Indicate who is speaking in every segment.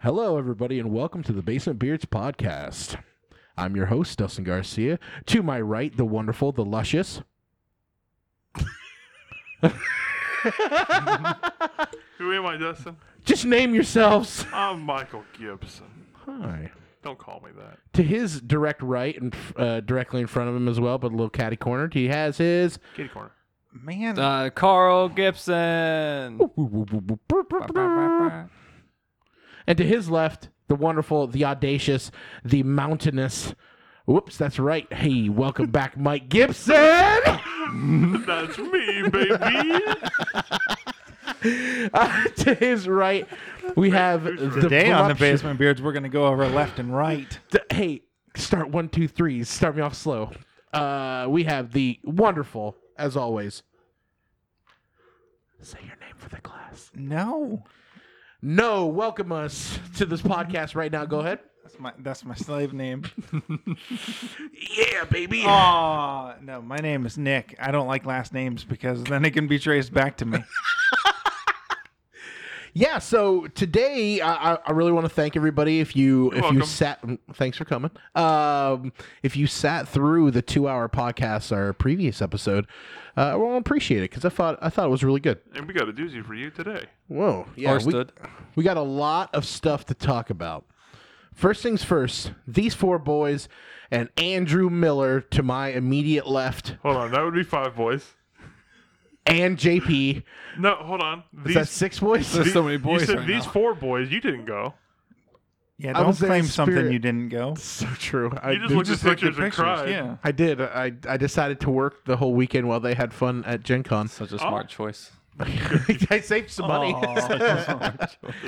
Speaker 1: Hello, everybody, and welcome to the Basement Beards podcast. I'm your host, Dustin Garcia. To my right, the wonderful, the luscious.
Speaker 2: Who am I, Dustin?
Speaker 1: Just name yourselves.
Speaker 2: I'm Michael Gibson.
Speaker 1: Hi.
Speaker 2: Don't call me that.
Speaker 1: To his direct right and uh, directly in front of him as well, but a little catty cornered, he has his.
Speaker 2: Kitty corner.
Speaker 3: Man,
Speaker 4: Uh, Carl Gibson.
Speaker 1: And to his left, the wonderful, the audacious, the mountainous. Whoops, that's right. Hey, welcome back, Mike Gibson.
Speaker 2: That's me, baby.
Speaker 1: Uh, to his right, we have the
Speaker 3: today on the
Speaker 1: voluptuous-
Speaker 3: Basement Beards, we're going to go over left and right.
Speaker 1: D- hey, start one, two, threes. Start me off slow. Uh, we have the wonderful, as always. Say your name for the class.
Speaker 3: No,
Speaker 1: No, welcome us to this podcast right now. Go ahead.
Speaker 3: that's my that's my slave name.
Speaker 1: Yeah, baby.
Speaker 3: Oh no, my name is Nick. I don't like last names because then it can be traced back to me.
Speaker 1: Yeah. So today, I, I- I really want to thank everybody. If you if
Speaker 2: welcome.
Speaker 1: you sat, mm, thanks for coming. Um, if you sat through the two hour podcast, our previous episode, uh, well, I appreciate it because I thought I thought it was really good.
Speaker 2: and we got a doozy for you today.
Speaker 1: Whoa. Yeah. We,
Speaker 4: Orsted.
Speaker 1: we got a lot of stuff to talk about. First things first, these four boys and Andrew Miller to my immediate left
Speaker 2: Hold on, that would be five boys.
Speaker 1: and JP.
Speaker 2: No, hold on.
Speaker 1: Is
Speaker 2: These,
Speaker 1: that six boys?
Speaker 4: There's so many
Speaker 2: you
Speaker 4: boys
Speaker 2: said
Speaker 4: right
Speaker 2: these
Speaker 4: now.
Speaker 2: four boys. You didn't go.
Speaker 3: Yeah,
Speaker 1: I
Speaker 3: don't
Speaker 1: was there in
Speaker 3: claim something
Speaker 1: spirit.
Speaker 3: you didn't go.
Speaker 1: so true. I
Speaker 2: You just
Speaker 1: do-
Speaker 2: looked at
Speaker 3: looked at
Speaker 2: pictures, and cried.
Speaker 3: Yeah,
Speaker 1: I did. I, I decided to work the whole weekend while they had fun at Gen Con.
Speaker 4: Such
Speaker 2: Oh.
Speaker 4: a smart choice.
Speaker 1: I saved some money.
Speaker 2: There's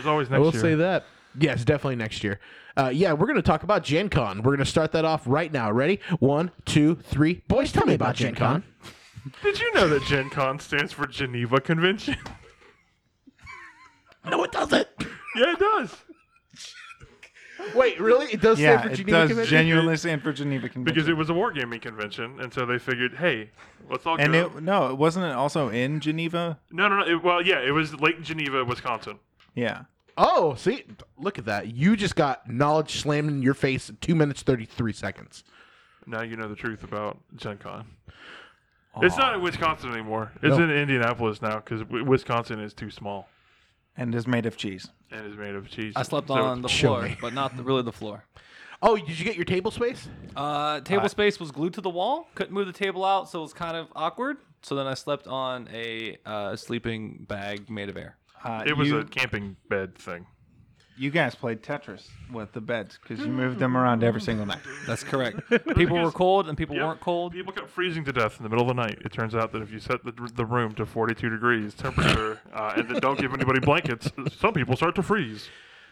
Speaker 2: always
Speaker 1: I
Speaker 2: next
Speaker 1: will
Speaker 2: year.
Speaker 1: say that. Yes, definitely next year. Uh, yeah, we're going to talk about Gen Con. We're going to start that off right now. Ready? One, two, three. Boys, tell me about Gen Con.
Speaker 2: Did you know that Gen Con stands for Geneva Convention?
Speaker 1: No, it doesn't.
Speaker 2: yeah, it does.
Speaker 1: Wait, really? It does
Speaker 3: yeah,
Speaker 1: stand for
Speaker 3: it
Speaker 1: Geneva
Speaker 3: does
Speaker 1: Convention?
Speaker 3: genuinely stand for Geneva Convention.
Speaker 2: Because it was a wargaming convention, and so they figured, hey, let's all
Speaker 3: and
Speaker 2: go.
Speaker 3: it no, it wasn't it also in Geneva.
Speaker 2: no, no, no. It, well, yeah, it was Lake Geneva, Wisconsin.
Speaker 3: Yeah,
Speaker 1: oh, see? Look at that. You just got knowledge slammed in your face in 2 minutes 33 seconds.
Speaker 2: Now you know the truth about Gen Con. It's not in Wisconsin anymore. It's in Indianapolis now because Wisconsin is too small
Speaker 3: and is made of cheese.
Speaker 2: and is made of cheese.
Speaker 4: I slept
Speaker 2: So
Speaker 4: on the
Speaker 1: show
Speaker 4: floor,
Speaker 1: me.
Speaker 4: but not the, really the floor.
Speaker 1: Oh, did you get your table space?
Speaker 4: Uh, table space was glued to the wall. Couldn't move the table out, so it was kind of awkward. So then I slept on a uh, sleeping bag made of air.
Speaker 3: Uh,
Speaker 2: It was
Speaker 3: you,
Speaker 2: a camping bed thing.
Speaker 3: you guys played Tetris with the beds because you moved
Speaker 1: Mm.
Speaker 3: them around every single night.
Speaker 4: That's correct. People were cold and people
Speaker 2: Yep.
Speaker 4: weren't cold.
Speaker 2: People kept freezing to death in the middle of the night. It turns out that if you set the, the room to 42 degrees temperature uh, and then don't give anybody blankets, some people start to freeze.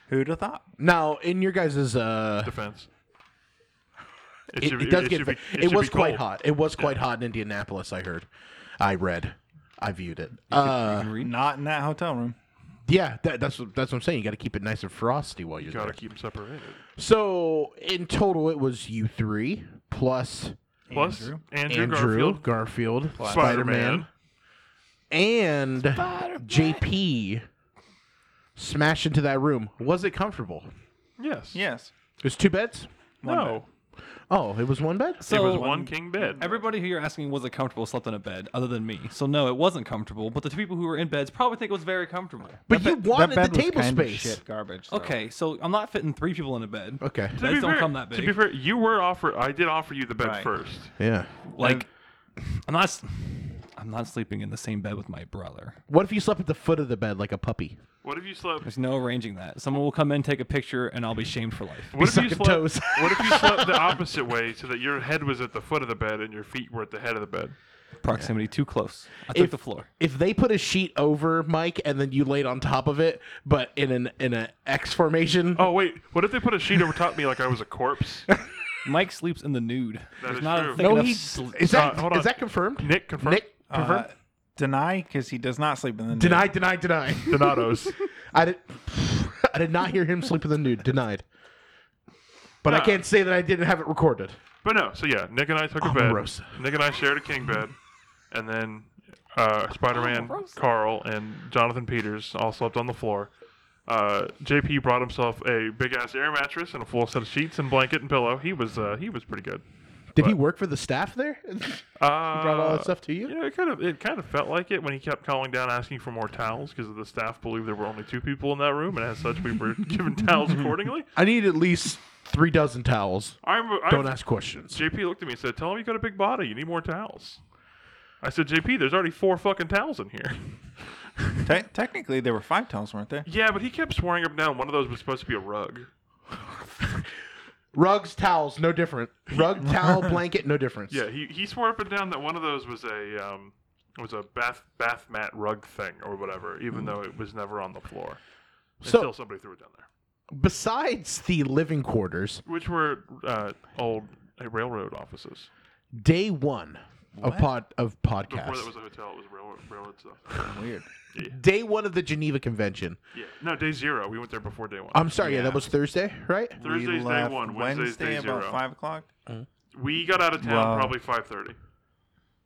Speaker 3: Who'd have thought?
Speaker 1: Now, in your guys' uh,
Speaker 2: Defense.
Speaker 1: it,
Speaker 2: should
Speaker 1: it
Speaker 2: be-
Speaker 1: does get.
Speaker 2: should
Speaker 1: fa-
Speaker 2: be-
Speaker 1: It,
Speaker 2: should be
Speaker 1: was quite
Speaker 2: cold.
Speaker 1: hot. It was quite hot in Indianapolis. I heard. I read. I viewed it. Uh,
Speaker 3: Not in that hotel room.
Speaker 1: yeah, that, that's what- that's what I'm saying. You got to keep it nice and frosty while you're
Speaker 2: Gotta
Speaker 1: there.
Speaker 2: keep them separated.
Speaker 1: So in total, it was you three plus
Speaker 2: Plus, Andrew,
Speaker 3: Andrew.
Speaker 1: Andrew
Speaker 2: Garfield,
Speaker 1: Garfield, Spider Man,
Speaker 2: Spider-Man.
Speaker 1: and JP. Smash into that room. Was it comfortable?
Speaker 2: Yes.
Speaker 3: Yes.
Speaker 1: There's two beds.
Speaker 2: No.
Speaker 1: Oh, it was one bed.
Speaker 4: So
Speaker 2: it was one king bed.
Speaker 4: Everybody who you're asking was it comfortable slept in a bed other than me. So no, it wasn't comfortable. But the two people who were in beds probably think it was very comfortable.
Speaker 1: But you wanted
Speaker 3: that bed
Speaker 1: the table
Speaker 3: was kinda
Speaker 1: space.
Speaker 3: Shit garbage. though.
Speaker 4: Okay, so I'm not fitting three people in a bed.
Speaker 1: Okay.
Speaker 2: To be
Speaker 4: Beds don't
Speaker 2: fair-
Speaker 4: come that
Speaker 2: To be
Speaker 4: big.
Speaker 2: fair, you were offered. I did offer you the bed
Speaker 3: Right.
Speaker 2: first.
Speaker 1: Yeah.
Speaker 4: Like, I'm not. s- I'm not sleeping in the same bed with my brother.
Speaker 1: What if you slept at the foot of the bed like a puppy?
Speaker 2: What if you slept?
Speaker 4: There's no arranging that. Someone will come in, take a picture, and I'll be shamed for life.
Speaker 2: What if you
Speaker 1: sucking
Speaker 2: slept?
Speaker 1: toes.
Speaker 2: what if you slept the opposite way so that your head was at the foot of the bed and your feet were at the head of the bed?
Speaker 4: Proximity too close. I took
Speaker 1: If-
Speaker 4: the floor.
Speaker 1: if they put a sheet over Mike and then you laid on top of it, but in an in an X formation.
Speaker 2: Oh wait, what if they put a sheet over top of me like I was a corpse?
Speaker 4: Mike sleeps in the nude. There's
Speaker 2: is
Speaker 4: not
Speaker 2: true.
Speaker 4: a thick
Speaker 1: no,
Speaker 4: enough
Speaker 1: he
Speaker 4: sl-
Speaker 1: is that
Speaker 2: Uh, hold
Speaker 1: is
Speaker 2: on.
Speaker 1: that confirmed?
Speaker 2: Nick confirmed.
Speaker 1: Nick confirmed.
Speaker 3: Uh, deny because he does not sleep in the nude.
Speaker 1: deny, deny, deny.
Speaker 2: Donatos.
Speaker 1: I did. I did not hear him sleep in the nude. Denied. But I
Speaker 2: No.
Speaker 1: can't say that I didn't have it recorded.
Speaker 2: But no, so yeah, Nick and I took a bed.
Speaker 1: Omarosa.
Speaker 2: Nick and I shared a king bed, and then uh, Spider-Man, Carl, and Jonathan Peters all slept on the floor. Uh, JP brought himself a big ass air mattress and a full set of sheets and blanket and pillow. He was uh, he was pretty good.
Speaker 1: Did he work for the staff there? he
Speaker 2: Uh,
Speaker 1: brought all that stuff to you?
Speaker 2: Yeah, it kind of it kind of felt like it when he kept calling down asking for more towels because the staff believed there were only two people in that room, and as such, we were given towels accordingly.
Speaker 1: I need at least three dozen towels.
Speaker 2: I remember I-
Speaker 1: Don't ask questions.
Speaker 2: JP looked at me and said, "Tell him you got a big body. You need more towels." I said, "JP, there's already four fucking towels in here."
Speaker 3: Te- technically, there were five towels, weren't there?
Speaker 2: yeah, but he kept swearing up and down. One of those was supposed to be a rug.
Speaker 1: Rugs, towels, no different. Rug, towel, blanket, no difference.
Speaker 2: Yeah, he, he swore up and down that one of those was a um, was a bath bath mat rug thing or whatever, even though it was never on the floor.
Speaker 1: So-
Speaker 2: Until somebody threw it down there,
Speaker 1: Besides the living quarters,
Speaker 2: which were uh, old uh, railroad offices.
Speaker 1: day one of pod of
Speaker 2: Before
Speaker 1: podcast.
Speaker 2: that was a hotel, it was railroad, railroad stuff.
Speaker 3: Weird.
Speaker 1: day one of the Geneva Convention.
Speaker 2: Yeah, no, day zero. We went there before day one.
Speaker 1: I'm sorry, yeah,
Speaker 3: Yeah.
Speaker 1: that was Thursday, right?
Speaker 2: Thursday's day one, Wednesday's
Speaker 3: Wednesday
Speaker 2: day
Speaker 3: about
Speaker 2: zero.
Speaker 3: five o'clock. It
Speaker 2: we got out of town
Speaker 3: Wow.
Speaker 2: probably five thirty.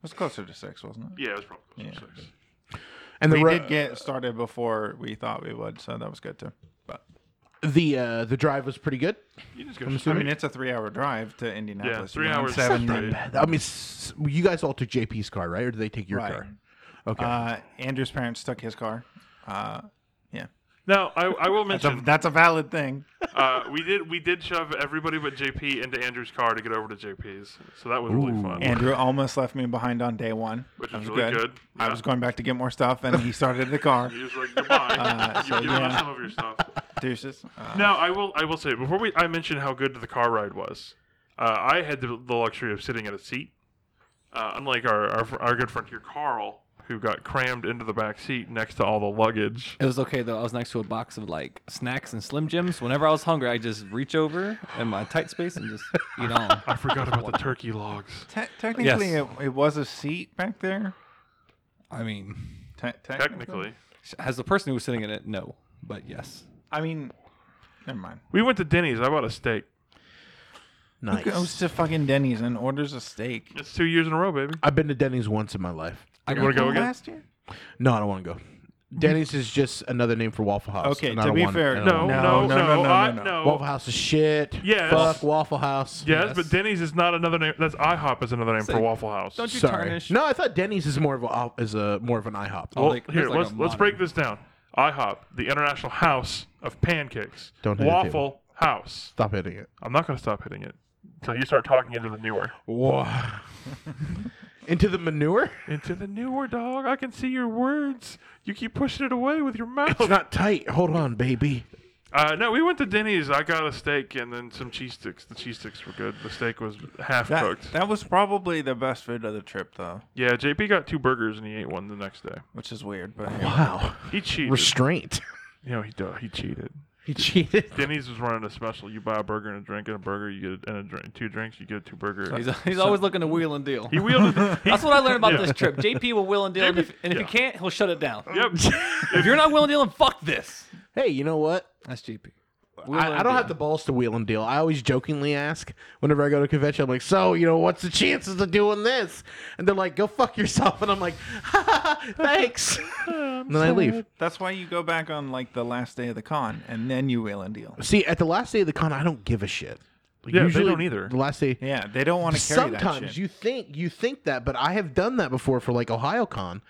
Speaker 3: was closer to six, wasn't it?
Speaker 2: Yeah, it was probably closer to six.
Speaker 1: And the
Speaker 3: We
Speaker 1: ru-
Speaker 3: did get started before we thought we would, so that was good too. But
Speaker 1: the uh, the drive was pretty good.
Speaker 2: You just go. to
Speaker 3: I
Speaker 1: assuming-
Speaker 2: sleep.
Speaker 3: mean, it's a three-hour drive to Indianapolis.
Speaker 2: Yeah,
Speaker 3: You
Speaker 2: three
Speaker 3: went on
Speaker 2: hours
Speaker 3: Seven
Speaker 2: straight.
Speaker 1: I mean, s- you guys all took JP's car, right? Or did they take your
Speaker 3: Right.
Speaker 1: car? Okay.
Speaker 3: Uh, Andrew's parents took his car. Uh, yeah,
Speaker 2: Now, I, I will
Speaker 3: that's a,
Speaker 2: mention
Speaker 3: that's a valid thing.
Speaker 2: uh, we did we did shove everybody but JP into Andrew's car to get over to JP's, so that was really
Speaker 1: Ooh.
Speaker 2: fun.
Speaker 3: Andrew almost left me behind on day one,
Speaker 2: Which
Speaker 3: That
Speaker 2: is
Speaker 3: was
Speaker 2: really good.
Speaker 3: I was going back to get more stuff, and he started the car.
Speaker 2: He was like, "Goodbye. You've
Speaker 3: so,
Speaker 2: given us
Speaker 3: yeah.
Speaker 2: some of your stuff."
Speaker 3: Deuces. Uh,
Speaker 2: Now, I will I will say before we I mentioned how good the car ride was. Uh, I had the, the luxury of sitting at a seat, uh, unlike our, our fr- our good friend here, Carl, who got crammed into the back seat next to all the luggage.
Speaker 4: It was okay though. I was next to a box of like snacks and Slim Jims. Whenever I was hungry, I just reach over in my tight space and just eat on.
Speaker 2: I forgot about the turkey logs.
Speaker 3: te- technically,
Speaker 4: Yes.
Speaker 3: it, it was a seat back there.
Speaker 4: I mean,
Speaker 3: Te-
Speaker 2: Technically,
Speaker 4: has the person who was sitting in it? No, but yes.
Speaker 3: I mean, never mind.
Speaker 2: we went to Denny's. I bought a steak.
Speaker 1: nice.
Speaker 3: Goes to fucking Denny's and orders a steak.
Speaker 2: It's two years in a row, baby.
Speaker 1: I've been to Denny's once in my life.
Speaker 4: I
Speaker 2: You want to go again?
Speaker 3: Last year?
Speaker 1: No, I don't want to go. Denny's is just another name for Waffle House.
Speaker 3: Okay,
Speaker 1: and I
Speaker 3: to
Speaker 1: don't
Speaker 3: be
Speaker 1: want it,
Speaker 3: fair,
Speaker 1: and I
Speaker 2: No,
Speaker 1: don't want it.
Speaker 2: no, no,
Speaker 3: No, no, no, no,
Speaker 2: I,
Speaker 3: no.
Speaker 1: Waffle House is shit.
Speaker 2: Yes.
Speaker 1: Fuck Waffle House.
Speaker 2: Yes,
Speaker 4: Yes.
Speaker 2: but Denny's is not another name. That's IHOP is another name for
Speaker 4: Say-
Speaker 2: Waffle House.
Speaker 4: Don't you
Speaker 1: Sorry.
Speaker 4: tarnish?
Speaker 1: No, I thought Denny's is more of a is a more of an IHOP.
Speaker 2: Well,
Speaker 4: Like,
Speaker 2: here,
Speaker 4: there's like
Speaker 2: let's
Speaker 4: a
Speaker 2: let's
Speaker 4: modern-
Speaker 2: break this down. IHOP, the International House of Pancakes.
Speaker 1: Don't hit the
Speaker 2: Waffle House.
Speaker 1: Stop hitting it.
Speaker 2: I'm not going to stop hitting it until you start talking into the newer.
Speaker 1: Whoa. Into the manure?
Speaker 2: Into the newer, dog. I can see your words. You keep pushing it away with your
Speaker 1: It's
Speaker 2: mouth.
Speaker 1: not tight. Hold on, baby.
Speaker 2: Uh, no, we went to Denny's. I got a steak and then some cheese sticks. The cheese sticks were good. The steak was half
Speaker 3: That,
Speaker 2: cooked.
Speaker 3: that was probably the best food of the trip, though,
Speaker 2: yeah, JP got two burgers and he ate one the next day.
Speaker 3: which is weird. But
Speaker 1: Wow.
Speaker 2: He cheated.
Speaker 1: Restraint.
Speaker 2: you know, he, do- he cheated.
Speaker 1: He cheated.
Speaker 2: Denny's was running a special. You buy a burger and a drink, and a burger you get a, and a drink, two drinks you get a two burger.
Speaker 4: He's, uh, he's always looking to wheel and deal.
Speaker 2: he wielded. He,
Speaker 4: That's what I learned about
Speaker 2: Yeah.
Speaker 4: this trip. JP will wheel and deal, and if, and if
Speaker 2: yeah.
Speaker 4: he can't, he'll shut it down.
Speaker 2: yep. Oh,
Speaker 4: If you're not wheel and dealing, fuck this.
Speaker 1: Hey, you know what?
Speaker 4: That's JP.
Speaker 1: I, I don't have the balls to wheel and deal. I always jokingly ask whenever I go to a convention, I'm like, so, you know, what's the chances of doing this? And they're like, go fuck yourself. And I'm like, ha, ha, ha, thanks. and then I leave.
Speaker 3: That's why you go back on like the last day of the con, and then you wheel and deal.
Speaker 1: See, at the last day of the con, I don't give a shit. Like,
Speaker 2: Yeah, they don't either.
Speaker 1: The last day.
Speaker 3: Yeah, they don't want to carry that
Speaker 1: Sometimes
Speaker 3: shit.
Speaker 1: you think you think that, but I have done that before for like Ohio Con,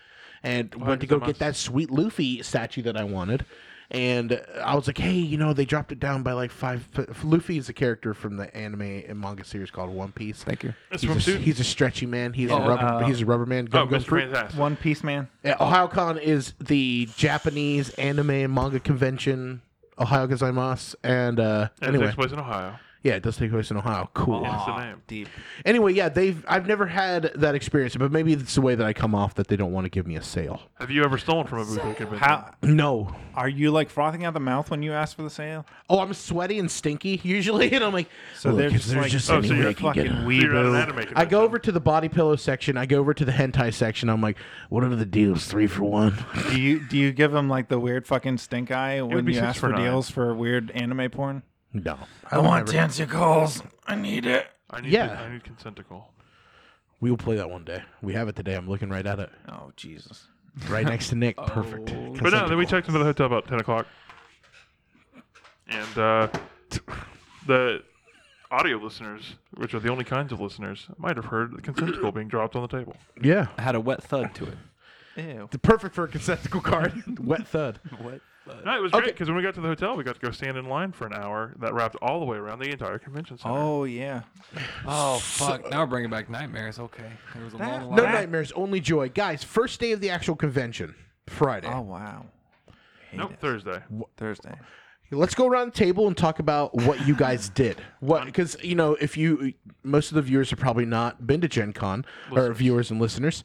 Speaker 1: and went to go get that sweet Luffy statue that I wanted. And I was like, hey, you know, they dropped it down by like five. f- Luffy is a character from the anime and manga series called One Piece.
Speaker 4: Thank you.
Speaker 2: That's
Speaker 1: He's
Speaker 2: from
Speaker 1: a,
Speaker 2: Suit.
Speaker 1: he's a stretchy man. He's a rubber. he's a rubber man.
Speaker 2: Oh,
Speaker 1: Gum Gum
Speaker 2: Mr.
Speaker 1: Fruit.
Speaker 2: Fantastic.
Speaker 3: One Piece Man.
Speaker 1: Yeah, OhioCon is the Japanese anime and manga convention. Ohio Gozaimasu. And uh,
Speaker 2: And It
Speaker 1: anyway,
Speaker 2: takes place in Ohio.
Speaker 1: yeah, it does take place in Ohio. Cool.
Speaker 2: Hence the name.
Speaker 3: Deep.
Speaker 1: Anyway, yeah, they've I've never had that experience, but maybe it's the way that I come off that they don't want to give me a sale.
Speaker 2: Have you ever stolen from a booth at a convention?
Speaker 1: Uh,
Speaker 3: How
Speaker 1: No.
Speaker 3: are you like frothing out the mouth when you ask for the sale?
Speaker 1: Oh, I'm sweaty and stinky usually, and I'm like,
Speaker 3: So
Speaker 1: "Look,
Speaker 3: they're
Speaker 1: if
Speaker 3: just
Speaker 1: there's
Speaker 3: like,
Speaker 1: just
Speaker 3: oh,
Speaker 1: any
Speaker 2: so
Speaker 1: way
Speaker 2: you're
Speaker 1: I can get
Speaker 3: fucking
Speaker 1: a-"
Speaker 2: So you're at an anime
Speaker 3: Weebo.
Speaker 1: I go
Speaker 2: convention.
Speaker 1: over to the body pillow section. I go over to the hentai section. I'm like, what are the deals? Three for one.
Speaker 3: Do you do you give them like the weird fucking stink eye when
Speaker 2: be
Speaker 3: you
Speaker 2: six
Speaker 3: ask
Speaker 2: for
Speaker 3: for
Speaker 2: nine.
Speaker 3: deals for weird anime porn?
Speaker 1: No,
Speaker 3: I want tentacles. I need it.
Speaker 2: I need
Speaker 1: Yeah.
Speaker 2: to- I need consent to call.
Speaker 1: we will play that one day. We have it today. I'm looking right at it,
Speaker 3: Oh Jesus.
Speaker 1: right next to Nick. Perfect.
Speaker 2: Oh. But no, then we checked into the hotel about ten o'clock. and uh, the audio listeners, which are the only kinds of listeners, might have heard the consensual being dropped on the table.
Speaker 1: Yeah.
Speaker 4: had a wet thud to it.
Speaker 3: Ew.
Speaker 1: The perfect for a consensual card. Wet thud.
Speaker 4: What?
Speaker 2: No, it was
Speaker 1: Okay.
Speaker 2: great because when we got to the hotel, we got to go stand in line for an hour that wrapped all the way around the entire convention center.
Speaker 3: Oh yeah.
Speaker 4: Oh fuck! Now we're bringing back nightmares. Okay, there was a
Speaker 3: That-
Speaker 4: long
Speaker 1: No
Speaker 4: line.
Speaker 3: Wow.
Speaker 1: nightmares, only joy. Guys, first day of the actual convention, Friday.
Speaker 3: Oh wow. Hate
Speaker 2: nope,
Speaker 3: it.
Speaker 2: Thursday.
Speaker 3: Thursday.
Speaker 1: Let's go around the table and talk about what you guys did. Um, What because you know if you most of the viewers have probably not been to Gen Con or viewers and listeners.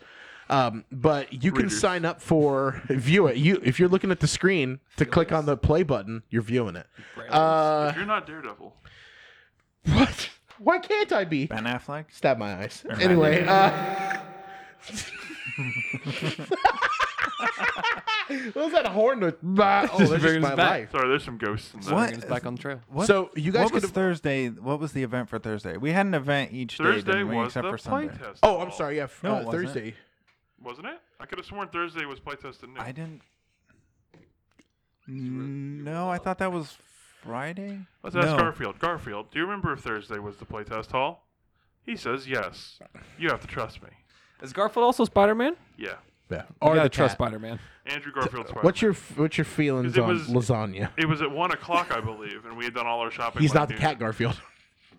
Speaker 1: Um, but you can
Speaker 2: Readers.
Speaker 1: sign up for view it. You if you're looking at the screen to click on the play button, you're viewing it. Uh,
Speaker 2: If you're not Daredevil.
Speaker 1: what? Why can't I be?
Speaker 3: Ben Affleck.
Speaker 1: Stab my eyes. Anyway, uh, what was that horn? With? Bah, oh, that's just
Speaker 4: bringing us
Speaker 1: my
Speaker 4: back.
Speaker 1: life.
Speaker 2: Sorry, there's some ghosts in there.
Speaker 3: What?
Speaker 4: Bringing us back on the trail.
Speaker 3: What?
Speaker 1: So you guys
Speaker 3: what was
Speaker 1: could.
Speaker 3: Thursday? What was the event for Thursday? We had an event each day,
Speaker 2: Thursday
Speaker 3: didn't we?
Speaker 2: was
Speaker 3: Except
Speaker 2: the
Speaker 3: for
Speaker 2: play
Speaker 3: Sunday.
Speaker 2: test.
Speaker 1: Oh, I'm sorry. Yeah, f-
Speaker 3: No, it
Speaker 1: uh,
Speaker 3: wasn't.
Speaker 1: Thursday.
Speaker 2: Wasn't it? I could have sworn Thursday was playtest and noon.
Speaker 3: I didn't. No, I thought that was Friday.
Speaker 2: Let's ask
Speaker 3: no.
Speaker 2: Garfield. Garfield, do you remember if Thursday was the playtest hall? He says yes. You have to trust me.
Speaker 4: Is Garfield also Spider-Man?
Speaker 2: Yeah.
Speaker 1: Yeah.
Speaker 4: You
Speaker 1: Or the
Speaker 4: gotta trust
Speaker 1: cat.
Speaker 4: Spider-Man.
Speaker 2: Andrew Garfield's wife.
Speaker 1: What's your what's your feelings
Speaker 2: Because it
Speaker 1: on
Speaker 2: was-
Speaker 1: lasagna?
Speaker 2: It was at one o'clock, I believe, and we had done all our shopping.
Speaker 1: He's
Speaker 2: by
Speaker 1: not the
Speaker 2: noon.
Speaker 1: cat Garfield.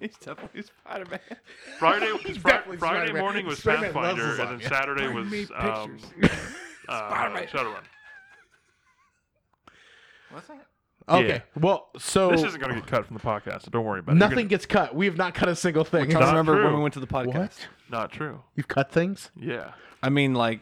Speaker 4: He's definitely Spider-Man.
Speaker 2: Friday, Fri-
Speaker 1: definitely
Speaker 2: Friday
Speaker 1: Spider-Man.
Speaker 2: morning was
Speaker 1: Spider-Man loves
Speaker 2: Pathfinder, and
Speaker 1: lasagna.
Speaker 2: then Saturday was
Speaker 4: me
Speaker 2: um, uh,
Speaker 4: Spider-Man.
Speaker 2: Shadowrun.
Speaker 3: Was it?
Speaker 1: Okay.
Speaker 2: Yeah.
Speaker 1: Well, so
Speaker 2: This isn't going to get cut from the podcast, so don't worry about
Speaker 1: nothing
Speaker 2: it. You're
Speaker 1: gets cut. We have not cut a single thing.
Speaker 4: I
Speaker 2: Not
Speaker 4: remember when
Speaker 2: true.
Speaker 4: we went to the podcast.
Speaker 1: What?
Speaker 2: Gonna, not true.
Speaker 1: You've cut things?
Speaker 2: Yeah.
Speaker 4: I mean, like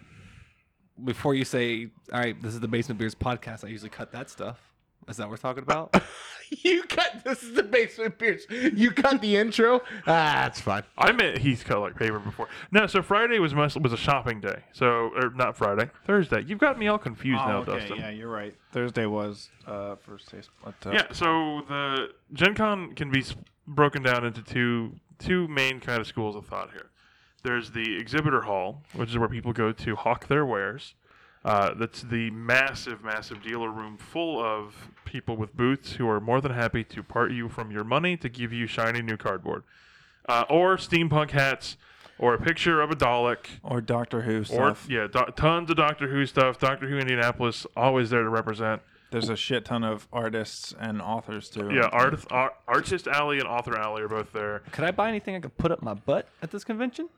Speaker 4: before you say, "All right, this is the Basement Beers podcast," I usually cut that stuff. Is that what we're talking about?
Speaker 1: You cut this is the basement Pierce. You cut the intro. Ah, that's fine.
Speaker 2: I meant he's cut like paper before. No, so Friday was most, was a shopping day. So or not Friday, Thursday. You've got me all confused now, Dustin.
Speaker 3: Yeah, you're right. Thursday was uh, first day. Split up.
Speaker 2: Yeah, so the Gen Con can be s- broken down into two two main kind of schools of thought here. There's the exhibitor hall, which is where people go to hawk their wares. Uh, that's the massive, massive dealer room full of people with booths who are more than happy to part you from your money to give you shiny new cardboard, uh, or steampunk hats, or a picture of a Dalek,
Speaker 3: Or Doctor Who
Speaker 2: or
Speaker 3: stuff.
Speaker 2: yeah, do- tons of Doctor Who stuff. Doctor Who Indianapolis always there to represent.
Speaker 3: There's a shit ton of artists and authors too.
Speaker 2: Yeah, art, art, artist alley and author alley are both there.
Speaker 4: could I buy anything I could put up my butt at this convention?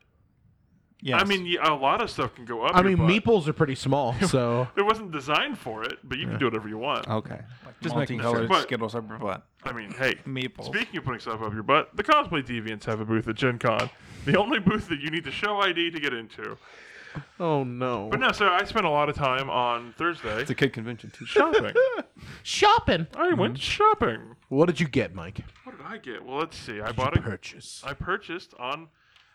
Speaker 3: Yes.
Speaker 2: I mean, y- a lot of stuff can go up.
Speaker 1: I mean,
Speaker 2: your butt.
Speaker 1: meeples are pretty small, so
Speaker 2: It wasn't designed for it, but you can do whatever you want.
Speaker 4: Okay, just making sure.
Speaker 3: multicolored
Speaker 2: But-
Speaker 3: Skittles up your butt.
Speaker 2: I mean, hey.
Speaker 3: Meeples.
Speaker 2: Speaking of putting stuff up your butt, the cosplay deviants have a booth at Gen Con. The only booth that you need to show ID to get into.
Speaker 1: oh no.
Speaker 2: But no, so I spent a lot of time on Thursday
Speaker 4: It's a kid convention too.
Speaker 2: shopping.
Speaker 1: Shopping.
Speaker 2: I went shopping.
Speaker 1: What did you get, Mike?
Speaker 2: What did I get? Well, let's see. I bought a
Speaker 1: Purchase.
Speaker 2: I purchased on.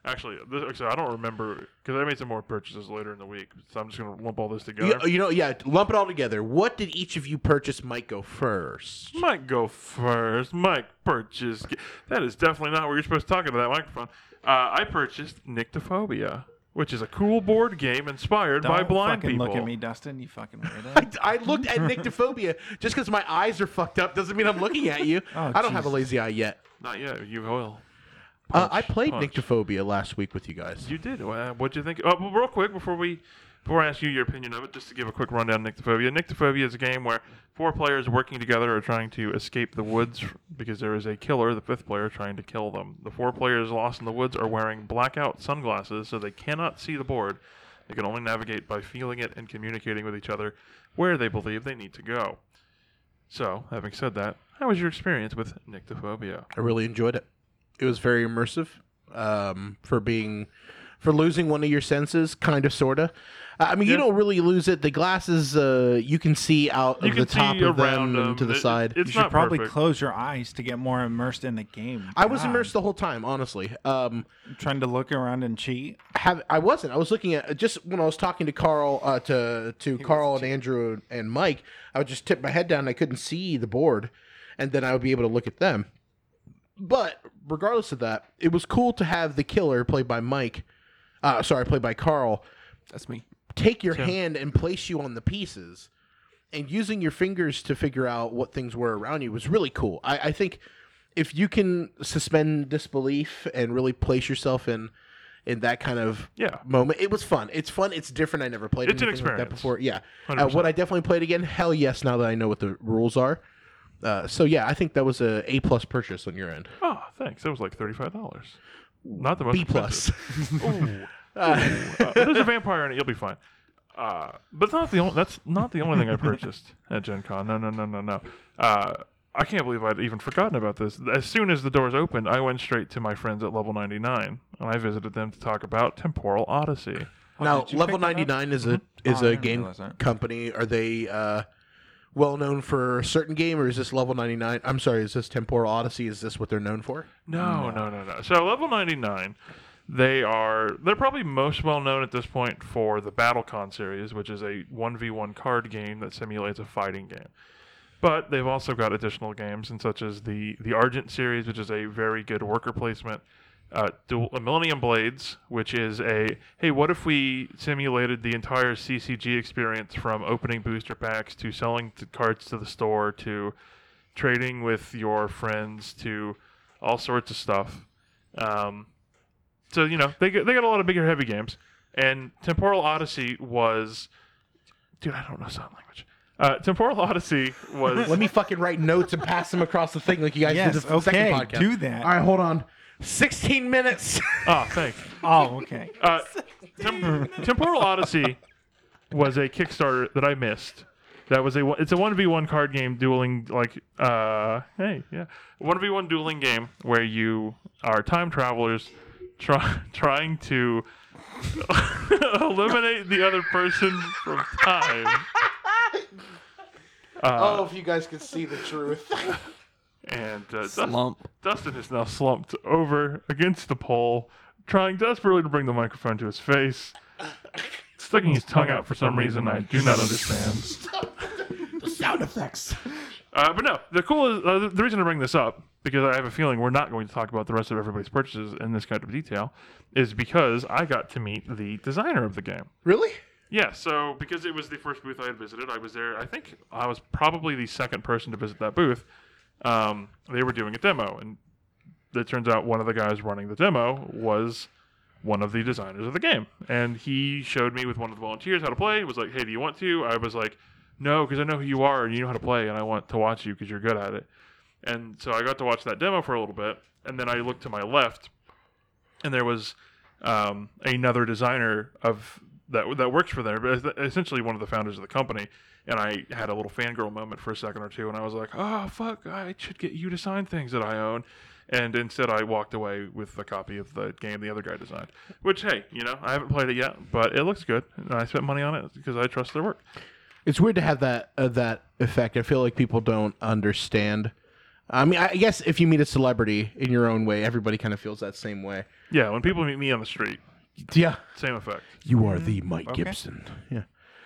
Speaker 2: Actually, this, actually, I don't remember because I made some more purchases later in the week. So I'm just gonna lump all this together.
Speaker 1: You, oh, you know, yeah, lump it all together. What did each of you purchase? Mike go first.
Speaker 2: Mike go first. Mike purchased. That is definitely not where you're supposed to talk into that microphone. Uh, I purchased Nyctophobia, which is a cool board game inspired by
Speaker 3: Don't
Speaker 2: blind
Speaker 3: fucking
Speaker 2: people.
Speaker 3: look at me, Dustin. You fucking
Speaker 1: I,
Speaker 3: weirdo.
Speaker 1: I looked at Nyctophobia. Just because my eyes are fucked up doesn't mean I'm looking at you.
Speaker 3: Oh,
Speaker 1: I don't have a
Speaker 3: Jesus.
Speaker 1: lazy eye yet.
Speaker 2: Not yet. You will.
Speaker 1: Uh, I played
Speaker 2: punch.
Speaker 1: Nyctophobia last week with you guys.
Speaker 2: You did. Uh, What'd you think? Oh, well, real quick before we before I ask you your opinion of it, just to give a quick rundown. of Nyctophobia. Nyctophobia is a game where four players working together are trying to escape the woods because there is a killer. The fifth player trying to kill them. The four players lost in the woods are wearing blackout sunglasses, so they cannot see the board. They can only navigate by feeling it and communicating with each other where they believe they need to go. So, having said that, how was your experience with Nyctophobia?
Speaker 1: I really enjoyed it. It was very immersive um, for being for losing one of your senses, kind of, sorta. Uh, I mean, you
Speaker 2: Yeah.
Speaker 1: don't really lose it. The glasses, uh, you can see out of
Speaker 2: You
Speaker 1: the
Speaker 2: can
Speaker 1: top
Speaker 2: see
Speaker 1: of them,
Speaker 2: around
Speaker 1: and to the
Speaker 2: It-
Speaker 1: side.
Speaker 2: It's
Speaker 3: you
Speaker 2: not
Speaker 3: should probably
Speaker 2: perfect.
Speaker 3: close your eyes to get more immersed in the game.
Speaker 1: I was
Speaker 3: God.
Speaker 1: immersed the whole time, honestly. Um,
Speaker 3: trying to look around and cheat.
Speaker 1: have I wasn't. I was looking at just when I was talking to Carl uh, to to Carl and Andrew and Mike. I would just tip my head down. and I couldn't see the board, and then I would be able to look at them. But regardless of that, it was cool to have the killer played by Mike. Uh, sorry, played by Carl.
Speaker 4: That's me.
Speaker 1: Take your hand and place you on the pieces, and using your fingers to figure out what things were around you was really cool. I, I think if you can suspend disbelief and really place yourself in in that kind of
Speaker 2: Yeah.
Speaker 1: moment, it was fun. It's fun. It's different. I never played
Speaker 2: It's an
Speaker 1: anything like that
Speaker 2: experience.
Speaker 1: before. Yeah, uh,
Speaker 2: 100%.
Speaker 1: would I definitely play it again? Hell yes. Now that I know what the rules are. Uh, so yeah, I think that was a A plus purchase on your end.
Speaker 2: Oh, thanks. That was like thirty-five dollars. Not the most
Speaker 1: B plus.
Speaker 2: expensive.
Speaker 1: Uh,
Speaker 2: Ooh. Uh, there's a vampire in it. You'll be fine. Uh, but it's not the only. That's not the only thing I purchased at Gen Con. No, no, no, no, no. Uh, I can't believe I'd even forgotten about this. As soon as the doors opened, I went straight to my friends at Level 99, and I visited them to talk about Temporal Odyssey.
Speaker 1: now,
Speaker 3: did you
Speaker 1: Level
Speaker 3: pick that up?
Speaker 1: ninety nine is a is
Speaker 3: Oh, I
Speaker 1: a
Speaker 3: didn't
Speaker 1: game
Speaker 3: realize that.
Speaker 1: company. Are they uh, well known for a certain game, or is this Level ninety nine? I'm sorry, is this Temporal Odyssey? Is this what they're known for?
Speaker 2: No, no, no, no. So level 99, they are they're probably most well known at this point for the BattleCon series, which is a 1v1 card game that simulates a fighting game. But they've also got additional games, and such as the the Argent series, which is a very good worker placement. Uh, Dual, uh, Millennium Blades, which is a hey, what if we simulated the entire CCG experience from opening booster packs to selling the cards to the store to trading with your friends to all sorts of stuff. Um, so you know they got, they got a lot of bigger heavy games, and Temporal Odyssey was, dude, I don't know sign language. Uh, Temporal Odyssey was
Speaker 1: Let me fucking write notes and pass them across the thing like you guys
Speaker 3: Yes,
Speaker 1: did the f-
Speaker 3: okay,
Speaker 1: second podcast.
Speaker 3: do that.
Speaker 1: All right, hold on. 16 minutes.
Speaker 2: oh thanks.
Speaker 3: Oh, okay.
Speaker 2: Uh, Tem- Temporal Odyssey was a Kickstarter that I missed. That was a one- it's a one v one card game dueling like uh hey yeah one v one dueling game where you are time travelers try, trying to eliminate the other person from time.
Speaker 1: oh, if you guys could see the truth.
Speaker 2: And uh, Dust-
Speaker 4: Slump.
Speaker 2: Dustin is now slumped over against the pole, trying desperately to bring the microphone to his face, sticking his tongue out for some reason I do not understand.
Speaker 1: Sound effects.
Speaker 2: Uh, but no, the cool is uh, the reason I bring this up because I have a feeling we're not going to talk about the rest of everybody's purchases in this kind of detail, is because I got to meet the designer of the game.
Speaker 1: Really?
Speaker 2: Yeah, so because it was the first booth I had visited, I was there. I think I was probably the second person to visit that booth. Um, they were doing a demo, and it turns out one of the guys running the demo was one of the designers of the game. And he showed me with one of the volunteers how to play. Was like, "Hey, do you want to?" I was like, "No, because I know who you are and you know how to play, and I want to watch you because you're good at it." And so I got to watch that demo for a little bit, and then I looked to my left, and there was um, another designer of that that works for there, but es- essentially one of the founders of the company. And I had a little fangirl moment for a second or two, and I was like, "Oh fuck, I should get you to sign things that I own." And instead, I walked away with a copy of the game the other guy designed. Which, hey, you know, I haven't played it yet, but it looks good, and I spent money on it because I trust their work.
Speaker 1: It's weird to have that uh, that effect. I feel like people don't understand. I mean, I guess if you meet a celebrity in your own way, everybody kind of feels that same way.
Speaker 2: Yeah, when people meet me on the street,
Speaker 1: Yeah.
Speaker 2: same effect.
Speaker 1: You are the Mike
Speaker 3: Okay.
Speaker 1: Gibson. Yeah.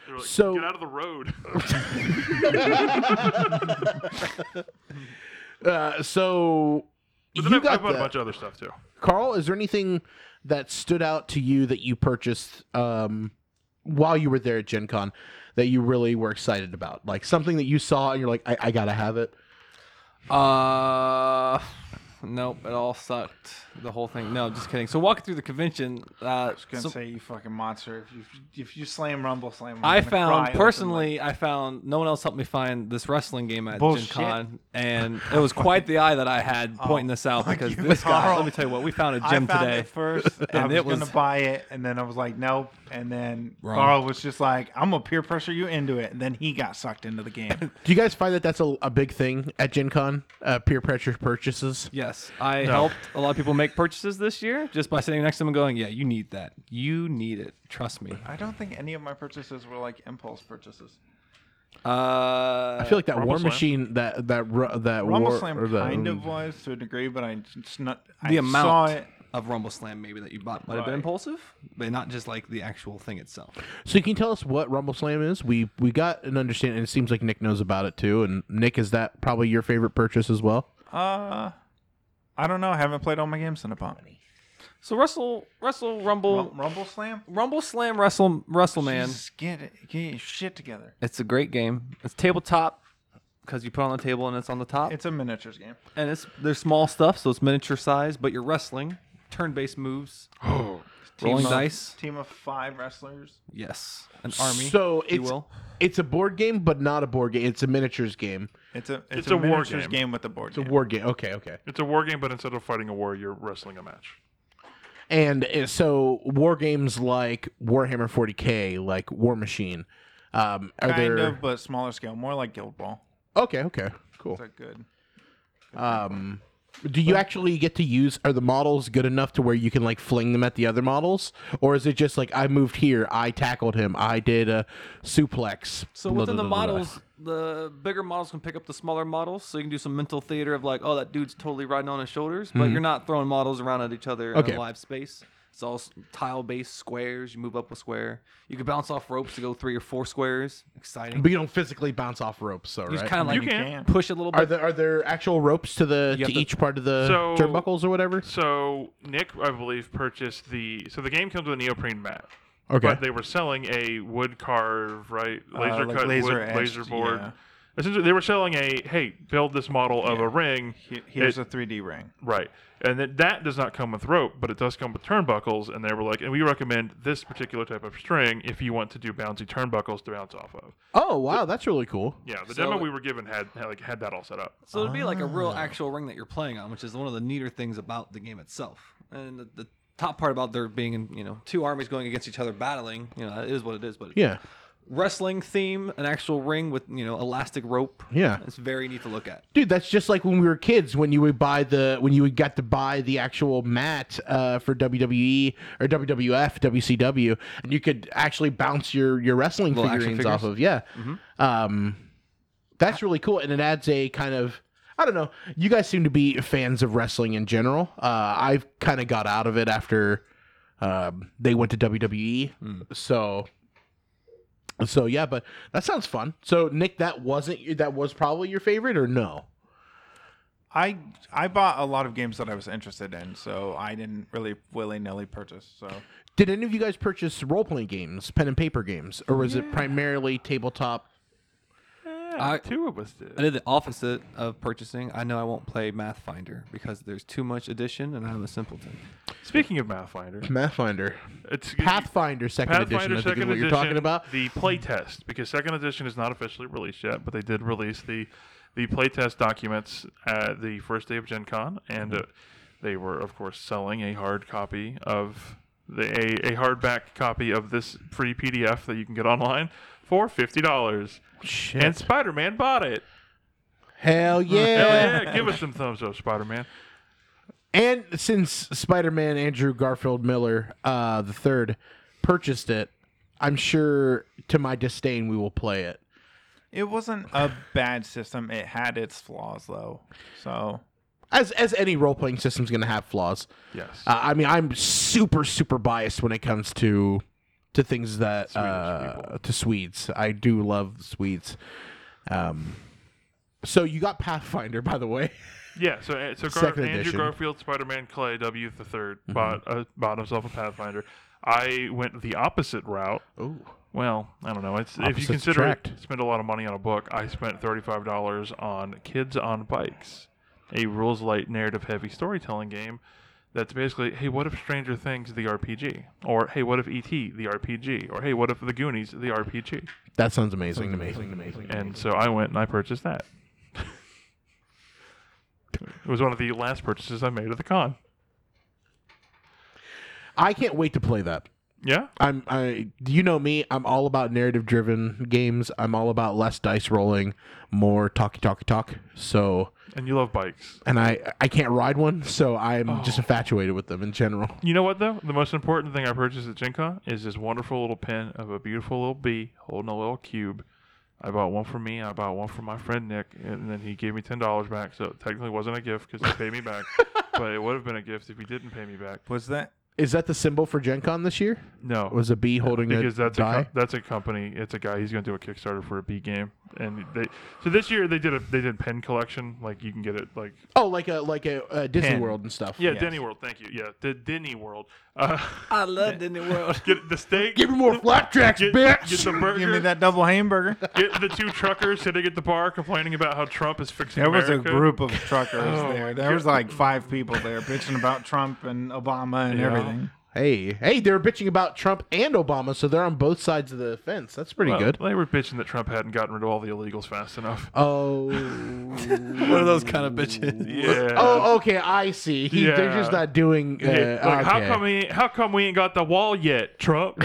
Speaker 2: They're like,
Speaker 1: So-
Speaker 2: get out of the road.
Speaker 1: Uh, so
Speaker 2: but
Speaker 1: you
Speaker 2: then I, I
Speaker 1: got
Speaker 2: bought a
Speaker 1: that.
Speaker 2: bunch of other stuff too.
Speaker 1: Carl, is there anything that stood out to you that you purchased um, while you were there at Gen Con that you really were excited about? Like something that you saw and you're like, I, I gotta have it.
Speaker 4: Uh, nope. It all sucked. The whole thing. No, just kidding. So walking through the convention, uh,
Speaker 3: I was
Speaker 4: so
Speaker 3: gonna say you fucking monster. If you if you slam Rumble, slam. Rumble,
Speaker 4: I
Speaker 3: I'm gonna
Speaker 4: found
Speaker 3: cry openly.
Speaker 4: personally, I found no one else helped me find this wrestling game at Gen
Speaker 3: Bullshit.
Speaker 4: Con, and it was quite the eye that I had pointing this out because
Speaker 3: you,
Speaker 4: this guy.
Speaker 3: Carl.
Speaker 4: Let me tell you what we found a
Speaker 3: I
Speaker 4: gym
Speaker 3: found
Speaker 4: today.
Speaker 3: it first, I
Speaker 4: and
Speaker 3: was
Speaker 4: it was-
Speaker 3: gonna buy it, and then I was like, nope. And then
Speaker 4: Wrong.
Speaker 3: Carl was just like, I'm gonna peer pressure you into it, and then he got sucked into the game.
Speaker 1: Do you guys find that that's a, a big thing at Gen Con? Uh, peer pressure purchases?
Speaker 4: Yes, I helped a lot of people make purchases this year just by sitting next to them and going, "Yeah, you need that. You need it. Trust me."
Speaker 3: I don't think any of my purchases were like impulse purchases.
Speaker 4: Uh,
Speaker 1: I feel like that
Speaker 2: Rumble
Speaker 1: War
Speaker 2: Slam?
Speaker 1: Machine, that that ru- that
Speaker 3: Rumble
Speaker 1: war,
Speaker 3: Slam
Speaker 1: or the- um,
Speaker 3: kind of was to a degree, but I just not.
Speaker 4: the
Speaker 3: I
Speaker 4: amount
Speaker 3: saw it.
Speaker 4: of Rumble Slam maybe that you bought might have been
Speaker 3: Right.
Speaker 4: impulsive, but not just like the actual thing itself.
Speaker 1: So can you tell us what Rumble Slam is? We we got an understanding. and It seems like Nick knows about it too. And Nick, is that probably your favorite purchase as well?
Speaker 3: Uh, I don't know. I haven't played all my games in a pump.
Speaker 4: So Russell, Russell Rumble,
Speaker 3: Rumble Slam.
Speaker 4: Rumble Slam, Wrestle, Wrestle Man.
Speaker 3: Jesus, get it, get your shit together.
Speaker 4: It's a great game. It's tabletop because you put it on the table and it's on the top,
Speaker 3: It's a miniatures game.
Speaker 4: and it's there's small stuff, so it's miniature size, but you're wrestling, turn-based moves,
Speaker 2: Oh,
Speaker 4: rolling
Speaker 3: of,
Speaker 4: dice.
Speaker 3: Team of five wrestlers.
Speaker 4: Yes, an army.
Speaker 1: So
Speaker 4: if you
Speaker 1: it's
Speaker 4: will.
Speaker 1: it's a board game, but not a board game. It's a miniatures game.
Speaker 3: It's a it's,
Speaker 2: It's
Speaker 3: a,
Speaker 2: a war
Speaker 3: miniatures
Speaker 2: game.
Speaker 3: game. with the board.
Speaker 1: It's a
Speaker 3: game.
Speaker 1: war game. Okay, okay.
Speaker 2: it's a war game, but instead of fighting a war, you're wrestling a match.
Speaker 1: And uh, so war games like Warhammer 40k, like War Machine, um, are
Speaker 3: kind
Speaker 1: there?
Speaker 3: of, but smaller scale, more like Guild Ball.
Speaker 1: Okay, okay, cool.
Speaker 3: It's a good.
Speaker 1: Um, do you actually get to use? Are the models good enough to where you can like fling them at the other models, or is it just like I moved here, I tackled him, I did a suplex?
Speaker 4: So
Speaker 1: blah,
Speaker 4: within
Speaker 1: blah,
Speaker 4: the
Speaker 1: blah, blah, blah.
Speaker 4: models, the bigger models can pick up the smaller models, so you can do some mental theater of like, oh, that dude's totally riding on his shoulders, but you're not throwing models around at each other in
Speaker 1: Okay.
Speaker 4: a live space. It's all tile based squares. You move up a square. You can bounce off ropes to go three or four squares. Exciting.
Speaker 1: but you don't physically bounce off ropes, so
Speaker 4: You just
Speaker 1: right?
Speaker 4: kind of
Speaker 2: You
Speaker 4: like
Speaker 2: can.
Speaker 4: push a little
Speaker 1: Are
Speaker 4: bit.
Speaker 1: there are there actual ropes to the
Speaker 4: You
Speaker 1: to
Speaker 4: have to-
Speaker 1: each part of the
Speaker 2: So-
Speaker 1: turnbuckles or whatever?
Speaker 2: So Nick, I believe, purchased the. So the game comes with a neoprene mat.
Speaker 1: Okay.
Speaker 2: But they were selling a wood carve, right? Laser
Speaker 3: Uh, like
Speaker 2: cut
Speaker 3: laser
Speaker 2: wood,
Speaker 3: etched,
Speaker 2: laser board.
Speaker 3: yeah.
Speaker 2: Essentially, they were selling a hey, build this model of a ring.
Speaker 3: He- Here's
Speaker 2: It-
Speaker 3: a 3D ring.
Speaker 2: Right. And that, that does not come with rope, but it does come with turnbuckles. And they were like, and we recommend this particular type of string if you want to do bouncy turnbuckles to bounce off of.
Speaker 1: oh wow, that's really cool.
Speaker 2: Yeah, the
Speaker 4: So-
Speaker 2: demo we were given had, had like had that all set up.
Speaker 4: So it'd be like a real
Speaker 1: Ah.
Speaker 4: actual ring that you're playing on, which is one of the neater things about the game itself. And the, the top part about there being, you know, two armies going against each other battling, you know, that is what it is. But
Speaker 1: Yeah.
Speaker 4: wrestling theme, an actual ring with you know elastic rope.
Speaker 1: Yeah.
Speaker 4: it's very neat to look at.
Speaker 1: Dude, that's just like when we were kids when you would buy the when you would got to buy the actual mat uh, for WWE or WWF, WCW, and you could actually bounce your your wrestling
Speaker 4: Little action
Speaker 1: figurines
Speaker 4: figures? Mm-hmm.
Speaker 1: off of. Yeah, um, that's really cool, and it adds a kind of I don't know. You guys seem to be fans of wrestling in general. Uh, I've kind of got out of it after um, they went to WWE,
Speaker 4: Hmm.
Speaker 1: so so yeah. But that sounds fun. So Nick, that wasn't that was probably your favorite or no?
Speaker 3: I I bought a lot of games that I was interested in, so I didn't really willy nilly purchase. So
Speaker 1: Did any of you guys purchase role playing games, pen and paper games, or was it primarily tabletop?
Speaker 4: I-
Speaker 2: two of us
Speaker 4: I did the opposite of purchasing. I know I won't play Math Finder because there's too much addition, and I'm a simpleton.
Speaker 2: Speaking of Mathfinder,
Speaker 1: Pathfinder,
Speaker 2: it's
Speaker 1: Pathfinder second edition. I think
Speaker 2: Pathfinder
Speaker 1: is
Speaker 2: Second
Speaker 1: what
Speaker 2: Edition.
Speaker 1: you're talking about.
Speaker 2: The playtest, because Second Edition is not officially released yet, but they did release the the playtest documents at the first day of Gen Con, and
Speaker 1: Mm-hmm.
Speaker 2: uh, they were, of course, selling a hard copy of the a, a hardback copy of this free PDF that you can get online for fifty dollars.
Speaker 1: Shit.
Speaker 2: And Spider Man bought it.
Speaker 1: Hell
Speaker 2: Hell
Speaker 1: yeah!
Speaker 2: yeah! Give us some thumbs up, Spider Man.
Speaker 1: and since Spider Man Andrew Garfield Miller uh, the third purchased it, I'm sure to my disdain we will play it.
Speaker 3: it wasn't a bad system. It had its flaws though. So
Speaker 1: As as any role playing system's going to have flaws.
Speaker 2: Yes.
Speaker 1: Uh, I mean, I'm super, super biased when it comes to to things that
Speaker 2: Swedish
Speaker 1: uh,
Speaker 2: people.
Speaker 1: to Swedes. I do love Swedes. Um, so you got Pathfinder, by the way.
Speaker 2: Yeah, so uh, so Gar-
Speaker 1: Second
Speaker 2: Andrew
Speaker 1: edition. Mm-hmm.
Speaker 2: Garfield, Spider-Man, Clay W the 3rd bought uh, bought himself a Pathfinder. I went the opposite route.
Speaker 1: Ooh.
Speaker 2: Well, I don't know. It's if you
Speaker 1: Opposites
Speaker 2: consider it,
Speaker 1: attract.
Speaker 2: spend a lot of money on a book. I spent thirty five dollars on Kids on Bikes, a rules light, narrative heavy storytelling game. That's basically, hey, what if Stranger Things the RPG, or hey, what if ET the RPG, or hey, what if The Goonies the RPG?
Speaker 1: That sounds amazing to me. amazing.
Speaker 2: And so I went and I purchased that. it was one of the last purchases I made at the con.
Speaker 1: I can't wait to play that.
Speaker 2: Yeah.
Speaker 1: I'm I you know me, I'm all about narrative driven games. I'm all about less dice rolling, more talky talky talk. So
Speaker 2: And you love bikes.
Speaker 1: and I I can't ride one, so I'm
Speaker 2: Oh.
Speaker 1: just infatuated with them in general.
Speaker 2: You know what though? The most important thing I purchased at Gen Con is this wonderful little pen of a beautiful little bee holding a little cube. I bought one for me. I bought one for my friend Nick, and then he gave me ten dollars back. So it technically wasn't a gift because he paid me back, but it would have been a gift if he didn't pay me back.
Speaker 3: was that
Speaker 1: Is that the symbol for Gen Con this year?
Speaker 2: No,
Speaker 1: Was a bee holding
Speaker 2: because
Speaker 1: a
Speaker 2: that's a
Speaker 1: die?
Speaker 2: co- that's a company. It's a guy. He's going to do a Kickstarter for a bee game, and they so this year they did a they did pen collection like you can get it like
Speaker 1: Oh, like a like a, uh Disney
Speaker 3: Pen.
Speaker 1: World and stuff.
Speaker 2: yeah
Speaker 3: Yes.
Speaker 2: Denny World thank you yeah the Denny World uh,
Speaker 4: I loved in the world.
Speaker 2: get the steak
Speaker 1: Give me more flapjacks,
Speaker 2: get,
Speaker 1: bitch.
Speaker 2: get the burger
Speaker 3: Give me that double hamburger.
Speaker 2: get the two truckers sitting at the bar complaining about how Trump is fixing
Speaker 3: There was a
Speaker 2: America.
Speaker 3: group of truckers there. There was like five people there bitching about Trump and Obama and everything.
Speaker 1: Hey, hey, they were bitching about Trump and Obama, so they're on both sides of the fence. That's pretty
Speaker 2: Well,
Speaker 1: good.
Speaker 2: They were bitching that Trump hadn't gotten rid of all the illegals fast enough.
Speaker 1: Oh,
Speaker 4: One of those kind of bitches.
Speaker 2: Yeah.
Speaker 1: oh, okay, I see. He, They're
Speaker 2: Yeah.
Speaker 1: just not doing. Uh,
Speaker 2: Hey, like, How
Speaker 1: okay.
Speaker 2: come we ain't- how come we ain't got the wall yet, Trump?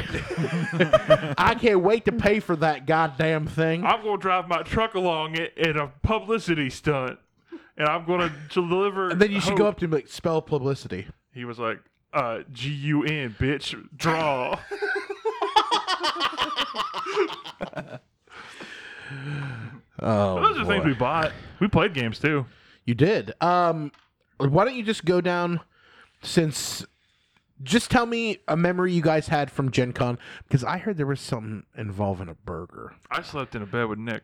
Speaker 1: I can't wait to pay for that goddamn thing.
Speaker 2: I'm gonna drive my truck along it in a publicity stunt, and I'm gonna deliver.
Speaker 1: And then you should
Speaker 2: hope.
Speaker 1: go up to him like spell publicity.
Speaker 2: He was like, uh, "G U N, bitch, draw."
Speaker 1: Oh,
Speaker 2: Those are things we bought. We played games too.
Speaker 1: you did. Um, why don't you just go down? Since, just tell me a memory you guys had from Gen Con because I heard there was something involving a burger.
Speaker 2: I slept in a bed with Nick.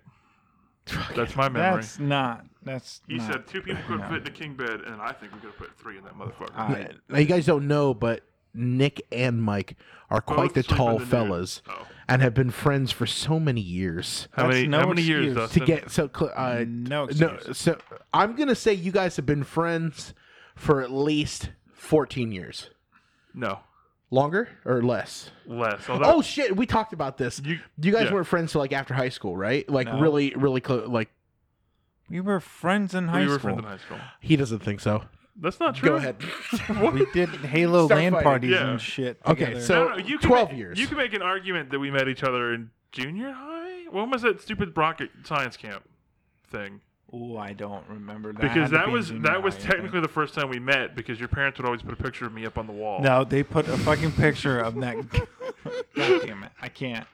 Speaker 2: That's my memory.
Speaker 3: That's not. That's.
Speaker 2: he
Speaker 3: not-
Speaker 2: said two people couldn't fit in a king bed, and I think we could have put three in that motherfucker.
Speaker 1: Uh,
Speaker 3: I-
Speaker 1: Now you guys don't know, but Nick and Mike are quite
Speaker 2: Both
Speaker 1: the
Speaker 2: sleep in
Speaker 1: tall
Speaker 2: the nude.
Speaker 1: fellas,
Speaker 2: Oh.
Speaker 1: and have been friends for so many years.
Speaker 2: How
Speaker 3: That's
Speaker 2: many,
Speaker 3: no
Speaker 2: how many years,
Speaker 3: excuse.
Speaker 1: To
Speaker 2: Dustin?
Speaker 1: get so, cl- uh,
Speaker 3: No
Speaker 1: no.
Speaker 3: excuse.
Speaker 1: So I'm gonna say you guys have been friends for at least 14 years,
Speaker 2: no,
Speaker 1: longer or less.
Speaker 2: less. Although,
Speaker 1: Oh shit, we talked about this. You,
Speaker 2: You-
Speaker 1: guys
Speaker 2: yeah.
Speaker 1: weren't friends till like after high school, right? Like
Speaker 3: No.
Speaker 1: really, really close. Like
Speaker 3: We were friends in high
Speaker 2: we were
Speaker 3: school.
Speaker 2: friends in high school.
Speaker 1: he doesn't think so.
Speaker 2: That's not true.
Speaker 1: Go ahead.
Speaker 3: We did Halo
Speaker 1: Start
Speaker 3: land
Speaker 1: fighting.
Speaker 3: parties
Speaker 2: Yeah.
Speaker 3: and shit.
Speaker 1: Okay,
Speaker 3: together.
Speaker 1: so-
Speaker 2: No, no, you can
Speaker 1: 12
Speaker 2: make-
Speaker 1: years.
Speaker 2: You can make an argument that we met each other in junior high. When was that stupid rocket science camp thing?
Speaker 3: Ooh, I don't remember that.
Speaker 2: Because
Speaker 3: Had to
Speaker 2: that
Speaker 3: be in
Speaker 2: was
Speaker 3: junior
Speaker 2: that was
Speaker 3: high, I think.
Speaker 2: technically the first time we met. Because your parents would always put a picture of me up on the wall.
Speaker 3: No, they put a fucking picture of that. God damn it! I can't.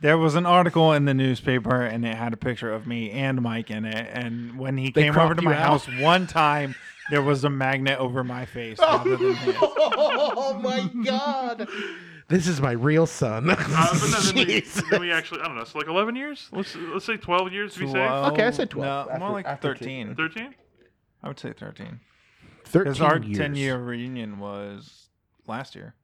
Speaker 3: There was an article in the newspaper, and it had a picture of me and Mike in it. And when he came over
Speaker 1: cropped
Speaker 3: to
Speaker 1: you
Speaker 3: my
Speaker 1: out?
Speaker 3: house one time, there was a magnet over my face. rather than his.
Speaker 1: oh my god, this is my real son.
Speaker 2: Uh, but no, then, we,
Speaker 1: Jeez.
Speaker 2: then we actually I don't know. So like eleven years. Let's let's say twelve years. To be safe.
Speaker 3: Twelve-
Speaker 1: Okay, I said 12.
Speaker 3: No,
Speaker 1: After-
Speaker 3: more like
Speaker 1: after
Speaker 3: 13.
Speaker 2: Thirteen.
Speaker 3: I would say thirteen.
Speaker 1: 13
Speaker 3: Because our
Speaker 1: years.
Speaker 3: ten-year reunion was last year,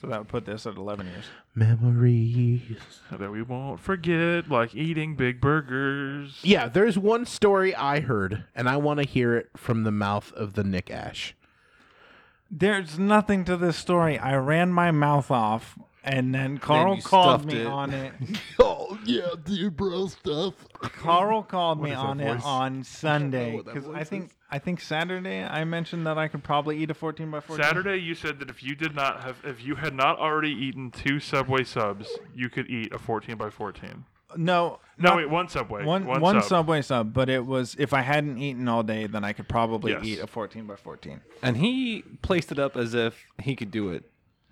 Speaker 3: so that would put this at eleven years.
Speaker 1: memories.
Speaker 2: That we won't forget, like eating big burgers.
Speaker 1: Yeah, there's one story I heard, and I want to hear it from the mouth of the Nick Ash.
Speaker 3: There's nothing to this story. I ran my mouth off, and then Carl
Speaker 4: you
Speaker 3: called
Speaker 4: stuffed
Speaker 3: me
Speaker 4: it.
Speaker 3: on it.
Speaker 1: Oh yeah, dude, bro stuff.
Speaker 3: Carl called me
Speaker 2: is that
Speaker 3: on it
Speaker 2: voice?
Speaker 3: on Sunday
Speaker 1: what that
Speaker 3: because I
Speaker 1: voice
Speaker 3: think I think Saturday I mentioned that I could probably eat a fourteen by fourteen.
Speaker 2: Saturday, you said that if you did not have, if you had not already eaten two Subway subs, you could eat a 14 by 14.
Speaker 3: No,
Speaker 2: No,
Speaker 3: not-
Speaker 2: wait, one Subway.
Speaker 3: one
Speaker 2: one,
Speaker 3: one
Speaker 2: sub.
Speaker 3: Subway sub, but it was if I hadn't eaten all day, then I could probably
Speaker 2: Yes.
Speaker 3: eat a fourteen by fourteen.
Speaker 4: And he placed it up as if he could do it.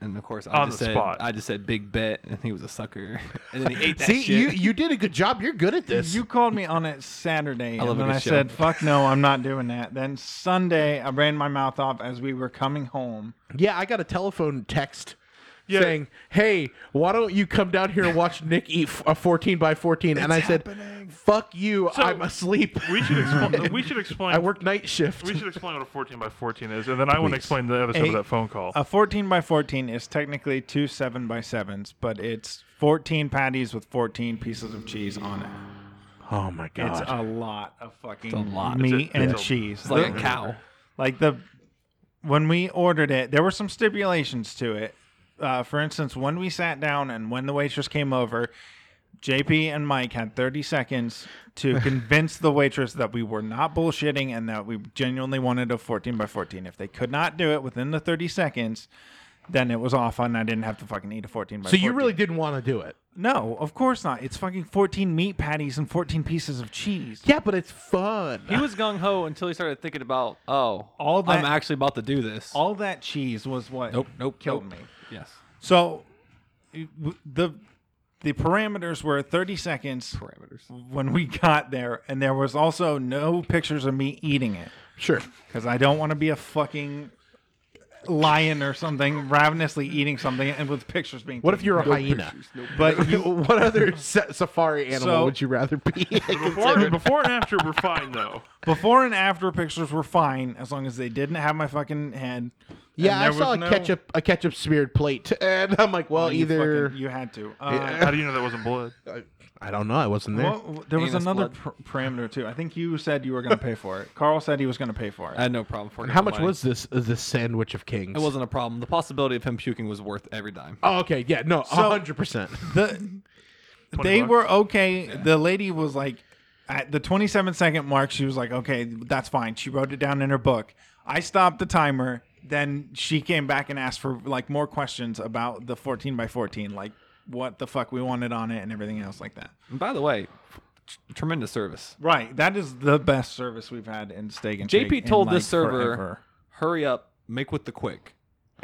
Speaker 4: And of course, I
Speaker 2: On
Speaker 4: just
Speaker 2: the
Speaker 4: said,
Speaker 2: spot.
Speaker 4: I just said big bet, and he was a sucker. And then he ate that
Speaker 1: See,
Speaker 4: shit.
Speaker 1: you you did a good job. You're good at this.
Speaker 3: You called me on it Saturday,
Speaker 4: love
Speaker 3: and
Speaker 4: a
Speaker 3: then
Speaker 4: good
Speaker 3: I
Speaker 4: show.
Speaker 3: said, "Fuck no, I'm not doing that." Then Sunday, I ran my mouth off as we were coming home.
Speaker 1: yeah, I got a telephone text
Speaker 2: Yeah.
Speaker 1: saying, "Hey, why don't you come down here and watch Nick eat f- a 14 by 14?" And I said, "Fuck you,
Speaker 2: So-
Speaker 1: I'm asleep.
Speaker 2: We should explain. we should explain.
Speaker 1: I work night shift."
Speaker 2: We should explain what a 14 by 14 is, and then I want to explain the other side
Speaker 3: Eight.
Speaker 2: of that phone call.
Speaker 3: A 14 by 14 is technically two 7 by 7s, but it's 14 patties with 14 pieces of cheese on it.
Speaker 1: oh my god.
Speaker 3: It's a lot of fucking
Speaker 4: lot.
Speaker 3: meat
Speaker 2: It's a-
Speaker 3: and
Speaker 2: it's a-
Speaker 3: cheese.
Speaker 4: it's
Speaker 2: Uh-huh.
Speaker 4: like a
Speaker 3: The-
Speaker 4: cow.
Speaker 3: Like the when we ordered it, there were some stipulations to it. Uh, for instance, when we sat down and when the waitress came over, JP and Mike had 30 seconds to convince the waitress that we were not bullshitting and that we genuinely wanted a 14 by 14. If they could not do it within the 30 seconds, then it was off and I didn't have to fucking eat a 14 by
Speaker 1: so
Speaker 3: 14.
Speaker 1: you really didn't want to do it.
Speaker 3: No, of course not. It's fucking 14 meat patties and 14 pieces of cheese.
Speaker 1: Yeah, but it's fun.
Speaker 4: He was gung ho until he started thinking about, oh,
Speaker 3: All that-
Speaker 4: I'm actually about to do this.
Speaker 3: All that cheese was what
Speaker 4: nope, nope,
Speaker 3: killed
Speaker 4: nope.
Speaker 3: me.
Speaker 4: Yes.
Speaker 3: So it- w- the the parameters were 30 seconds
Speaker 4: Parameters.
Speaker 3: when we got there, and there was also no pictures of me eating it
Speaker 1: Sure.
Speaker 3: because I don't want to be a fucking lion or something ravenously eating something, and with pictures being.
Speaker 1: What if
Speaker 3: taken.
Speaker 1: you're a hyena?
Speaker 3: But
Speaker 1: You-
Speaker 3: you,
Speaker 1: what other sa- safari animal
Speaker 3: So-
Speaker 1: would you rather be?
Speaker 2: Before, before and after were fine though.
Speaker 3: before and after pictures were fine as long as they didn't have my fucking head.
Speaker 1: yeah,
Speaker 3: And
Speaker 1: I
Speaker 3: there
Speaker 1: saw
Speaker 3: was
Speaker 1: a
Speaker 3: no-
Speaker 1: ketchup a ketchup smeared plate, and I'm like, well,
Speaker 3: You
Speaker 1: either
Speaker 3: fucking- you had to. Uh,
Speaker 2: How do you know that wasn't blood?
Speaker 1: I don't know, I wasn't there.
Speaker 3: Well, there was
Speaker 4: Anus
Speaker 3: another
Speaker 4: blood.
Speaker 3: pr- parameter too. I think you said you were going to pay for it. Carl said he was going to pay for it.
Speaker 4: I had no problem for
Speaker 1: How much was this uh, this sandwich of kings?
Speaker 4: It wasn't a problem. The possibility of him puking was worth every dime.
Speaker 1: Oh, okay, yeah, no, hundred percent.
Speaker 3: the
Speaker 2: 20
Speaker 3: they
Speaker 2: bucks?
Speaker 3: were okay. The lady was like at the 27 second mark. She was like, okay, that's fine. She wrote it down in her book. I stopped the timer. Then she came back and asked for like more questions about the 14 by 14, like what the fuck we wanted on it and everything else like that.
Speaker 4: And by the way, t- tremendous service.
Speaker 3: Right. That is the best service we've had in Steak and Shake
Speaker 4: JP
Speaker 3: in,
Speaker 4: told
Speaker 3: like,
Speaker 4: this server,
Speaker 3: forever.
Speaker 4: "Hurry up, make with the quick,"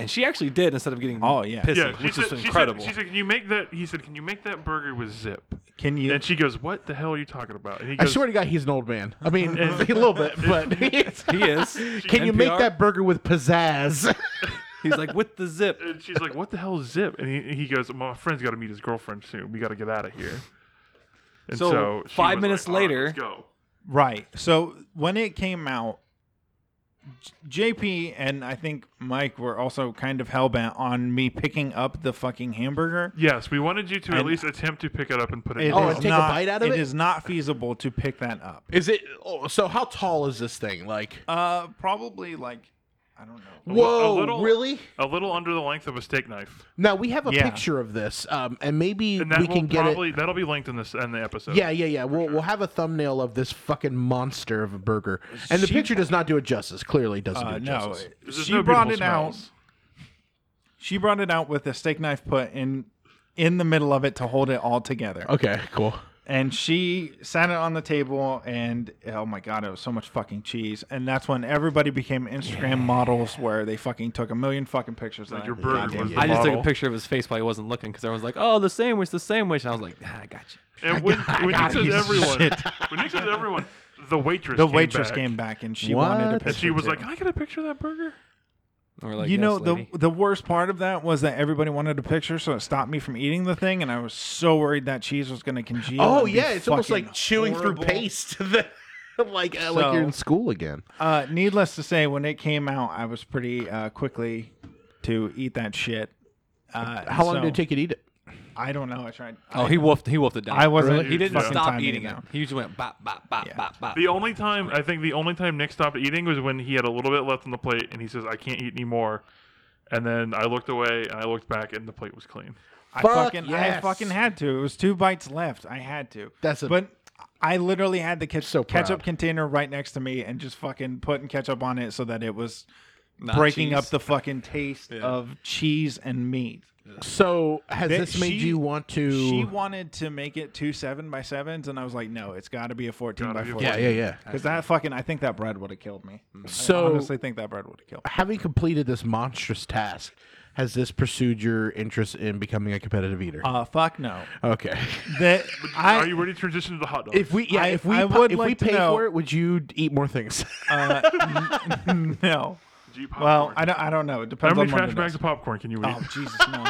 Speaker 4: and she actually did instead of getting
Speaker 3: Oh, yeah.
Speaker 4: pissy,
Speaker 2: Yeah, she
Speaker 4: which
Speaker 2: said,
Speaker 4: is
Speaker 2: she said-
Speaker 4: incredible.
Speaker 2: She said, "Can you make that?" He said, "Can you make that burger with zip?"
Speaker 3: Can you?
Speaker 2: And she goes, "What the hell are you talking about?" And he
Speaker 1: I
Speaker 2: goes,
Speaker 1: swear to God, he's an old man. I mean, a little bit, but he's-
Speaker 4: he is.
Speaker 1: can you make
Speaker 4: NPR?
Speaker 1: that burger with pizzazz?
Speaker 4: He's like with the zip.
Speaker 2: and she's like, "What the hell is zip?" And he, he goes, "My friend's got to meet his girlfriend soon. We got to get out of here." And
Speaker 4: So,
Speaker 2: so, she
Speaker 4: five
Speaker 2: was
Speaker 4: minutes
Speaker 2: like, "All right,
Speaker 4: later-
Speaker 2: let's go.
Speaker 3: Right. So when it came out, J- JP and I think Mike were also kind of hellbent on me picking up the fucking hamburger.
Speaker 2: Yes, we wanted you to at
Speaker 3: And-
Speaker 2: least attempt to pick it up and put it.
Speaker 3: It
Speaker 2: in your
Speaker 1: Oh, and
Speaker 3: is
Speaker 2: mouth.
Speaker 1: take a
Speaker 3: not-
Speaker 1: bite out of it?
Speaker 3: It is not feasible to pick that up.
Speaker 1: Is it? Oh, so how tall is this thing? Like,
Speaker 3: Uh, probably like I don't know.
Speaker 2: li- a
Speaker 1: whoa,
Speaker 2: little-
Speaker 1: really?
Speaker 2: a little under the length of a steak knife,
Speaker 1: Now we have a
Speaker 3: Yeah.
Speaker 1: picture of this, um, and maybe
Speaker 2: and that
Speaker 1: we
Speaker 2: will
Speaker 1: can get
Speaker 2: probably
Speaker 1: it.
Speaker 2: that'll be linked in this in the episode.
Speaker 1: Yeah, yeah, yeah. We'll we'll have a thumbnail of this fucking monster of a burger, and the
Speaker 3: She-
Speaker 1: picture does not do it justice. Clearly, it doesn't do
Speaker 3: Uh,
Speaker 1: it
Speaker 3: no,
Speaker 1: justice.
Speaker 2: There's
Speaker 3: she
Speaker 2: no
Speaker 3: brought it
Speaker 2: beautiful
Speaker 3: out.
Speaker 2: smells.
Speaker 3: She brought it out with a steak knife put in in the middle of it to hold it all together.
Speaker 1: Okay, cool.
Speaker 3: and she sat it on the table and oh my god it was so much fucking cheese and that's when everybody became instagram models where they fucking took a million fucking pictures of
Speaker 2: Like your
Speaker 3: it.
Speaker 2: burger
Speaker 3: Goddamn
Speaker 2: was
Speaker 3: it.
Speaker 2: the
Speaker 4: I just took
Speaker 2: model.
Speaker 4: a picture of his face while he wasn't looking because everyone was like, "Oh, the sandwich, the sandwich," and I was like, ah, "I got you."
Speaker 2: And when, when Nick says
Speaker 3: piece of
Speaker 2: everyone,
Speaker 3: shit.
Speaker 2: when Nick says everyone, the waitress,
Speaker 3: the
Speaker 2: came
Speaker 3: waitress
Speaker 2: back,
Speaker 3: came back and she
Speaker 1: What?
Speaker 3: wanted a picture
Speaker 2: and she was
Speaker 3: too.
Speaker 2: like, "Can I get a picture of that burger?"
Speaker 4: And we're like,
Speaker 3: you
Speaker 4: "Yes,
Speaker 3: know
Speaker 4: lady."
Speaker 3: the the worst part of that was that everybody wanted a picture so it stopped me from eating the thing and i was so worried that cheese was going to congeal
Speaker 1: Oh
Speaker 3: and be
Speaker 1: yeah, it's almost
Speaker 3: fucking
Speaker 1: like chewing
Speaker 3: horrible.
Speaker 1: through paste. The- like uh, like you're in
Speaker 3: So-
Speaker 1: school again.
Speaker 3: uh needless to say when it came out i was pretty uh quickly to eat that shit uh,
Speaker 1: How long did it
Speaker 3: so-
Speaker 1: take you to eat it?
Speaker 3: I don't know. I tried.
Speaker 4: Oh, he wolfed. He wolfed it down.
Speaker 3: I wasn't.
Speaker 4: He didn't
Speaker 3: fucking
Speaker 4: stop
Speaker 3: timing
Speaker 4: eating it.
Speaker 3: now.
Speaker 4: He just went bop bop bop bop bop.
Speaker 2: The only time I think the only time Nick stopped eating was when he had a little bit left on the plate, and he says, "I can't eat anymore." And then I looked away, and I looked back, and the plate was clean.
Speaker 3: I
Speaker 1: Fuck
Speaker 3: fucking, I
Speaker 1: yes.
Speaker 3: fucking had to. It was two bites left. I had to.
Speaker 1: That's a-
Speaker 3: But I literally had the ketchup,
Speaker 1: So proud.
Speaker 3: ketchup container right next to me and just fucking putting ketchup on it so that it was
Speaker 4: Not
Speaker 3: breaking
Speaker 4: cheese.
Speaker 3: up the fucking taste of cheese and meat.
Speaker 1: So has
Speaker 3: That-
Speaker 1: this made
Speaker 3: she-
Speaker 1: you want to?
Speaker 3: She wanted to make it two seven by sevens, and I was like, no, it's got to be a fourteen
Speaker 2: Gotta
Speaker 3: by
Speaker 2: be a
Speaker 3: fourteen.
Speaker 1: yeah, yeah, yeah.
Speaker 3: Because that fucking, I think that bread would have killed me. I
Speaker 1: So
Speaker 3: honestly think that bread would have killed. me.
Speaker 1: having completed this monstrous task, has this pursued your interest in becoming a competitive eater?
Speaker 3: Uh, fuck no.
Speaker 1: okay.
Speaker 3: That I
Speaker 2: Are you ready to transition to the hot dog?
Speaker 1: If we yeah,
Speaker 3: I-
Speaker 1: if we
Speaker 3: I
Speaker 1: pu-
Speaker 3: would
Speaker 1: if we
Speaker 3: like to
Speaker 1: pay
Speaker 3: know-
Speaker 1: for it, would you eat more things?
Speaker 3: uh, n- no.
Speaker 2: Do you
Speaker 3: Well,
Speaker 2: popcorn?
Speaker 3: I don't. I don't know. It
Speaker 2: how
Speaker 3: depends
Speaker 2: many
Speaker 3: on
Speaker 2: trash
Speaker 3: what it
Speaker 2: bags
Speaker 3: is.
Speaker 2: of popcorn can you eat?
Speaker 3: Oh Jesus, no!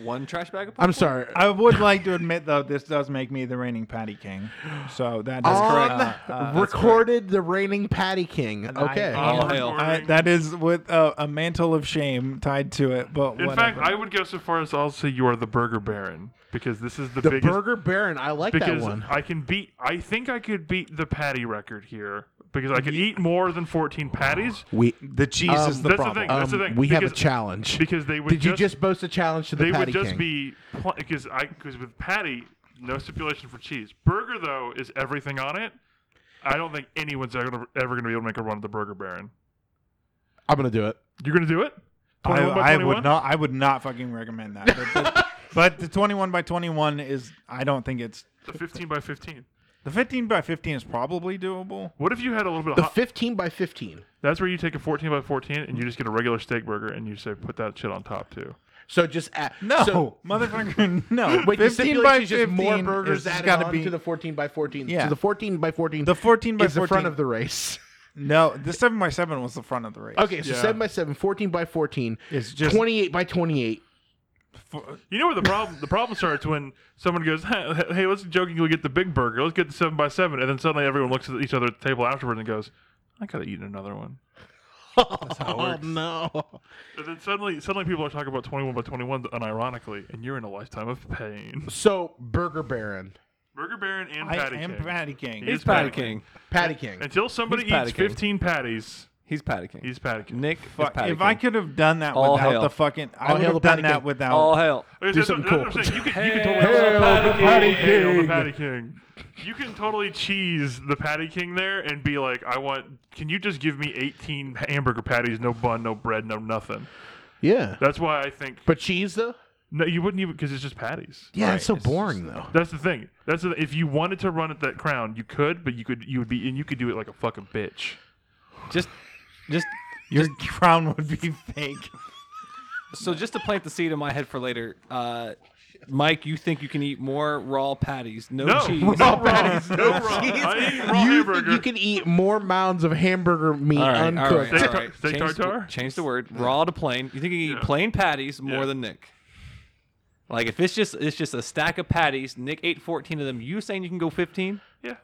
Speaker 4: one trash bag of popcorn.
Speaker 1: I'm sorry.
Speaker 3: I would like to admit though, this does make me the reigning patty king. So that is
Speaker 1: On
Speaker 3: correct. Uh, uh,
Speaker 1: recorded the reigning patty king. Okay.
Speaker 4: I-
Speaker 2: Popcorn
Speaker 4: Hell.
Speaker 3: I,
Speaker 2: ordering.
Speaker 3: that is with a, a mantle of shame tied to it. But
Speaker 2: In
Speaker 3: whatever.
Speaker 2: fact, I would go so far as I'll say you are the burger baron because this is the,
Speaker 1: the
Speaker 2: biggest.
Speaker 1: Burger Baron. I like that
Speaker 2: because
Speaker 1: one.
Speaker 2: I can beat. I think I could beat the patty record here because I could eat more than 14 patties.
Speaker 1: We
Speaker 3: the cheese is the
Speaker 2: that's the
Speaker 3: problem.
Speaker 2: thing. That's the
Speaker 1: um,
Speaker 2: thing,
Speaker 1: we have a
Speaker 2: because-
Speaker 1: challenge.
Speaker 2: Because they would.
Speaker 1: Did you
Speaker 2: just
Speaker 1: just boast a challenge to the
Speaker 2: they would
Speaker 1: patty
Speaker 2: just
Speaker 1: king?
Speaker 2: be because I because with patty no stipulation for cheese. Burger though is everything on it. I don't think anyone's ever, ever going to be able to make a run at the Burger Baron.
Speaker 1: I'm gonna do it.
Speaker 2: You're going to do it?
Speaker 3: I,
Speaker 2: 21 by
Speaker 3: I
Speaker 2: 21?
Speaker 3: would not. I would not fucking recommend that. But the, but the twenty-one by twenty-one is. I don't think it's
Speaker 2: The 15 by 15.
Speaker 3: the fifteen by fifteen is probably doable.
Speaker 2: What if you had a little bit of
Speaker 1: The
Speaker 2: hot?
Speaker 1: 15 by 15.
Speaker 2: That's where you take a 14 by 14 and you just get a regular steak burger and you say put that shit on top too.
Speaker 1: So just add,
Speaker 3: No,
Speaker 1: So,
Speaker 3: motherfucker, no.
Speaker 1: wait, 15 the
Speaker 3: fifteen
Speaker 1: stipulation
Speaker 3: by
Speaker 1: is just
Speaker 3: fifteen
Speaker 1: more burgers
Speaker 3: is
Speaker 1: added
Speaker 3: got to
Speaker 1: on
Speaker 3: be
Speaker 1: to the 14 by 14.
Speaker 3: Yeah.
Speaker 1: So the 14 by 14.
Speaker 3: The 14 by
Speaker 1: is the front
Speaker 3: 14.
Speaker 1: of the race.
Speaker 3: No, the seven by seven was the front of the race.
Speaker 1: Okay, so
Speaker 2: Yeah.
Speaker 1: 7 by 7 14 by 14,
Speaker 3: It's just
Speaker 1: 28 by 28.
Speaker 3: f-
Speaker 2: You know where the problem the problem starts when someone goes, "Hey, hey, let's jokingly get the big burger. Let's get the seven by seven, and then suddenly everyone looks at each other at the table afterward and goes, "I could have eaten another one."
Speaker 1: Oh, no.
Speaker 2: And then suddenly, suddenly people are talking about twenty-one by twenty-one unironically, and you're in a lifetime of pain.
Speaker 1: So, Burger Baron,
Speaker 2: Burger Baron and
Speaker 3: I
Speaker 2: Patty
Speaker 3: am
Speaker 2: King.
Speaker 3: Patty King.
Speaker 2: He's
Speaker 4: He's Patty
Speaker 2: Patty
Speaker 4: King.
Speaker 1: Patty King.
Speaker 2: Until somebody
Speaker 4: He's Patty
Speaker 2: eats
Speaker 4: King.
Speaker 2: fifteen patties,
Speaker 4: He's Patty King.
Speaker 2: he's Patty King.
Speaker 4: Nick.
Speaker 3: Fuck,
Speaker 4: is Patty
Speaker 3: if I
Speaker 4: King.
Speaker 3: could have done that
Speaker 4: All
Speaker 3: without
Speaker 4: hail.
Speaker 3: the fucking, I
Speaker 1: All
Speaker 3: would
Speaker 1: hail the
Speaker 3: have done
Speaker 1: Patty
Speaker 3: that
Speaker 1: King.
Speaker 3: without.
Speaker 4: all hell.
Speaker 2: That's-
Speaker 1: Do
Speaker 2: that's-
Speaker 1: something
Speaker 2: that's what
Speaker 1: cool.
Speaker 2: I'm saying. You can, you can
Speaker 4: Hail
Speaker 2: totally
Speaker 4: the Patty
Speaker 2: Patty
Speaker 4: King.
Speaker 2: Hail the Patty King. You can totally cheese the Patty King there and be like, I want. Can you just give me 18 hamburger patties, no bun, no bread, no nothing?
Speaker 1: Yeah.
Speaker 2: That's why I think
Speaker 1: But cheese, though?
Speaker 2: no, you wouldn't even because it's just patties.
Speaker 1: Yeah, that's so
Speaker 4: it's just-
Speaker 1: boring, though.
Speaker 2: That's the thing. That's the, if you wanted to run at that crown, you could, but you could you would be and you could do it like a fucking bitch.
Speaker 4: Just, just
Speaker 3: Your crown would be fake.
Speaker 4: so just to plant the seed in my head for later. Uh, Mike, you think you can eat more raw patties, no,
Speaker 2: No,
Speaker 4: cheese?
Speaker 2: no raw patties, no raw.
Speaker 1: cheese.
Speaker 2: I eat raw
Speaker 1: you
Speaker 2: hamburger.
Speaker 1: think you can eat more mounds of hamburger meat
Speaker 4: All right, all
Speaker 1: uncooked?
Speaker 4: right, all
Speaker 2: Steak-
Speaker 4: right.
Speaker 2: steak
Speaker 4: change,
Speaker 2: tartare?
Speaker 4: The, change the word raw to plain. You think you can eat
Speaker 2: Yeah.
Speaker 4: plain patties more
Speaker 2: Yeah.
Speaker 4: than Nick? Like if it's just it's just a stack of patties, Nick ate fourteen of them. You saying you can go fifteen?
Speaker 2: yeah.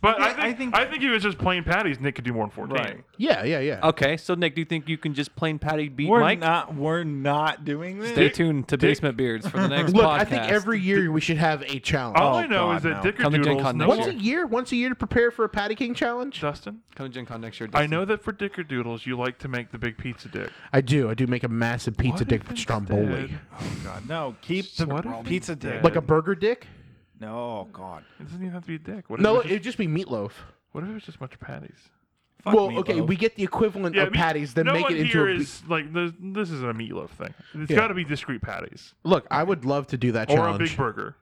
Speaker 2: But I think,
Speaker 3: I
Speaker 2: I
Speaker 3: think-
Speaker 2: think if it was just plain patties, Nick could do more than 14.
Speaker 4: Right.
Speaker 1: Yeah, yeah, yeah.
Speaker 4: Okay, so Nick, do you think you can just plain patty beat
Speaker 3: We're
Speaker 4: Mike?
Speaker 3: not. We're not doing this.
Speaker 4: Stay tuned to Basement Beards for the next
Speaker 1: Look,
Speaker 4: podcast.
Speaker 1: I think every year we should have a challenge.
Speaker 2: All
Speaker 3: Oh,
Speaker 2: I know
Speaker 3: God,
Speaker 2: is that
Speaker 3: no.
Speaker 2: Dicker
Speaker 4: Come to Gen
Speaker 2: Doodles.
Speaker 4: Con
Speaker 2: knows-
Speaker 4: next
Speaker 1: once a
Speaker 4: year.
Speaker 1: year, once a year to prepare for a Patty King challenge.
Speaker 2: Dustin,
Speaker 4: come to Gen Con next year.
Speaker 2: I
Speaker 4: Dustin.
Speaker 2: know that for Dicker Doodles, you like to make the big pizza dick.
Speaker 1: I do. I do make a massive pizza
Speaker 2: What
Speaker 1: dick
Speaker 2: if
Speaker 1: with stromboli,
Speaker 2: instead-
Speaker 3: Oh, God, no. Keep the
Speaker 2: What if
Speaker 3: pizza
Speaker 2: instead-
Speaker 3: dick.
Speaker 1: like a burger dick.
Speaker 3: No, oh, God.
Speaker 2: It doesn't even have to be a dick. What if,
Speaker 1: No,
Speaker 2: it, was
Speaker 1: it'd
Speaker 2: just,
Speaker 1: just be meatloaf.
Speaker 2: what if it was just a bunch of patties?
Speaker 3: Fuck
Speaker 1: well,
Speaker 3: meatloaf.
Speaker 1: okay, we get the equivalent
Speaker 2: I
Speaker 1: of
Speaker 2: mean,
Speaker 1: patties, then
Speaker 2: no
Speaker 1: make
Speaker 2: one
Speaker 1: it into
Speaker 2: here
Speaker 1: a.
Speaker 2: is like this, this is a meatloaf thing. It's
Speaker 1: Yeah.
Speaker 2: got to be discrete patties
Speaker 1: Look, I would love to do that
Speaker 2: or a
Speaker 1: challenge.
Speaker 2: big burger.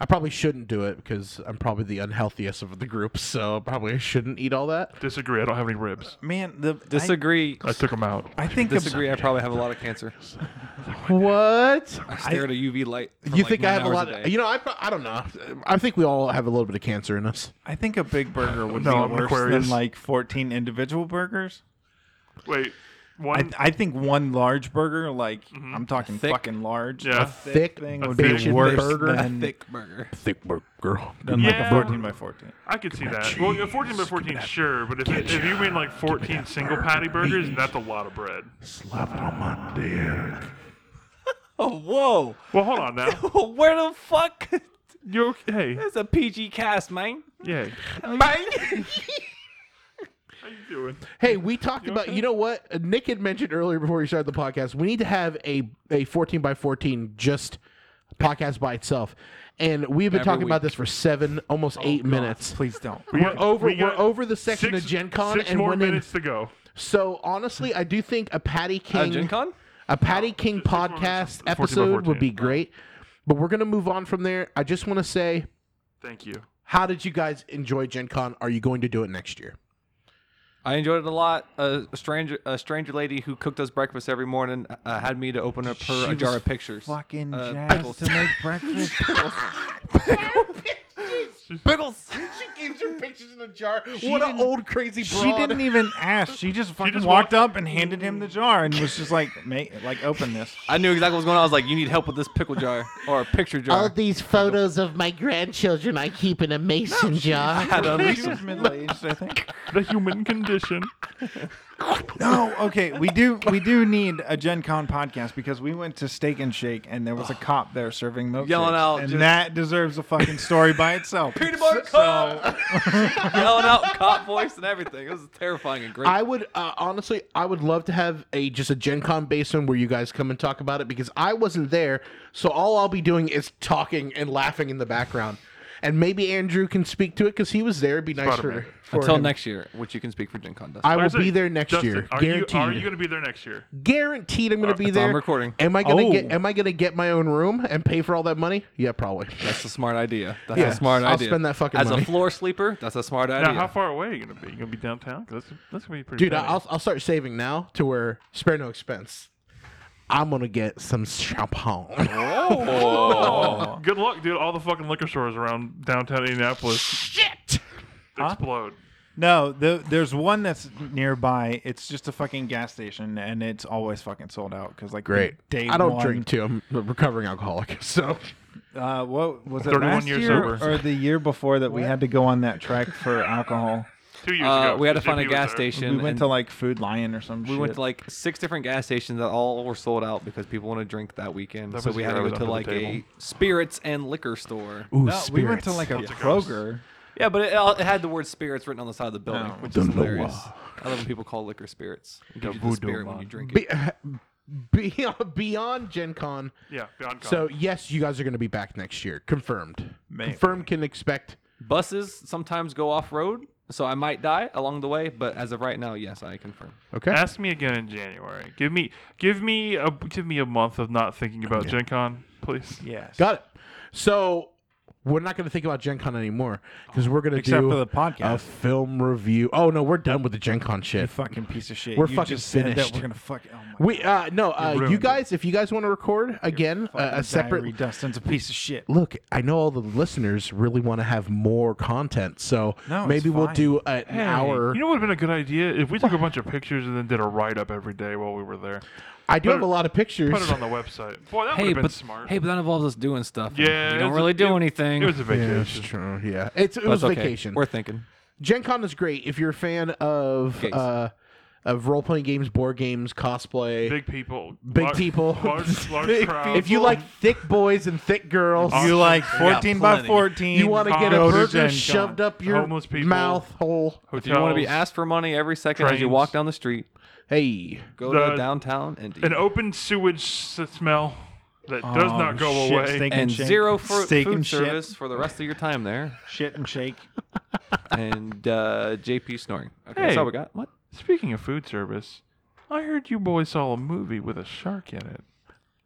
Speaker 1: I probably shouldn't do it because I'm probably the unhealthiest of the group, so probably I shouldn't eat all that.
Speaker 2: Disagree. I don't have any ribs.
Speaker 3: Man, the
Speaker 4: Disagree.
Speaker 2: I took them out.
Speaker 3: I, I think the-
Speaker 4: disagree. I probably have a lot of cancer.
Speaker 2: Oh
Speaker 1: What?
Speaker 4: I stare at a UV light. for
Speaker 1: you
Speaker 4: like
Speaker 1: think I
Speaker 4: nine
Speaker 1: have a
Speaker 4: hours
Speaker 1: lot?
Speaker 4: day.
Speaker 1: Of, you know, I, pro- I don't know. I think we all have a little bit of cancer in us.
Speaker 3: I think a big burger would
Speaker 2: No, I'm
Speaker 3: be
Speaker 2: an
Speaker 3: worse
Speaker 2: Aquarius.
Speaker 3: than like 14 individual burgers.
Speaker 2: Wait, one.
Speaker 3: I, I think one large burger, like I'm talking
Speaker 4: Thick.
Speaker 3: fucking large,
Speaker 2: Yeah.
Speaker 3: a thick,
Speaker 1: Thick
Speaker 3: thing
Speaker 2: A
Speaker 3: would
Speaker 2: thick
Speaker 3: be
Speaker 2: bacon
Speaker 3: worse
Speaker 1: burger.
Speaker 3: than,
Speaker 4: thick burger.
Speaker 1: Thick burger.
Speaker 3: than like
Speaker 2: Yeah.
Speaker 3: a 14 by 14.
Speaker 2: I could see that. Well, a 14 by 14, sure, but if, it, if you mean like 14 single patty burgers, that's a lot of bread.
Speaker 1: Slap it on my dick.
Speaker 4: Oh whoa!
Speaker 2: Well, hold on now.
Speaker 4: Where the fuck?
Speaker 2: You okay?
Speaker 4: That's a PG cast, man.
Speaker 2: Yeah.
Speaker 4: Mine.
Speaker 2: How you doing?
Speaker 1: Hey, we talked about
Speaker 2: okay?
Speaker 1: you know what Uh, Nick had mentioned earlier before you started the podcast. We need to have a a fourteen by fourteen just podcast by itself, and we've been
Speaker 4: Every
Speaker 1: talking about
Speaker 4: week.
Speaker 1: this for seven, almost
Speaker 2: Oh,
Speaker 1: eight minutes.
Speaker 3: Please don't.
Speaker 1: We're over.
Speaker 2: we
Speaker 1: We are
Speaker 2: got
Speaker 1: over the section
Speaker 2: Six,
Speaker 1: of Gen Con,
Speaker 2: six
Speaker 1: and
Speaker 2: more
Speaker 1: we're in.
Speaker 2: minutes to go.
Speaker 1: So honestly, I do think a Patty King
Speaker 4: Uh, Gen Con?
Speaker 1: a Patty King
Speaker 2: six more minutes.
Speaker 1: podcast
Speaker 2: 14 by
Speaker 1: episode
Speaker 2: 14.
Speaker 1: would be great. But we're gonna move on from there. I just want to say,
Speaker 2: Thank you.
Speaker 1: how did you guys enjoy Gen Con? Are you going to do it next year?
Speaker 4: I enjoyed it a lot. A a stranger, a stranger lady who cooked us breakfast every morning uh, had me to open up her a
Speaker 3: She
Speaker 4: jar
Speaker 3: was
Speaker 4: of pictures.
Speaker 3: Fucking
Speaker 4: Uh,
Speaker 3: jazz to make breakfast.
Speaker 4: Pickles.
Speaker 1: She gives her pictures in a jar. what an old crazy broad.
Speaker 3: she didn't even ask. She just fucking
Speaker 2: just
Speaker 3: walked
Speaker 2: walked-
Speaker 3: up and handed him the jar and was just like, "Mate, like open this."
Speaker 4: I knew exactly what was going on. I was like, "You need help with this pickle jar or a picture jar."
Speaker 5: these photos of my grandchildren I keep in a mason jar.
Speaker 4: I had to unleash
Speaker 3: She was middle aged, I think.
Speaker 2: The human condition.
Speaker 3: No, okay, we do we do need a Gen Con podcast because we went to Steak and Shake and there was a cop there serving milk,
Speaker 4: Yelling out,
Speaker 3: and
Speaker 4: just-
Speaker 3: that deserves a fucking story by itself.
Speaker 4: peanut butter cup. yelling out cop voice and everything. It was terrifying and great.
Speaker 1: I would uh, honestly, I would love to have a just a Gen Con based one where you guys come and talk about it because I wasn't there, so all I'll be doing is talking and laughing in the background, and maybe Andrew can speak to it because he was there. It'd be nice for,
Speaker 2: Spider-Man.
Speaker 1: for
Speaker 4: Until
Speaker 1: him.
Speaker 4: next year, which you can speak for Gen Con. Dustin.
Speaker 1: I will
Speaker 2: Actually,
Speaker 1: be there next
Speaker 2: Dustin,
Speaker 1: year,
Speaker 2: Are
Speaker 1: guaranteed.
Speaker 2: you, are you going to be there next year?
Speaker 1: guaranteed, I'm going to be
Speaker 4: on
Speaker 1: there.
Speaker 4: recording.
Speaker 1: Am I going to
Speaker 3: Oh.
Speaker 1: get? Am I going to get my own room and pay for all that money? Yeah, probably.
Speaker 4: That's a smart idea. That's
Speaker 1: Yeah,
Speaker 4: a smart
Speaker 1: I'll
Speaker 4: idea.
Speaker 1: spend that fucking
Speaker 4: As
Speaker 1: money.
Speaker 4: a floor sleeper, that's a smart idea.
Speaker 2: Now, how far away are you going to be? You going to be downtown? 'Cause that's, that's going to be pretty.
Speaker 1: Dude, I-
Speaker 2: bad.
Speaker 1: I'll, I'll start saving now to where spare no expense. I'm gonna get some champagne.
Speaker 2: Oh, Good luck, dude. All the fucking liquor stores around downtown Indianapolis
Speaker 1: Shit!
Speaker 2: explode.
Speaker 3: No, the, there's one that's nearby. It's just a fucking gas station, and it's always fucking sold out because like
Speaker 1: Great.
Speaker 3: day
Speaker 1: I don't
Speaker 3: one-
Speaker 1: drink too. I'm a recovering alcoholic. So
Speaker 3: Uh, what was it?
Speaker 2: 31
Speaker 3: last
Speaker 2: years
Speaker 3: year
Speaker 2: sober.
Speaker 3: or the year before that we had to go on that trek for alcohol.
Speaker 2: Two years
Speaker 4: Uh,
Speaker 2: ago,
Speaker 4: we had to
Speaker 2: the
Speaker 4: find a
Speaker 2: GP was
Speaker 4: gas
Speaker 2: there.
Speaker 4: station.
Speaker 3: We went
Speaker 4: and
Speaker 3: to like Food Lion or some.
Speaker 4: we went to like six different gas stations that all were sold out because people want to drink that weekend.
Speaker 2: That
Speaker 4: so
Speaker 2: was
Speaker 4: we
Speaker 2: the
Speaker 4: had
Speaker 2: year I
Speaker 4: to
Speaker 2: was
Speaker 4: go
Speaker 2: up
Speaker 4: to
Speaker 2: at the
Speaker 4: like a
Speaker 2: table.
Speaker 4: spirits and liquor store.
Speaker 1: ooh,
Speaker 3: No, we went to
Speaker 1: spirits.
Speaker 3: like a
Speaker 2: It's a ghost.
Speaker 3: Kroger.
Speaker 4: Yeah, but it, it had the word spirits written on the side of the building,
Speaker 3: No.
Speaker 4: which is
Speaker 1: Don't know
Speaker 4: hilarious.
Speaker 1: why.
Speaker 4: I love when people call liquor spirits. It
Speaker 2: The
Speaker 4: gives you the
Speaker 2: voodoo
Speaker 4: spirit when
Speaker 2: man.
Speaker 4: you drink it.
Speaker 1: Be- beyond beyond Gen Con.
Speaker 2: Yeah, beyond Con.
Speaker 1: So yes, you guys are going to be back next year. Confirmed.
Speaker 3: Maybe.
Speaker 1: Confirmed. Can expect.
Speaker 4: Buses sometimes go off road, so I might die along the way. But as of right now, yes, I confirm.
Speaker 1: Okay.
Speaker 2: Ask me again in January. Give me, give me a, give me a month of not thinking about Gen Con, please.
Speaker 3: Yes.
Speaker 1: Got it. So we're not going to think about Gen Con anymore because we're going to
Speaker 3: Except
Speaker 1: do
Speaker 3: for the
Speaker 1: a
Speaker 3: podcast.
Speaker 1: film review. Oh no, we're done with the Gen Con shit.
Speaker 3: fucking piece of shit.
Speaker 1: We're
Speaker 3: you
Speaker 1: fucking
Speaker 3: just said that
Speaker 1: finished.
Speaker 3: we're gonna fuck. Oh my
Speaker 1: We uh no uh, you
Speaker 2: ruined
Speaker 1: guys if you guys want to record again
Speaker 3: fucking
Speaker 1: uh, a
Speaker 3: diary.
Speaker 1: separate
Speaker 3: Dustin's a piece of shit.
Speaker 1: look I know all the listeners really want to have more content so
Speaker 3: No, it's
Speaker 1: maybe we'll
Speaker 3: fine.
Speaker 1: do an
Speaker 2: Hey,
Speaker 1: hour
Speaker 2: You know what would have been a good idea if we took a bunch of pictures and then did a write up every day while we were there.
Speaker 1: I do
Speaker 2: put
Speaker 1: have a
Speaker 2: it-
Speaker 1: lot of pictures
Speaker 2: Put it on the website. Boy, that would have been smart.
Speaker 4: hey, but that involves us doing stuff. and
Speaker 2: yeah,
Speaker 4: we
Speaker 2: it
Speaker 4: don't
Speaker 2: was a-
Speaker 4: really do
Speaker 2: it-
Speaker 4: anything.
Speaker 2: It was a
Speaker 1: yeah, it's
Speaker 2: vacation.
Speaker 1: true. Yeah, it's, it
Speaker 4: But
Speaker 1: was
Speaker 4: it's okay.
Speaker 1: vacation.
Speaker 4: We're thinking.
Speaker 1: Gen Con is great if you're a fan of
Speaker 4: Games.
Speaker 1: uh, of role playing games, board games, cosplay, big,
Speaker 2: Big people. lar-
Speaker 1: people,
Speaker 2: Large, large
Speaker 1: Big
Speaker 2: crowds.
Speaker 1: people. If you like thick boys and thick girls,
Speaker 2: If
Speaker 3: You like
Speaker 2: Yeah,
Speaker 3: fourteen by
Speaker 4: plenty.
Speaker 3: fourteen.
Speaker 1: you want to get a
Speaker 2: Go to
Speaker 1: burger
Speaker 3: Gen Con.
Speaker 1: shoved up your
Speaker 2: Homeless people.
Speaker 1: mouth hole.
Speaker 2: hotels,
Speaker 4: Do you want to be asked for money every second as you
Speaker 2: trains.
Speaker 4: walk down the street?
Speaker 1: Hey,
Speaker 4: Go
Speaker 2: The-
Speaker 4: to downtown and
Speaker 2: An open sewage s- smell that does
Speaker 3: Oh,
Speaker 2: not go
Speaker 3: shit,
Speaker 2: away.
Speaker 3: steak
Speaker 4: and
Speaker 3: shake.
Speaker 4: zero for
Speaker 3: Steak
Speaker 4: food
Speaker 3: and shit.
Speaker 4: service for the rest of your time there.
Speaker 3: Shit and shake.
Speaker 4: and uh, JP snoring. Okay, that's
Speaker 2: Hey.
Speaker 4: all we got. What?
Speaker 2: Speaking of food service, I heard you boys saw a movie with a shark in it.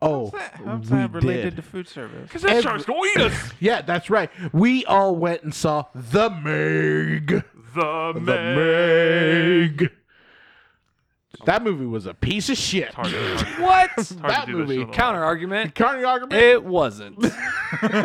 Speaker 1: oh,
Speaker 3: How's
Speaker 1: we
Speaker 3: that related
Speaker 1: did.
Speaker 3: to food service?
Speaker 2: Because that
Speaker 1: Every-
Speaker 2: shark's going to eat us.
Speaker 1: Yeah, that's right. We all went and saw the Meg.
Speaker 2: the
Speaker 1: The
Speaker 2: Meg.
Speaker 1: Meg. That movie was a piece of shit.
Speaker 2: Hard to- hard to-
Speaker 4: What?
Speaker 2: hard
Speaker 1: That
Speaker 2: to do
Speaker 1: movie
Speaker 2: This shit
Speaker 4: Counter argument.
Speaker 1: Carney Argument.
Speaker 4: It wasn't.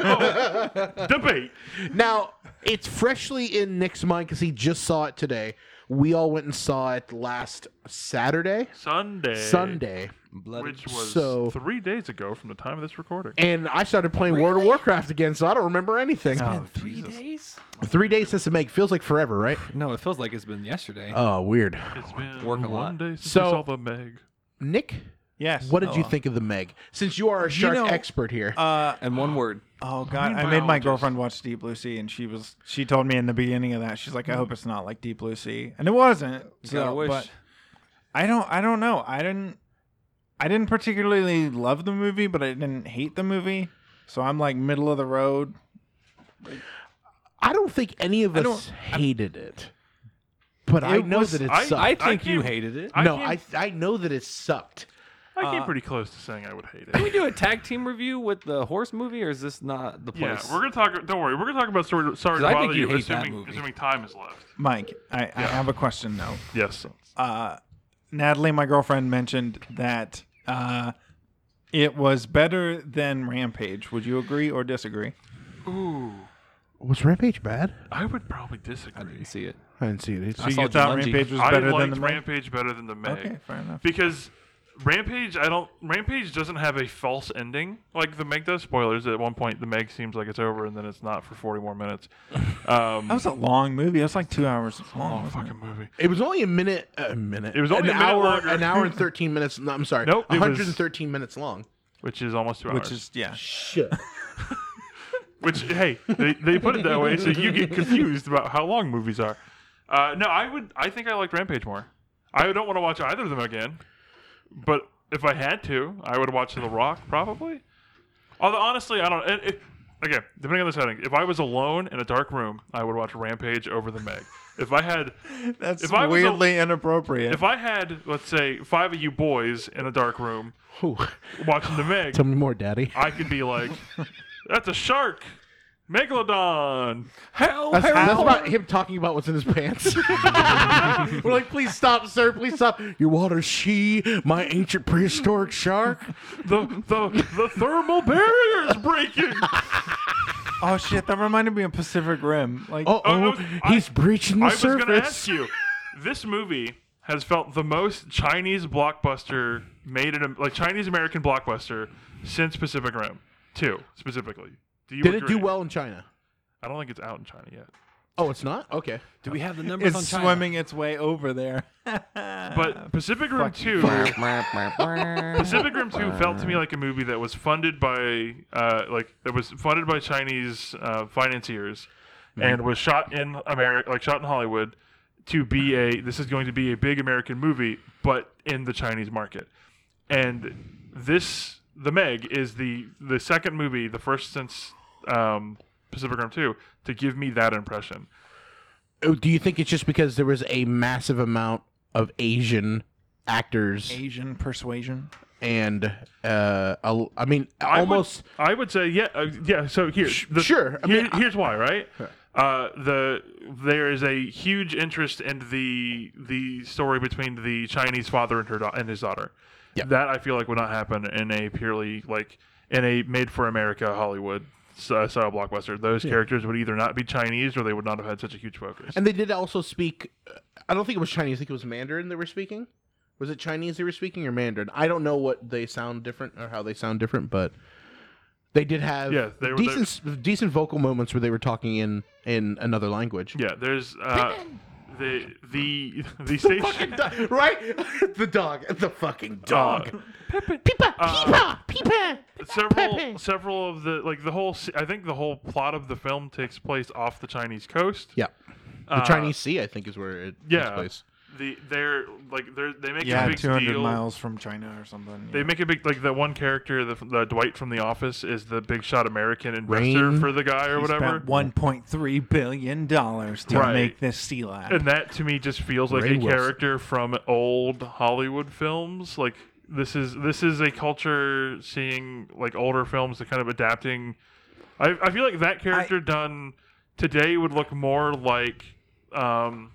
Speaker 2: alone. Debate.
Speaker 1: Now, it's freshly in Nick's mind because he just saw it today. We all went and saw it last Saturday,
Speaker 2: Sunday.
Speaker 1: Sunday,
Speaker 4: Bloody
Speaker 2: Which was
Speaker 1: So-
Speaker 2: three days ago from the time of this recording.
Speaker 1: and I started playing World of Warcraft again, so I don't remember anything.
Speaker 3: Oh.
Speaker 4: three days?
Speaker 1: Three days since the make feels like forever, right?
Speaker 4: No, it feels like it's been yesterday.
Speaker 1: Oh, weird.
Speaker 2: It's been
Speaker 4: Work a
Speaker 2: one
Speaker 4: lot.
Speaker 2: day since
Speaker 1: So-
Speaker 2: we saw the Meg.
Speaker 1: Nick,
Speaker 3: Yes.
Speaker 1: what did you think of the Meg? Since you are a shark
Speaker 3: know,
Speaker 1: expert here,
Speaker 3: Uh,
Speaker 4: and one word.
Speaker 3: oh god,
Speaker 2: mean
Speaker 3: I made my
Speaker 2: biologist.
Speaker 3: girlfriend watch Deep Blue Sea, and she was she told me in the beginning of that she's like, I hope it's not like Deep Blue Sea, and it wasn't.
Speaker 4: gotta
Speaker 3: So,
Speaker 4: wish.
Speaker 3: but I don't, I don't know. I didn't, I didn't particularly love the movie, but I didn't hate the movie. So I'm like middle of the road.
Speaker 1: I don't think any of
Speaker 3: I
Speaker 1: us
Speaker 3: don't-
Speaker 1: hated it, but I
Speaker 3: It
Speaker 1: know
Speaker 3: was-
Speaker 1: that it
Speaker 2: I-
Speaker 1: sucked.
Speaker 4: I think you
Speaker 2: can't-
Speaker 4: hated it.
Speaker 2: I
Speaker 1: no,
Speaker 2: came,
Speaker 1: I I know that it sucked.
Speaker 2: I came
Speaker 3: uh,
Speaker 2: pretty close to saying I would hate
Speaker 4: Can we
Speaker 2: it.
Speaker 4: do a tag team review with the horse movie, or is this not the
Speaker 2: Yeah,
Speaker 4: place?
Speaker 2: we're gonna talk. Don't worry, we're gonna talk about sorry. Sorry to
Speaker 4: I
Speaker 2: bother
Speaker 4: think you hate that
Speaker 2: assuming,
Speaker 4: movie.
Speaker 2: assuming time is left.
Speaker 3: Mike, I, I have a question though.
Speaker 2: Yes.
Speaker 3: Uh, Natalie, my girlfriend, mentioned that uh, it was better than Rampage. Would you agree or disagree?
Speaker 2: Ooh,
Speaker 1: Was Rampage bad?
Speaker 2: I would probably
Speaker 4: I
Speaker 2: disagree.
Speaker 4: didn't see it.
Speaker 1: I didn't see it.
Speaker 3: So
Speaker 4: saw
Speaker 3: you thought
Speaker 4: Jumanji.
Speaker 3: Rampage was
Speaker 2: I
Speaker 3: better than
Speaker 2: liked
Speaker 3: the Meg?
Speaker 2: Rampage better than the Meg.
Speaker 3: Okay, fair enough.
Speaker 2: because Rampage, I don't. Rampage doesn't have a false ending like the Meg does. Spoilers. At one point, the Meg seems like it's over, and then it's not for forty more minutes. Um,
Speaker 3: That was a long movie. It was like two hours long.
Speaker 2: long
Speaker 3: wasn't it?
Speaker 2: Oh, fucking movie.
Speaker 1: It was only a minute. uh, A minute.
Speaker 2: It was only
Speaker 1: an
Speaker 2: a minute
Speaker 1: hour.
Speaker 2: longer.
Speaker 1: An hour and thirteen minutes. No, I'm sorry.
Speaker 2: Nope, it was-
Speaker 1: 113 minutes long.
Speaker 2: Which is almost two
Speaker 3: Which
Speaker 2: hours.
Speaker 3: is yeah.
Speaker 1: Shit.
Speaker 2: Which hey, they, they put it that way, so you get confused about how long movies are. Uh, no, I would. I think I liked Rampage more. I don't want to watch either of them again, but if I had to, I would watch The Rock probably. Although honestly, I don't. It, it, okay, depending on the setting. If I was alone in a dark room, I would watch Rampage over the Meg. If I had,
Speaker 3: That's
Speaker 2: If I was
Speaker 3: weirdly inappropriate.
Speaker 2: if I had, let's say, five of you boys in a dark room watching the Meg,
Speaker 1: Tell me more, Daddy.
Speaker 2: I could be like, "That's a shark, Megalodon."
Speaker 4: Hell,
Speaker 2: Oh,
Speaker 1: That's, that's about him talking about what's in his pants. We're like, please stop, sir. Please stop. Your water, she, my ancient prehistoric shark.
Speaker 2: the the the thermal barrier is breaking.
Speaker 3: Oh shit, that reminded me of Pacific Rim. Like,
Speaker 1: Oh,
Speaker 2: Oh,
Speaker 1: oh,
Speaker 2: no, I-
Speaker 1: he's breaching the
Speaker 2: I was
Speaker 1: surface.
Speaker 2: going to ask you. This movie has felt the most Chinese blockbuster made in a- like Chinese American blockbuster since Pacific Rim Two specifically. Do you
Speaker 1: Did it
Speaker 2: agree?
Speaker 1: do well in China?
Speaker 2: I don't think it's out in China yet.
Speaker 1: Oh, it's not. Okay.
Speaker 4: Do we have the numbers on
Speaker 3: it's
Speaker 4: China?
Speaker 3: swimming its way over there.
Speaker 1: Uh,
Speaker 2: But Pacific Rim Two, Pacific Rim Two felt to me like a movie that was funded by uh, like that was funded by Chinese uh, financiers, and was shot in America, like shot in Hollywood, to be a this is going to be a big American movie, but in the Chinese market, and this the Meg is the the second movie, the first since um, Pacific Rim Two, to give me that impression.
Speaker 1: Oh, Do you think it's just because there was a massive amount of Asian actors
Speaker 3: Asian persuasion.
Speaker 1: and uh, a- I mean
Speaker 2: I would-
Speaker 1: almost
Speaker 2: I would, say yeah, uh, yeah. So here, the-
Speaker 1: sure. I
Speaker 2: here-
Speaker 1: mean,
Speaker 2: here's why, right? Uh, the there is a huge interest in the the story between the Chinese father and her da- and his daughter.
Speaker 1: Yeah.
Speaker 2: That I feel like would not happen in a purely like in a made for America Hollywood s- uh, style blockbuster. Those characters would either not be Chinese or they would not have had such a huge focus.
Speaker 1: and they did also speak. uh, I don't think it was Chinese. I think it was Mandarin they were speaking. Was it Chinese they were speaking or Mandarin? I don't know what they sound different or how they sound different, but they did have
Speaker 2: Yeah, they were-
Speaker 1: decent s- decent vocal moments where they were talking in in another language.
Speaker 2: yeah, there's uh, the the Uh, the station.
Speaker 1: Do- right? the dog. The fucking
Speaker 2: uh,
Speaker 1: dog.
Speaker 5: Peepa,
Speaker 4: Uh,
Speaker 5: peepa, peepa.
Speaker 2: several
Speaker 5: Pepe.
Speaker 2: several of the like the whole se- I think the whole plot of the film takes place off the Chinese coast.
Speaker 1: yeah. The
Speaker 2: Uh,
Speaker 1: Chinese Sea, I think, is where it
Speaker 2: yeah.
Speaker 1: takes place.
Speaker 2: The they're like they're they make a
Speaker 3: Yeah,
Speaker 2: big
Speaker 3: two hundred
Speaker 2: deal.
Speaker 3: miles from China or something.
Speaker 2: They make a big like the one character the, the Dwight from The Office is the big shot American investor
Speaker 1: Rain.
Speaker 2: for the guy or whatever.
Speaker 3: Spent one point three billion dollars to
Speaker 2: Right.
Speaker 3: make this sea lab.
Speaker 2: and that to me just feels like
Speaker 1: Ray
Speaker 2: a
Speaker 1: Wilson.
Speaker 2: character from old Hollywood films. Like this is this is a culture seeing like older films that kind of adapting. I I feel like that character done today would look more like um,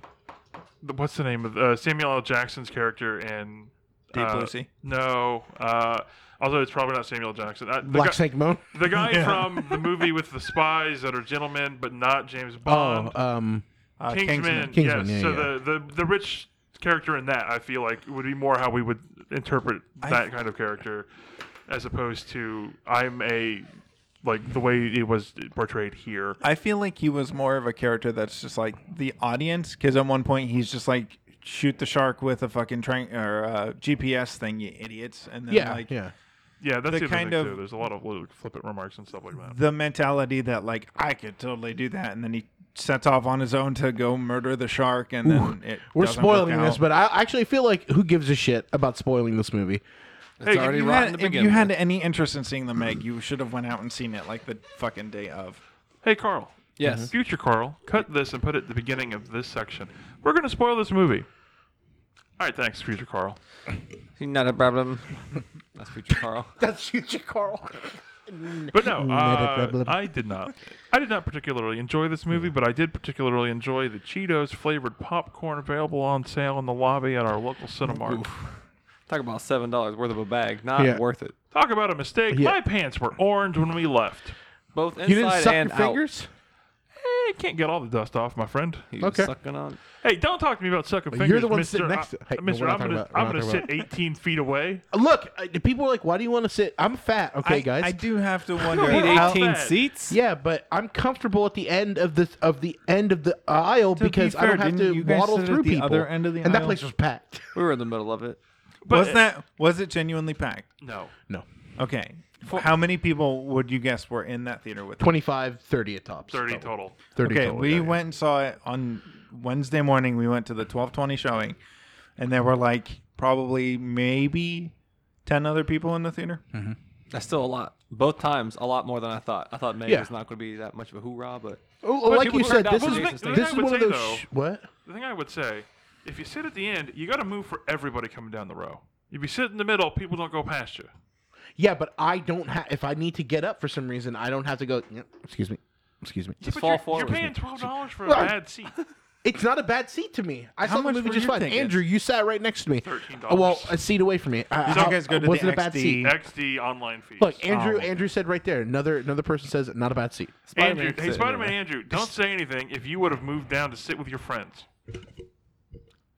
Speaker 2: the, what's the name of uh, Samuel L. Jackson's character in
Speaker 3: Deep
Speaker 2: uh,
Speaker 3: Blue Sea.
Speaker 2: No, uh, although it's probably not Samuel L. Jackson. Uh, the
Speaker 1: Black
Speaker 2: guy-
Speaker 1: Snake Moan.
Speaker 2: the guy from the movie with the spies that are gentlemen, but not James Bond.
Speaker 1: Oh, um,
Speaker 3: Uh,
Speaker 2: Kingsman,
Speaker 1: Kingsman, yeah,
Speaker 2: yes. so
Speaker 1: yeah.
Speaker 2: The, the the rich character in that, I feel like, would be more how we would interpret
Speaker 3: I-
Speaker 2: that kind of character, as opposed to I'm a like the way it was portrayed here.
Speaker 3: I feel like he was more of a character that's just like the audience because at one point he's just like shoot the shark with a fucking train or uh, GPS thing, you idiots, and then
Speaker 1: yeah,
Speaker 3: like
Speaker 1: yeah.
Speaker 2: Yeah, that's
Speaker 3: the
Speaker 2: the, other
Speaker 3: kind
Speaker 2: thing
Speaker 3: of-
Speaker 2: too. There's a lot of little flippant remarks and stuff like that.
Speaker 3: the mentality that like I could totally do that, and then he sets off on his own to go murder the shark, and then it
Speaker 1: We're
Speaker 3: doesn't
Speaker 1: spoiling
Speaker 3: work
Speaker 1: this,
Speaker 3: out.
Speaker 1: but I actually feel like who gives a shit about spoiling this movie?
Speaker 4: It's
Speaker 2: Hey,
Speaker 4: already
Speaker 3: If you,
Speaker 4: rotten
Speaker 3: had,
Speaker 4: to
Speaker 3: if
Speaker 4: begin
Speaker 3: you
Speaker 4: with.
Speaker 3: had any interest in seeing the Meg, you should have went out and seen it like the fucking day of.
Speaker 2: Hey, Carl.
Speaker 4: Yes.
Speaker 2: Future Carl, cut this and put it at the beginning of this section. We're gonna spoil this movie. All right, thanks, Future Carl.
Speaker 4: Not a problem. That's future Carl.
Speaker 1: That's future Carl.
Speaker 2: But no,
Speaker 1: Not a
Speaker 2: uh,
Speaker 1: problem.
Speaker 2: I did not. I did not particularly enjoy this movie, but I did particularly enjoy the Cheetos flavored popcorn available on sale in the lobby at our local Cinemark.
Speaker 4: Talk about seven dollars worth of a bag. Not
Speaker 1: Yeah.
Speaker 4: worth it.
Speaker 2: Talk about a mistake.
Speaker 1: Yeah.
Speaker 2: My pants were orange when we left.
Speaker 4: Both inside
Speaker 1: You didn't suck
Speaker 4: and
Speaker 1: your fingers?
Speaker 2: Eh, can't get all the dust off, my friend.
Speaker 4: out. He was
Speaker 1: Okay.
Speaker 4: sucking on.
Speaker 2: Hey, don't talk to me about sucking
Speaker 1: Well,
Speaker 2: fingers,
Speaker 1: you're the one
Speaker 2: Mister.
Speaker 1: sitting next to-
Speaker 2: I-
Speaker 1: Hey, no,
Speaker 2: Mister,
Speaker 1: we're not
Speaker 2: I'm
Speaker 1: talking
Speaker 2: gonna,
Speaker 1: about- we're
Speaker 2: I'm
Speaker 1: not
Speaker 2: gonna sit
Speaker 1: talking
Speaker 2: 18 feet away.
Speaker 1: Look, I, people are like, why do you want to sit? I'm fat, okay,
Speaker 3: I,
Speaker 1: guys.
Speaker 3: I do have to
Speaker 4: You
Speaker 3: wonder.
Speaker 4: need
Speaker 2: How-
Speaker 4: eighteen
Speaker 2: bad.
Speaker 4: seats.
Speaker 1: yeah, but I'm comfortable at the end of the of the end of the aisle because I
Speaker 3: fair,
Speaker 1: don't have
Speaker 3: didn't
Speaker 1: to
Speaker 3: you guys
Speaker 1: waddle
Speaker 3: sit at
Speaker 1: through
Speaker 3: the
Speaker 1: people.
Speaker 3: other end of the
Speaker 1: and that
Speaker 3: aisle?
Speaker 1: place was packed.
Speaker 4: We were in the middle of it.
Speaker 2: But-
Speaker 3: was that was it genuinely packed?
Speaker 2: No,
Speaker 1: No,
Speaker 3: Okay. How many people would you guess were in that theater with?
Speaker 1: 25, 30 at tops.
Speaker 2: 30 total.
Speaker 1: Thirty.
Speaker 3: Okay,
Speaker 1: total,
Speaker 3: we
Speaker 1: yeah, yeah.
Speaker 3: went and saw it on Wednesday morning. We went to the twelve twenty showing, and there were like probably maybe ten other people in the theater.
Speaker 4: That's still a lot. Both times, a lot more than I thought. I thought maybe
Speaker 1: Yeah.
Speaker 4: it's not going to be that much of a hoorah, but
Speaker 1: Oh,
Speaker 4: But
Speaker 1: like
Speaker 4: people
Speaker 1: you said,
Speaker 4: turned
Speaker 1: this
Speaker 4: out
Speaker 1: is
Speaker 4: for Jason
Speaker 1: this is
Speaker 2: Statham.
Speaker 1: one of
Speaker 2: I would
Speaker 1: those.
Speaker 2: say,
Speaker 1: sh- what?
Speaker 2: The thing I would say, if you sit at the end, you got to move for everybody coming down the row. If you sit in the middle, people don't go past you.
Speaker 1: Yeah, but I don't have. If I need to get up for some reason, I don't have to go. "Yeah, Excuse me. Excuse me.
Speaker 4: just
Speaker 2: But
Speaker 4: fall
Speaker 2: you're,
Speaker 4: forward.
Speaker 2: You're paying twelve dollars for a
Speaker 1: Right.
Speaker 2: bad seat.
Speaker 1: It's not a bad seat to me. I
Speaker 3: How
Speaker 1: saw the
Speaker 3: much
Speaker 1: movie
Speaker 3: were
Speaker 1: just
Speaker 3: your
Speaker 1: fine.
Speaker 3: tickets?
Speaker 1: Andrew, you sat right next to me.
Speaker 2: $13.
Speaker 1: Uh, Well, a seat away from me. I,
Speaker 3: you
Speaker 1: I-
Speaker 3: guys go to
Speaker 1: wasn't
Speaker 3: the
Speaker 1: a bad
Speaker 3: XD?
Speaker 1: seat.
Speaker 2: XD online fees.
Speaker 1: Look, Andrew.
Speaker 3: Oh.
Speaker 1: Andrew said right there. Another another person says not a bad seat.
Speaker 2: Andrew,
Speaker 4: Spider-Man
Speaker 2: hey,
Speaker 4: said
Speaker 2: Spider Man
Speaker 4: anyway.
Speaker 2: Andrew, don't say anything if you would have moved down to sit with your friends.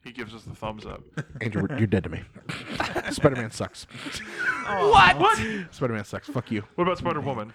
Speaker 2: He gives us the thumbs up.
Speaker 1: Andrew, you're dead to me. Spider Man sucks.
Speaker 2: What? What?
Speaker 1: Spider Man sucks. Fuck you.
Speaker 2: What about Spider Woman?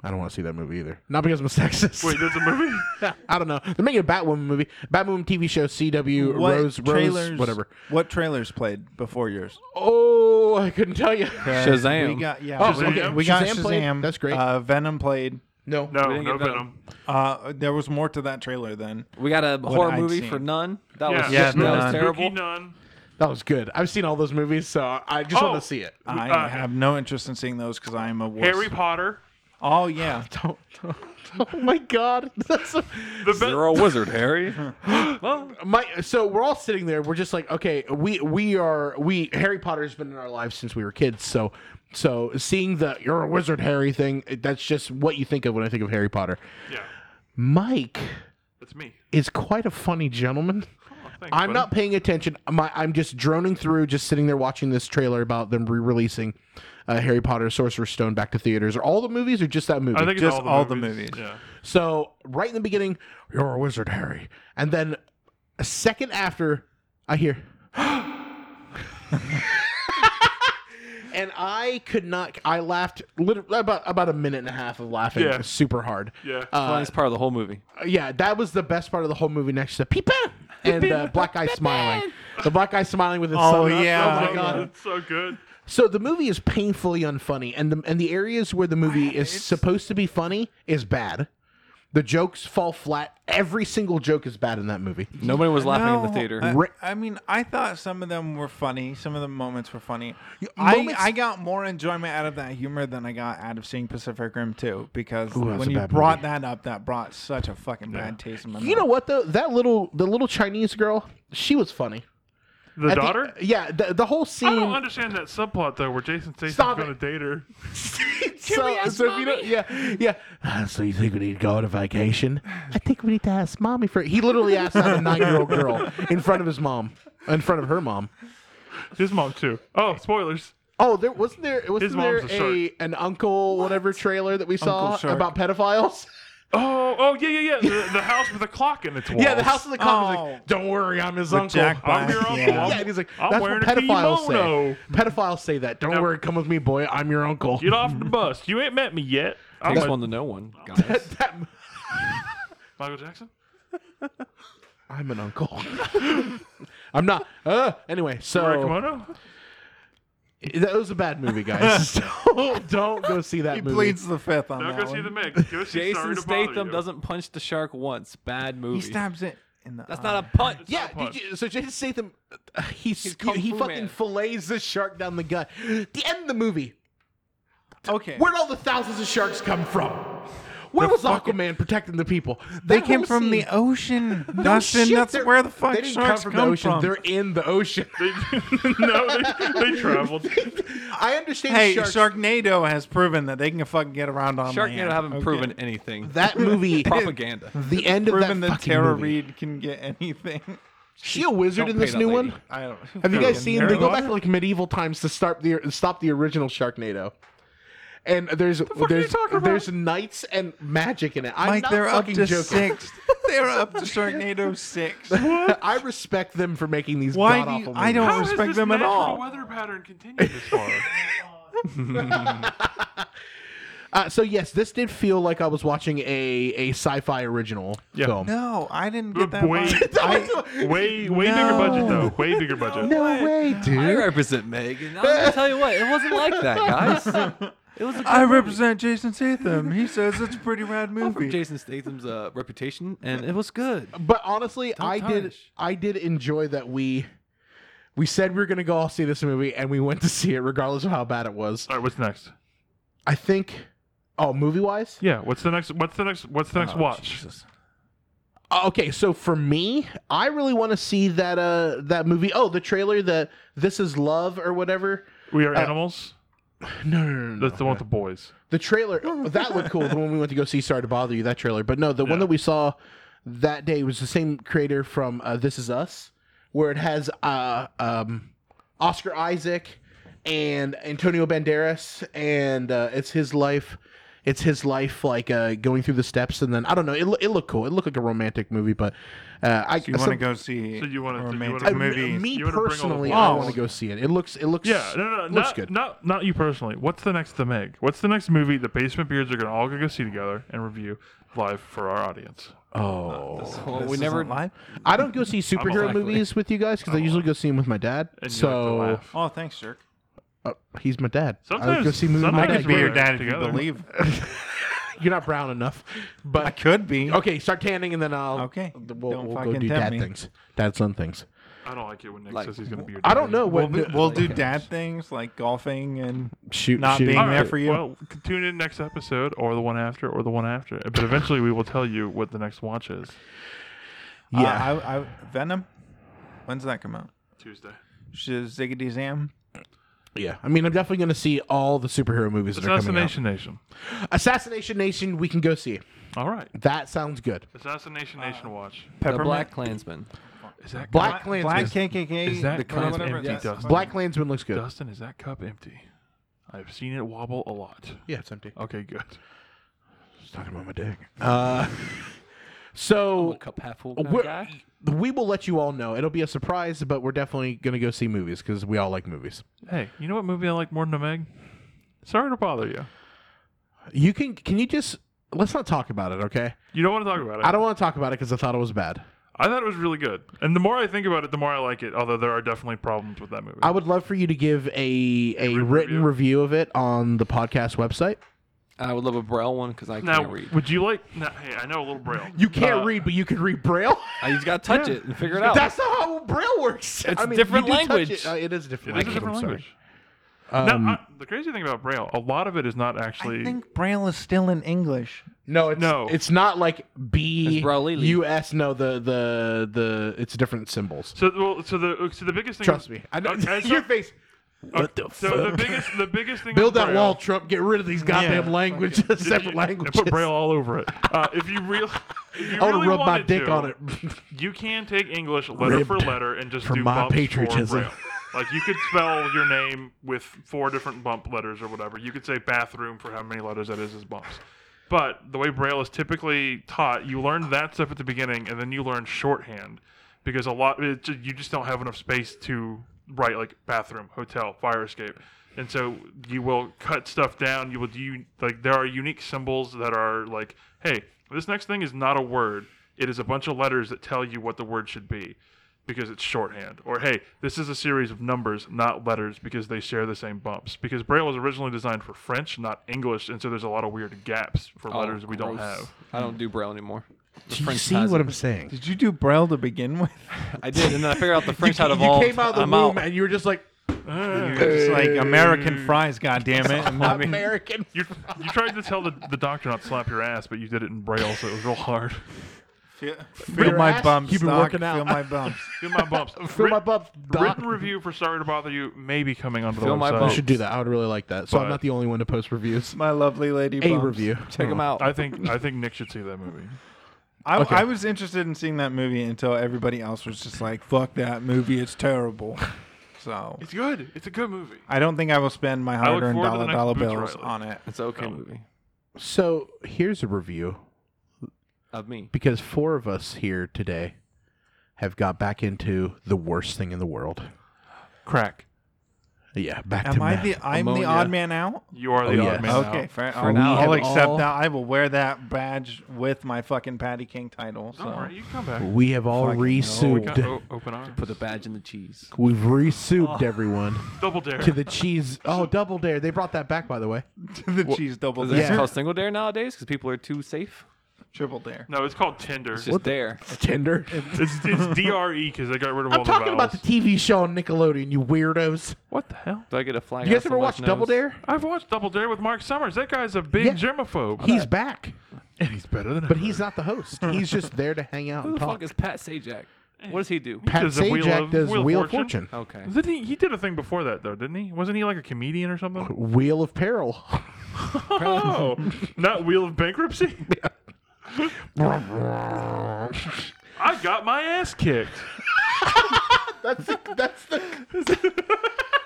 Speaker 1: I don't want to see that movie either. Not because I'm a sexist.
Speaker 2: Wait, there's a movie?
Speaker 1: I don't know. They're making a Batwoman movie. Batwoman TV show. CW. Rose. Rose. Whatever.
Speaker 3: What trailers played before yours?
Speaker 1: Oh, I couldn't tell you.
Speaker 4: Shazam.
Speaker 3: Uh, We got yeah.
Speaker 1: Oh,
Speaker 3: we-
Speaker 2: okay.
Speaker 3: We got
Speaker 1: Shazam
Speaker 3: Shazam.
Speaker 1: played. That's great.
Speaker 3: Uh, Venom played.
Speaker 1: No.
Speaker 2: No,
Speaker 4: didn't
Speaker 2: no
Speaker 4: get
Speaker 2: Venom.
Speaker 3: Uh, there was more to that trailer than
Speaker 4: We got a horror
Speaker 3: I'd
Speaker 4: movie
Speaker 3: seen.
Speaker 4: for none. That
Speaker 2: Yeah,
Speaker 4: was
Speaker 3: Yeah,
Speaker 4: that was
Speaker 3: None.
Speaker 2: Spooky
Speaker 4: terrible.
Speaker 2: Nun.
Speaker 1: That was good. I've seen all those movies, so I just
Speaker 2: Oh.
Speaker 1: want to see it.
Speaker 3: I
Speaker 2: uh,
Speaker 3: have no interest in seeing those because I am a wuss.
Speaker 2: Harry Potter.
Speaker 3: Oh yeah,
Speaker 1: Don't. don't- Oh my god. That's so-
Speaker 2: The be-
Speaker 4: You're a wizard, Harry. well,
Speaker 1: my so we're all sitting there. We're just like, okay, we we are we Harry Potter's been in our lives since we were kids. So so seeing the you're a wizard Harry thing, that's just what you think of when I think of Harry Potter.
Speaker 2: yeah,
Speaker 1: Mike
Speaker 2: that's me.
Speaker 1: is quite a funny gentleman.
Speaker 2: Oh, thanks,
Speaker 1: I'm
Speaker 2: buddy.
Speaker 1: not paying attention. My, I'm just droning through, just sitting there watching this trailer about them re-releasing uh, Harry Potter, Sorcerer's Stone back to theaters. Are all the movies or just that movie?
Speaker 2: I think it's
Speaker 3: Just
Speaker 2: all the
Speaker 3: all the
Speaker 2: movies.
Speaker 3: movies.
Speaker 2: Yeah.
Speaker 1: So right in the beginning, you're a wizard, Harry, and then a second after, I hear, and I could not. I laughed literally about about a minute and a half of laughing,
Speaker 2: Yeah.
Speaker 1: super hard.
Speaker 2: Yeah.
Speaker 1: Uh,
Speaker 4: funniest part of the whole movie.
Speaker 1: yeah, that was the best part of the whole movie. Next to Peepa and uh, black guy smiling, the black guy smiling with his
Speaker 3: Oh,
Speaker 1: sun up.
Speaker 3: yeah.
Speaker 1: oh
Speaker 2: Oh,
Speaker 1: my god.
Speaker 2: It's so good.
Speaker 1: So the movie is painfully unfunny, and the and the areas where the movie is supposed to be funny is bad. The jokes fall flat. Every single joke is bad in that movie.
Speaker 4: Nobody was laughing in the
Speaker 3: Uh, No,
Speaker 4: theater.
Speaker 3: I-
Speaker 1: Ri-
Speaker 3: I, mean, I thought some of them were funny. Some of the moments were funny. I,
Speaker 1: moments-
Speaker 3: I got more enjoyment out of that humor than I got out of seeing Pacific Rim 2 because
Speaker 1: that's
Speaker 3: when
Speaker 1: a
Speaker 3: you
Speaker 1: bad
Speaker 3: brought
Speaker 1: movie.
Speaker 3: that up, that brought such a fucking bad taste in my mouth.
Speaker 1: You know what though? That little the little Chinese girl, she was funny.
Speaker 2: The
Speaker 1: At
Speaker 2: daughter.
Speaker 1: yeah, the, the whole
Speaker 2: I don't
Speaker 1: scene.
Speaker 2: understand that subplot though, where Jason Statham's
Speaker 1: Stop
Speaker 2: going
Speaker 1: it.
Speaker 2: to date her.
Speaker 1: so, so if you don't, yeah, yeah. Uh, so you think we need to go on a vacation? I think we need to ask mommy for. He literally asked out a nine year old girl in front of his mom, in front of her mom.
Speaker 2: His mom too. Oh, spoilers.
Speaker 1: Oh, there wasn't there wasn't
Speaker 2: His
Speaker 1: there
Speaker 2: mom's a shark.
Speaker 1: a, an uncle whatever trailer that we saw
Speaker 3: Uncle Shark.
Speaker 1: about pedophiles?
Speaker 2: Oh, oh yeah, yeah, yeah. The, the house with the clock in its walls.
Speaker 1: Yeah, the house of the cop was
Speaker 3: Oh.
Speaker 1: like, "Don't worry, I'm his uncle."
Speaker 3: Jack
Speaker 2: I'm
Speaker 3: Black.
Speaker 2: your uncle.
Speaker 3: Yeah.
Speaker 1: yeah,
Speaker 2: I'm-
Speaker 1: and he's like,
Speaker 2: I'm
Speaker 1: "That's what
Speaker 2: wearing a
Speaker 1: pedophiles
Speaker 2: kimono."
Speaker 1: say." Pedophiles say that. Don't
Speaker 2: Yeah.
Speaker 1: worry, come with me, boy. I'm your uncle.
Speaker 2: Get off the bus. You ain't met me yet. I'm
Speaker 4: Takes
Speaker 2: a-
Speaker 4: one to know one, guys.
Speaker 1: That-
Speaker 2: Michael Jackson.
Speaker 1: I'm an uncle. I'm not. Uh, anyway,
Speaker 2: Wearing a
Speaker 1: so
Speaker 2: kimono.
Speaker 1: that was a bad movie, guys. so don't go see that
Speaker 3: He
Speaker 1: movie.
Speaker 3: pleads the fifth on
Speaker 2: Now
Speaker 3: that
Speaker 2: go see
Speaker 3: one.
Speaker 2: the Meg. Go see Sorry
Speaker 4: Jason
Speaker 2: to Bother
Speaker 4: Statham
Speaker 2: You.
Speaker 4: doesn't punch the shark once. Bad movie.
Speaker 3: He stabs it in the
Speaker 4: That's
Speaker 3: eye.
Speaker 4: not a punch.
Speaker 1: Yeah,
Speaker 2: Punch.
Speaker 1: did you, so Jason Statham, uh, he skew,
Speaker 4: Kung
Speaker 1: he
Speaker 4: Fu
Speaker 1: fucking
Speaker 4: Man.
Speaker 1: fillets the shark down the gut. The end of the movie,
Speaker 3: Okay.
Speaker 1: Where'd all the thousands of sharks come from? Where was Aquaman protecting the people?
Speaker 3: they
Speaker 1: That
Speaker 3: came
Speaker 1: whole
Speaker 3: from
Speaker 1: scene-
Speaker 3: the ocean.
Speaker 1: No
Speaker 3: Dustin,
Speaker 1: shit,
Speaker 3: that's
Speaker 1: they're-
Speaker 3: where the fuck
Speaker 1: they didn't
Speaker 3: sharks
Speaker 1: come
Speaker 3: come
Speaker 1: from the ocean. They're in the ocean.
Speaker 2: no, they, they traveled.
Speaker 1: I understand
Speaker 3: Hey,
Speaker 1: sharks.
Speaker 3: Sharknado has proven that they can fucking get around on land.
Speaker 4: Sharknado haven't
Speaker 3: Okay.
Speaker 4: proven anything.
Speaker 1: That movie,
Speaker 4: propaganda.
Speaker 1: the end of that,
Speaker 3: proven that
Speaker 1: fucking
Speaker 3: Tara
Speaker 1: movie.
Speaker 3: Reid can get anything.
Speaker 1: She a wizard
Speaker 4: Don't
Speaker 1: in
Speaker 4: pay
Speaker 1: this
Speaker 4: that
Speaker 1: new
Speaker 4: lady.
Speaker 1: one.
Speaker 3: I don't.
Speaker 1: Have you guys seen? They go
Speaker 3: Tara-
Speaker 1: back to like medieval times to start the stop the original Sharknado. And there's
Speaker 2: are you
Speaker 1: there's
Speaker 2: talking about?
Speaker 1: there's knights and magic in it. I'm
Speaker 3: Mike,
Speaker 1: not
Speaker 3: they're up
Speaker 1: fucking
Speaker 3: to
Speaker 1: joking.
Speaker 3: six. They're up to Sharknado six.
Speaker 1: I respect them for making these
Speaker 3: Why do
Speaker 1: god awful
Speaker 3: you-
Speaker 1: movies.
Speaker 3: I don't
Speaker 2: How has
Speaker 3: respect
Speaker 2: this
Speaker 3: them at
Speaker 2: natural
Speaker 3: all.
Speaker 2: Weather pattern continued this far.
Speaker 1: Uh, so yes, this did feel like I was watching a a sci-fi original
Speaker 2: Yeah.
Speaker 1: film.
Speaker 3: No, I didn't
Speaker 2: Good
Speaker 3: get that.
Speaker 2: boy.
Speaker 3: vibe. I,
Speaker 2: way, way bigger budget though. Way bigger budget.
Speaker 1: way,
Speaker 4: I
Speaker 1: dude.
Speaker 4: represent Meg, and I'm gonna tell you what, it wasn't like that, guys. It was a
Speaker 3: I
Speaker 4: good movie.
Speaker 3: represent Jason Statham. He says it's a pretty rad
Speaker 4: I'm from
Speaker 3: movie.
Speaker 4: Jason Statham's uh, reputation, and it was good.
Speaker 1: But honestly, I did
Speaker 4: tarnish.
Speaker 1: I did enjoy that we we said we were gonna go all see this movie and we went to see it regardless of how bad it was.
Speaker 2: All right, what's next?
Speaker 1: I think oh movie wise?
Speaker 2: Yeah, what's the next? What's the next? What's the next watch?
Speaker 1: Uh, Okay, so for me, I really want to see that uh that movie. Oh, the trailer that This Is Love or whatever.
Speaker 2: We are animals.
Speaker 1: No, no, no, no.
Speaker 2: That's the one with the boys.
Speaker 1: The trailer that looked cool. The one we went to go see. Sorry to bother you. That trailer, but no, the
Speaker 2: Yeah.
Speaker 1: one that we saw that day was the same creator from uh, This Is Us, where it has uh, um, Oscar Isaac and Antonio Banderas, and uh, it's his life. It's his life, like uh, going through the steps, and then I don't know. It, loo- it looked cool. It looked like a romantic movie, but uh, I
Speaker 3: you want to
Speaker 1: some-
Speaker 3: go see
Speaker 2: So you wanna-
Speaker 3: a
Speaker 2: you
Speaker 3: romantic
Speaker 2: wanna-
Speaker 1: I-
Speaker 3: movies?
Speaker 1: Me
Speaker 2: You wanna bring all the
Speaker 1: personally,
Speaker 2: balls.
Speaker 1: I want to go see it. It looks. It looks.
Speaker 2: Yeah, no, no, no,
Speaker 1: looks
Speaker 2: not,
Speaker 1: good.
Speaker 2: Not, not you personally. What's the next The Meg? What's the next movie the Basement Beards are going to all go see together and review live for our audience?
Speaker 1: Oh,
Speaker 4: Well,
Speaker 3: This
Speaker 4: we
Speaker 3: isn't
Speaker 4: never.
Speaker 3: live.
Speaker 1: I don't go see superhero
Speaker 2: Exactly.
Speaker 1: movies with you guys because I usually go see them with my dad.
Speaker 2: And you like to
Speaker 1: so
Speaker 2: laugh.
Speaker 3: Oh, thanks, jerk.
Speaker 1: uh, he's my dad. I would
Speaker 2: Sometimes-
Speaker 1: go see movies. with my
Speaker 3: I
Speaker 2: sometimes
Speaker 1: dad.
Speaker 3: could be
Speaker 2: we're
Speaker 3: your dad if you
Speaker 2: together.
Speaker 3: believe.
Speaker 1: You're not brown enough,
Speaker 3: I
Speaker 1: but
Speaker 3: could be.
Speaker 1: okay. Start tanning and then I'll
Speaker 3: Okay,
Speaker 1: We'll,
Speaker 3: don't
Speaker 1: we'll go
Speaker 3: fucking
Speaker 1: do
Speaker 3: tempt
Speaker 1: dad
Speaker 3: me.
Speaker 1: things, dad son things.
Speaker 2: I don't like it when Nick
Speaker 4: Like,
Speaker 2: says he's going to be your dad.
Speaker 1: I don't know
Speaker 3: We'll,
Speaker 1: what
Speaker 3: be, we'll do dad things like golfing and
Speaker 1: shoot
Speaker 3: not
Speaker 1: shooting
Speaker 3: being
Speaker 2: All
Speaker 3: there
Speaker 2: right,
Speaker 3: for you.
Speaker 2: Well, c- tune in next episode or the one after or the one after. But eventually we will tell you what the next watch is.
Speaker 3: Uh,
Speaker 1: Yeah,
Speaker 3: I, I, Venom. When's that come out?
Speaker 2: Tuesday.
Speaker 3: Shiz- Ziggity Zam.
Speaker 1: yeah. I mean, I'm definitely gonna see all the superhero movies that are coming out.
Speaker 2: Assassination Nation.
Speaker 1: Assassination Nation, we can go see.
Speaker 2: All right.
Speaker 1: That sounds good.
Speaker 2: Assassination Nation watch.
Speaker 4: The
Speaker 3: Peppermint.
Speaker 4: Black Klansman.
Speaker 2: Is that
Speaker 1: Black
Speaker 3: Black
Speaker 1: Klansman.
Speaker 3: KKK.
Speaker 2: Is that
Speaker 3: the
Speaker 2: Klansman
Speaker 3: whatever
Speaker 2: empty
Speaker 3: it is.
Speaker 2: dust?
Speaker 1: Black Klansman looks good.
Speaker 2: Dustin, is that cup empty? I've seen it wobble a lot.
Speaker 1: Yeah, it's empty.
Speaker 2: Okay, good.
Speaker 1: Just talking about my dick. Uh, so
Speaker 4: Cup half full.
Speaker 1: we're- we will let you all know. It'll be a surprise, but we're definitely gonna go see movies because we all like movies.
Speaker 2: Hey, you know what movie I like more than a Meg? Sorry to bother you.
Speaker 1: You can can you just let's not talk about it, okay?
Speaker 2: You don't want to talk about it.
Speaker 1: I don't want to talk about it because I thought it was bad.
Speaker 2: I thought it was really good. And the more I think about it, the more I like it, although there are definitely problems with that movie.
Speaker 1: I would love for you to give a a written review of it on the podcast website.
Speaker 4: I would love a Braille one because I
Speaker 2: now,
Speaker 4: can't read.
Speaker 2: would you like. Now, hey, I know a little braille.
Speaker 1: You can't
Speaker 2: Uh,
Speaker 1: read, but you can read Braille.
Speaker 4: I just gotta touch
Speaker 2: Yeah.
Speaker 4: it and figure it out.
Speaker 1: That's not how Braille works.
Speaker 4: It's
Speaker 1: I mean,
Speaker 4: different
Speaker 1: you do touch
Speaker 4: language.
Speaker 1: It. Uh, it is a
Speaker 2: It
Speaker 1: different
Speaker 2: is a
Speaker 1: language. I'm
Speaker 2: different
Speaker 1: sorry.
Speaker 2: language. Now,
Speaker 1: Um,
Speaker 2: I- the crazy thing about braille, a lot of it is not actually.
Speaker 3: I think Braille is still in English.
Speaker 1: No, it's
Speaker 2: No.
Speaker 1: It's not like B
Speaker 4: It's Braille-ly.
Speaker 1: U S. No, the the the it's different symbols.
Speaker 2: so, well, so the uh, so the biggest thing.
Speaker 1: Trust me. I know
Speaker 2: Okay, so-
Speaker 1: your face. What the
Speaker 2: So the biggest the biggest thing.
Speaker 1: Build
Speaker 2: with
Speaker 1: that
Speaker 2: braille,
Speaker 1: wall, Trump. Get rid of these goddamn
Speaker 3: Yeah.
Speaker 1: languages, separate
Speaker 2: And
Speaker 1: languages.
Speaker 2: put braille all over it. Uh, if you real, if you
Speaker 1: I want
Speaker 2: really
Speaker 1: to rub my
Speaker 2: wanted
Speaker 1: dick
Speaker 2: to,
Speaker 1: on it.
Speaker 2: You can take English letter for
Speaker 1: Ribbed
Speaker 2: letter and just
Speaker 1: for
Speaker 2: do
Speaker 1: my
Speaker 2: bumps
Speaker 1: patriotism.
Speaker 2: For braille. Like you could spell your name with four different bump letters or whatever. You could say bathroom for how many letters that is as bumps. But the way Braille is typically taught, you learn that stuff at the beginning, and then you learn shorthand because a lot it, ju- you just don't have enough space to write like bathroom, hotel, fire escape, and so you will cut stuff down. You will do you- like there are unique symbols that are like, hey, this next thing is not a word. It is a bunch of letters that tell you what the word should be because it's shorthand. Or hey, this is a series of numbers, not letters, because they share the same bumps. Because Braille was originally designed for French, not English, and so there's a lot of weird gaps for
Speaker 4: Oh,
Speaker 2: letters we don't
Speaker 4: gross.
Speaker 2: have.
Speaker 4: I don't do Braille anymore. The
Speaker 1: Do you
Speaker 4: French
Speaker 1: see
Speaker 4: has
Speaker 1: what
Speaker 4: it.
Speaker 1: I'm saying?
Speaker 3: Did you do Braille to begin with?
Speaker 4: I did, and then I figured out the French
Speaker 1: you,
Speaker 4: had
Speaker 1: you
Speaker 4: evolved.
Speaker 1: came out of the
Speaker 4: I'm
Speaker 1: womb
Speaker 4: out.
Speaker 1: and you were just like
Speaker 3: It's like American fries, goddamn it! And let me-
Speaker 1: American.
Speaker 2: You, you tried to tell the, the doctor not to slap your ass, but you did it in Braille, so it was real hard.
Speaker 3: feel,
Speaker 1: your
Speaker 3: my
Speaker 1: ass,
Speaker 3: bumps.
Speaker 1: you've been
Speaker 3: Doc,
Speaker 1: working out.
Speaker 3: Feel my bumps.
Speaker 2: Feel my bumps.
Speaker 1: Fill
Speaker 2: Writ-
Speaker 1: my buff.
Speaker 2: Written review for Sorry to Bother You may be coming onto the
Speaker 4: Fill my
Speaker 2: website.
Speaker 1: I
Speaker 4: bumps.
Speaker 1: should do that. I would really like that. So I'm
Speaker 2: But-
Speaker 1: not the only one to post reviews.
Speaker 3: My lovely lady.
Speaker 1: A
Speaker 3: bumps.
Speaker 1: review.
Speaker 4: Check them out.
Speaker 2: I think I think Nick should see that movie.
Speaker 3: I,
Speaker 1: Okay.
Speaker 3: I was interested in seeing that movie until everybody else was just like, "Fuck that movie! It's terrible." So
Speaker 2: It's good. It's a good movie.
Speaker 3: I don't think I will spend my
Speaker 2: look
Speaker 3: hard-earned
Speaker 2: forward to the
Speaker 3: dollar
Speaker 2: next
Speaker 3: dollar
Speaker 2: Boots
Speaker 3: bills
Speaker 2: Riley.
Speaker 3: on it.
Speaker 4: It's an okay
Speaker 1: Oh.
Speaker 4: movie
Speaker 1: So here's a review
Speaker 4: of me.
Speaker 1: because four of us here today have got back into the worst thing in the world.
Speaker 2: Crack.
Speaker 1: Yeah, back
Speaker 3: Am
Speaker 1: to
Speaker 3: I
Speaker 1: math.
Speaker 3: the I'm
Speaker 4: Ammonia.
Speaker 3: the odd man out?
Speaker 2: You are
Speaker 1: Oh,
Speaker 2: the
Speaker 1: yes.
Speaker 2: odd man
Speaker 3: Okay,
Speaker 2: out.
Speaker 3: fair.
Speaker 1: we
Speaker 3: I'll,
Speaker 1: have
Speaker 3: I'll accept
Speaker 1: all-
Speaker 3: that. I will wear that badge with my fucking Patty King title. So
Speaker 2: Don't worry, you can come back.
Speaker 1: we have all
Speaker 3: Fucking
Speaker 1: resouped.
Speaker 2: Got o- open arms.
Speaker 4: Put the badge in the cheese.
Speaker 1: We've resouped everyone
Speaker 2: Double dare.
Speaker 1: to the cheese. Oh, double dare! They brought that back, by the way.
Speaker 3: to the cheese double
Speaker 4: Is this
Speaker 3: dare,
Speaker 4: called single dare nowadays? Because people are too safe.
Speaker 3: triple dare.
Speaker 2: No, it's called Tinder.
Speaker 4: It's just dare.
Speaker 1: Tinder.
Speaker 2: It's, it's DRE because they got rid of all
Speaker 1: I'm
Speaker 2: the
Speaker 1: talking about
Speaker 2: vowels.
Speaker 1: the TV show on Nickelodeon. You weirdos.
Speaker 2: what the hell?
Speaker 4: Do I get a flag?
Speaker 1: You guys
Speaker 4: out
Speaker 1: ever watch
Speaker 4: somebody's
Speaker 1: Double
Speaker 4: nose?
Speaker 1: Dare?
Speaker 2: I've watched Double Dare with Mark Summers. That guy's a big
Speaker 1: Yeah.
Speaker 2: germaphobe.
Speaker 1: He's back,
Speaker 2: and he's better than
Speaker 1: but he's not the host. He's just there to hang out
Speaker 4: Who
Speaker 1: and
Speaker 4: the
Speaker 1: talk.
Speaker 4: fuck is Pat Sajak? What does he do?
Speaker 1: Pat
Speaker 2: Does the Wheel
Speaker 1: Sajak
Speaker 2: of-
Speaker 1: does
Speaker 2: Wheel of
Speaker 1: Wheel of
Speaker 2: Fortune?
Speaker 1: Fortune,
Speaker 4: Okay.
Speaker 2: Did he, he did a thing before that though, didn't he? Wasn't he like a comedian or something?
Speaker 1: Wheel of Peril.
Speaker 2: Oh, not Wheel of Bankruptcy. I got my ass kicked.
Speaker 1: That's the, that's the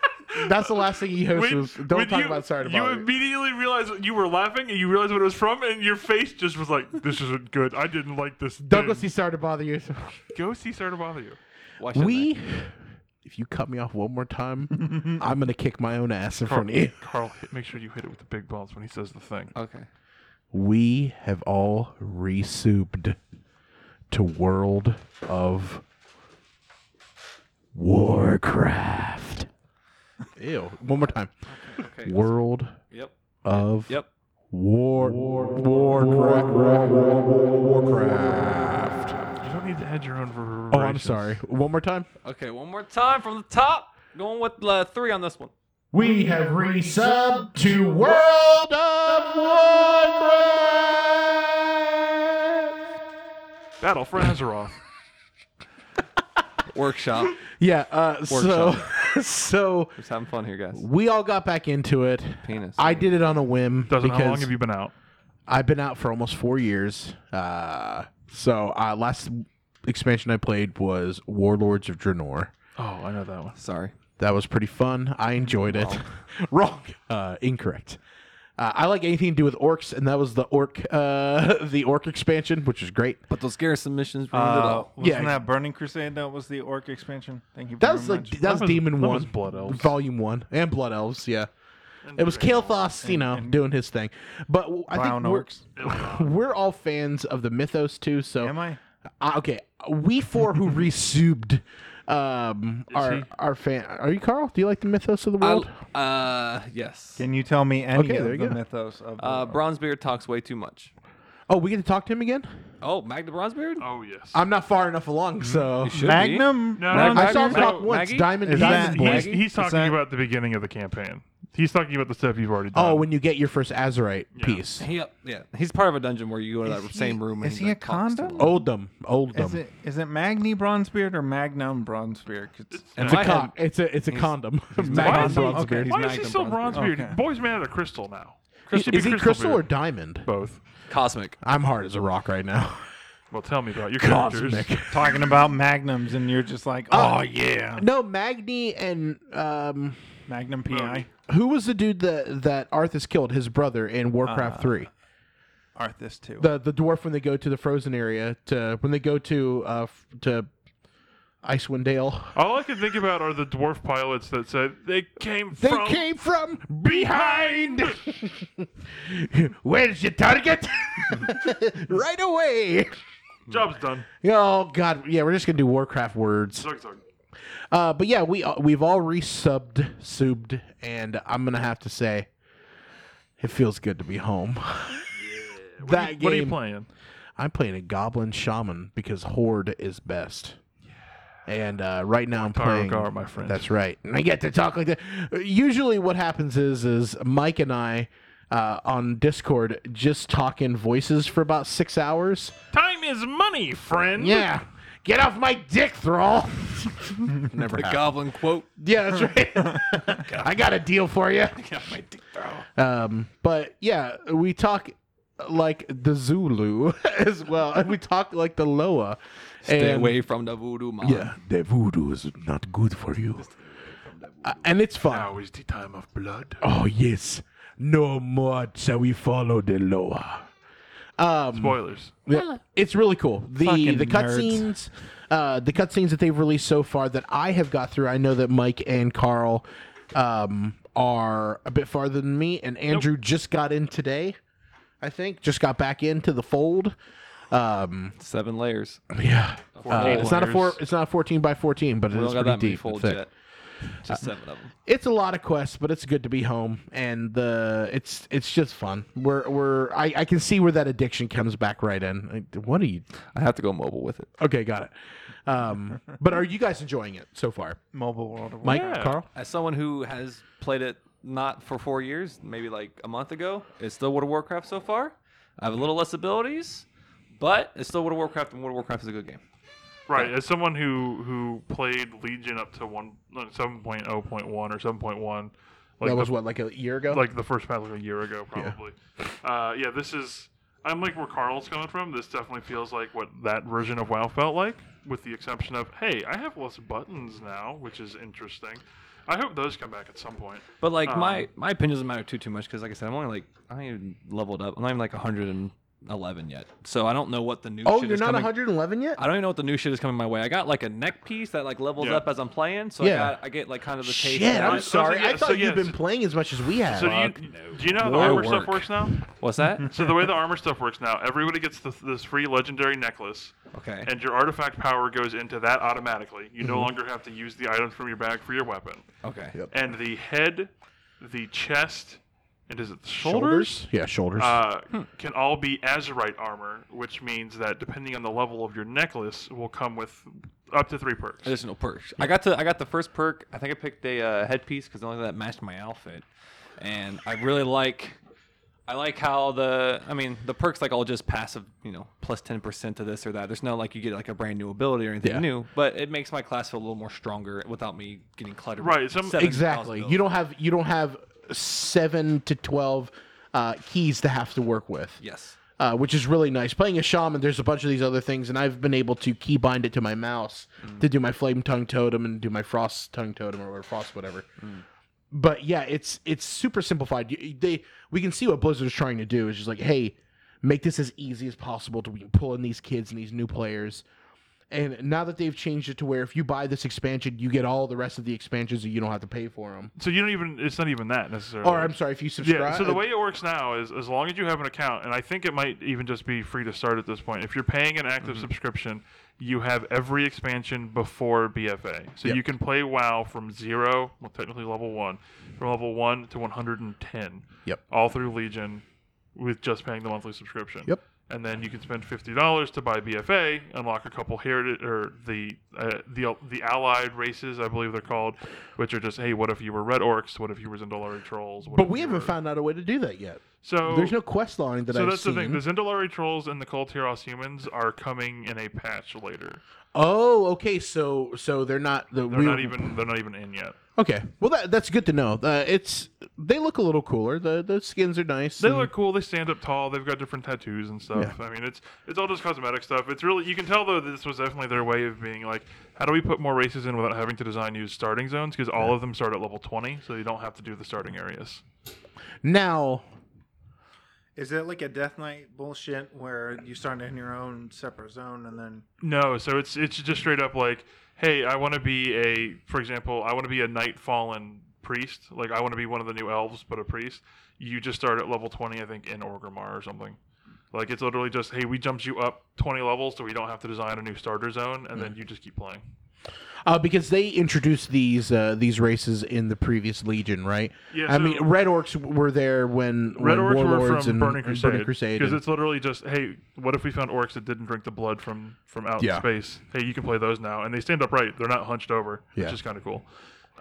Speaker 1: that's the last thing he hears.
Speaker 2: When-
Speaker 1: was, don't
Speaker 2: when
Speaker 1: talk
Speaker 2: you-
Speaker 1: about sorry
Speaker 2: You
Speaker 1: about it.
Speaker 2: immediately realized what- you were laughing and you realized what it was from, and your face just was like, "This isn't good. I didn't like this."
Speaker 1: Don't go
Speaker 2: thing."
Speaker 1: see sorry to bother you.
Speaker 2: Go see Sorry to Bother You.
Speaker 4: Why should
Speaker 1: We, if you cut me off one more time, I'm gonna kick my own ass in front of you.
Speaker 2: Carl, hit, make sure you hit it with the big balls when he says the thing.
Speaker 4: Okay.
Speaker 1: We have all resouped to World of Warcraft. Ew! One more time.
Speaker 4: Okay.
Speaker 1: World
Speaker 4: Yep.
Speaker 1: of
Speaker 4: Yep.
Speaker 1: War Warcraft. Warcraft.
Speaker 2: You don't need to add your own. Ver-
Speaker 1: Oh, I'm sorry. One more time.
Speaker 4: Okay. One more time from the top. Going with uh, three on this one.
Speaker 1: We have resubbed to World of Warcraft.
Speaker 2: Battle for Azeroth.
Speaker 4: Workshop.
Speaker 1: Yeah. Uh, so, so
Speaker 4: Just having fun here, guys.
Speaker 1: we all got back into it.
Speaker 4: Penis.
Speaker 1: I did it on a whim
Speaker 2: Doesn't
Speaker 1: because
Speaker 2: how long have you been out?
Speaker 1: I've been out for almost four years. Uh, so uh, last expansion I played was Warlords of Draenor.
Speaker 2: Oh, I know that one.
Speaker 4: Sorry.
Speaker 1: That was pretty fun. I enjoyed it. Wrong. Uh, incorrect. Uh, I like anything to do with orcs, and that was the orc, uh, the orc expansion, which was great.
Speaker 4: But those garrison missions ruined it
Speaker 3: Uh,
Speaker 4: all.
Speaker 3: wasn't
Speaker 1: Yeah.
Speaker 3: that Burning Crusade that was the orc expansion? Thank you.
Speaker 1: That
Speaker 3: very
Speaker 1: was like
Speaker 3: much.
Speaker 1: that was,
Speaker 2: was-
Speaker 1: Demon
Speaker 2: that
Speaker 1: One,
Speaker 2: was Blood Elves.
Speaker 1: Volume One, and Blood Elves. Yeah, it was Kael'thas, you know, doing his thing. But w- I
Speaker 3: Brown
Speaker 1: think
Speaker 3: orcs.
Speaker 1: we're, we're all fans of the mythos too. So
Speaker 3: Am I?
Speaker 1: Uh, okay, we four who resubed um, our
Speaker 2: he?
Speaker 1: our fan. Are you Carl? Do you like the mythos of the world?
Speaker 4: I, uh, yes.
Speaker 3: Can you tell me any
Speaker 1: Okay,
Speaker 3: of
Speaker 1: there
Speaker 3: the
Speaker 1: you go.
Speaker 3: mythos of the
Speaker 4: Uh,
Speaker 3: world?
Speaker 4: Bronzebeard talks way too much.
Speaker 1: oh, we get to talk to him again.
Speaker 4: Oh, Magda Bronzebeard?
Speaker 2: Oh yes.
Speaker 1: I'm not far enough along, so
Speaker 4: Should be.
Speaker 3: Magnum?
Speaker 2: No,
Speaker 3: Bronze-
Speaker 1: I saw him
Speaker 4: Maggie?
Speaker 1: talk
Speaker 4: Maggie?
Speaker 1: once. Diamond,
Speaker 3: Is
Speaker 1: Diamond
Speaker 3: that-
Speaker 1: Boy.
Speaker 2: he's, he's talking
Speaker 3: that-
Speaker 2: about the beginning of the campaign. He's talking about the stuff you've already done.
Speaker 1: Oh, when you get your first Azurite piece,
Speaker 4: He, uh, yeah, he's part of a dungeon where you go to that
Speaker 3: Is he-
Speaker 4: same room. and
Speaker 3: is
Speaker 4: he,
Speaker 3: he
Speaker 4: like,
Speaker 3: a
Speaker 4: talks to
Speaker 3: condom?
Speaker 4: him.
Speaker 1: Oldham, Oldham.
Speaker 3: Is it is it Magni Bronzebeard or Magnum Bronzebeard? 'Cause it's-
Speaker 4: And
Speaker 1: It's a
Speaker 4: my
Speaker 1: cock.
Speaker 4: head-
Speaker 1: It's a it's a condom.
Speaker 2: why is he,
Speaker 1: Magnum Bronzebeard.
Speaker 2: why
Speaker 3: okay.
Speaker 4: He's
Speaker 2: is he
Speaker 4: Magnum
Speaker 2: still bronze
Speaker 4: Bronzebeard.
Speaker 2: beard?
Speaker 3: Okay.
Speaker 2: Boy's made out of crystal now. should
Speaker 1: Is
Speaker 2: be
Speaker 1: he crystal or
Speaker 2: beard.
Speaker 1: diamond?
Speaker 2: both?
Speaker 4: Cosmic.
Speaker 1: I'm hard as a rock right now.
Speaker 2: Well, tell me about your characters.
Speaker 3: talking about magnums, and you're just like, oh
Speaker 2: Uh,
Speaker 3: yeah,
Speaker 1: No, Magni and um,
Speaker 3: "Oh, Magnum PI,
Speaker 1: who was the dude that that Arthas killed? His brother in Warcraft Three.
Speaker 3: Arthas too.
Speaker 1: The the dwarf when they go to the frozen area to when they go to uh f- to Icewind Dale.
Speaker 2: All I can think about are the dwarf pilots that said they came
Speaker 1: They
Speaker 2: from
Speaker 1: came from
Speaker 2: behind.
Speaker 1: Where's your target? right away.
Speaker 2: Job's done.
Speaker 1: Oh God, yeah, we're just gonna do Warcraft words.
Speaker 2: Zug zug.
Speaker 1: Uh, but yeah, we we've all resubbed, subbed, and I'm gonna have to say, it feels good to be home. that game,
Speaker 2: What are you playing?
Speaker 1: I'm playing a Goblin Shaman because Horde is best. And uh, right now I'm
Speaker 2: Taro
Speaker 1: playing.
Speaker 2: Gar, my friend.
Speaker 1: That's right. And I get to talk like that. Usually, what happens is is Mike and I uh, on Discord just talk in voices for about six hours.
Speaker 2: Time is money, friend.
Speaker 1: Yeah. Get off my dick, Thrall. Never
Speaker 4: The
Speaker 1: happened.
Speaker 4: goblin quote.
Speaker 1: Yeah, that's right. I got a deal for you. Um, but yeah, we talk uh, like the Zulu as well, and we talk like the Loa.
Speaker 4: Stay
Speaker 1: and,
Speaker 4: away from the voodoo mom.
Speaker 1: Yeah, the voodoo is not good for you. Uh, and it's fun.
Speaker 2: Now is the time of blood.
Speaker 1: Oh yes, no more shall we follow the Loa. Um,
Speaker 2: Spoilers.
Speaker 1: yeah, it's really cool. The
Speaker 3: Fucking
Speaker 1: the
Speaker 3: nerds.
Speaker 1: cutscenes, uh, the cutscenes that they've released so far that I have got through. I know that Mike and Carl um, are a bit farther than me, and Andrew just got in today. I think just got back into the fold. Um,
Speaker 4: Seven layers.
Speaker 1: yeah, Uh,
Speaker 2: Eight
Speaker 1: it's not a four.
Speaker 2: layers.
Speaker 1: It's not a fourteen by fourteen, but
Speaker 4: We
Speaker 1: it's
Speaker 4: don't
Speaker 1: pretty
Speaker 4: got that many
Speaker 1: deep. and
Speaker 4: folds
Speaker 1: thick.
Speaker 4: yet. Just seven of them.
Speaker 1: It's a lot of quests, but it's good to be home, and the it's it's just fun. We're we're I, I can see where that addiction comes back right in. Like, What are you?
Speaker 4: I have to go mobile with it.
Speaker 1: Okay, got it. Um, but are you guys enjoying it so far,
Speaker 3: Mobile World of
Speaker 1: Mike,
Speaker 2: Yeah.
Speaker 1: Carl?
Speaker 4: As someone who has played it not for four years, maybe like a month ago, it's still World of Warcraft so far. I have a little less abilities, but it's still World of Warcraft, and World of Warcraft is a good game.
Speaker 2: Right. As someone who who played Legion up to one like, 7.0.1 or 7.1, like
Speaker 1: that
Speaker 2: the
Speaker 1: was what like a year ago.
Speaker 2: like the first patch like a year ago probably. Yeah. Uh, yeah, this is I'm like where Carl's coming from. This definitely feels like what that version of WoW felt like, with the exception of hey, I have less buttons now, which is interesting. I hope those come back at some point.
Speaker 4: But like
Speaker 2: Um,
Speaker 4: my my opinion doesn't matter too too much because like I said, I'm only like I ain't even leveled up. I'm not even like 111 yet, so I don't know what the new.
Speaker 1: Oh,
Speaker 4: shit
Speaker 1: you're
Speaker 4: is
Speaker 1: not
Speaker 4: coming.
Speaker 1: 111 yet?
Speaker 4: I don't even know what the new shit is coming my way. I got like a neck piece that like levels
Speaker 2: Yeah.
Speaker 4: up as I'm playing, so
Speaker 1: Yeah.
Speaker 4: I got I get like kind of the taste.
Speaker 1: Shit,
Speaker 4: of
Speaker 1: I'm
Speaker 4: what-
Speaker 1: sorry.
Speaker 2: yeah,
Speaker 1: I
Speaker 2: Oh, so
Speaker 1: thought you've
Speaker 2: yes.
Speaker 1: been playing as much as we have. Uh,
Speaker 2: So do you, do you know how the
Speaker 4: More
Speaker 2: armor stuff
Speaker 4: work.
Speaker 2: works now?
Speaker 4: What's that?
Speaker 2: So the way the armor stuff works now, everybody gets the, this free legendary necklace,
Speaker 4: Okay.
Speaker 2: and your artifact power goes into that automatically. You no longer have to use the items from your bag for your weapon.
Speaker 4: okay.
Speaker 2: And the head, the chest, and is it the shoulders?
Speaker 1: shoulders? Yeah, shoulders.
Speaker 2: Uh, Can all be Azurite armor, which means that depending on the level of your necklace, will come with up to three perks.
Speaker 4: Additional perks. I got to I got the first perk. I think I picked a uh, headpiece because the only thing that matched my outfit, and I really like. I like how the I mean the perks like all just passive you know plus ten percent to this or that. There's no like you get like a brand new ability or anything
Speaker 1: Yeah.
Speaker 4: new, but it makes my class feel a little more stronger without me getting cluttered. with
Speaker 2: Right, some-
Speaker 4: 7,000
Speaker 1: exactly.
Speaker 4: abilities.
Speaker 1: You don't have you don't have seven to twelve uh, keys to have to work with.
Speaker 4: Yes.
Speaker 1: uh, which is really nice. Playing a shaman, there's a bunch of these other things, and I've been able to keybind it to my mouse
Speaker 2: Mm.
Speaker 1: to do my flame tongue totem and do my frost tongue totem or whatever, frost whatever.
Speaker 2: Mm.
Speaker 1: But yeah, it's it's super simplified. You- you- They we can see what Blizzard is trying to do is just like, hey, make this as easy as possible to we can pull in these kids and these new players. And now that they've changed it to where if you buy this expansion, you get all the rest of the expansions and you don't have to pay for them.
Speaker 2: So you don't even. It's not even that necessarily.
Speaker 1: Or I'm sorry, if you subscribe. Uh,
Speaker 2: Yeah, so the way it works now is as long as you have an account, and I think it might even just be free to start at this point. If you're paying an active
Speaker 1: Mm-hmm.
Speaker 2: subscription, you have every expansion before BFA. So you can play WoW from zero, well, technically level one, from level one to 110.
Speaker 1: Yep.
Speaker 2: All through Legion with just paying the monthly subscription.
Speaker 1: Yep.
Speaker 2: And then you can spend fifty dollars to buy BFA, unlock a couple heritage or the uh, the the allied races, I believe they're called, which are just hey, what if you were red orcs? What if you were Zendalari trolls? What
Speaker 1: but
Speaker 2: if
Speaker 1: we
Speaker 2: you
Speaker 1: haven't
Speaker 2: were-
Speaker 1: found out a way to do that yet.
Speaker 2: so
Speaker 1: There's no quest line that
Speaker 2: so
Speaker 1: I've
Speaker 2: that's
Speaker 1: seen.
Speaker 2: the thing. The Zendalari trolls and the Kolteros humans are coming in a patch later.
Speaker 1: Oh, okay. So so they're not the
Speaker 2: They're not even they're not even in yet.
Speaker 1: okay. Well, that that's good to know. Uh, it's they look a little cooler. The the skins are nice.
Speaker 2: They
Speaker 1: and-
Speaker 2: look cool. They stand up tall. They've got different tattoos and stuff. I mean, it's it's all just cosmetic stuff. It's really you can tell though that this was definitely their way of being like, how do we put more races in without having to design new starting zones? Because all of them start at level twenty, so you don't have to do the starting areas.
Speaker 1: now.
Speaker 3: Is it like a Death Knight bullshit where you start in your own separate zone and then
Speaker 2: No, so it's it's just straight up like, hey, I want to be a, for example, I want to be a night fallen priest. Like I want to be one of the new elves, but a priest. You just start at level twenty, I think, in Orgrimmar or something. Like it's literally just, hey, we jumped you up twenty levels, so we don't have to design a new starter zone, and then you just keep playing.
Speaker 1: Uh, because they introduced these uh, these races in the previous Legion, right?
Speaker 2: Yeah,
Speaker 1: I
Speaker 2: so-
Speaker 1: mean, Red Orcs were there when
Speaker 2: Red
Speaker 1: when
Speaker 2: orcs were
Speaker 1: Warlords
Speaker 2: from
Speaker 1: and,
Speaker 2: Burning
Speaker 1: and
Speaker 2: Crusade
Speaker 1: Burning Crusade.
Speaker 2: because
Speaker 1: and-
Speaker 2: it's literally just, hey, what if we found orcs that didn't drink the blood from from out
Speaker 1: Yeah.
Speaker 2: in space? Hey, you can play those now, and they stand upright; they're not hunched over,
Speaker 1: Yeah.
Speaker 2: which is kind of cool.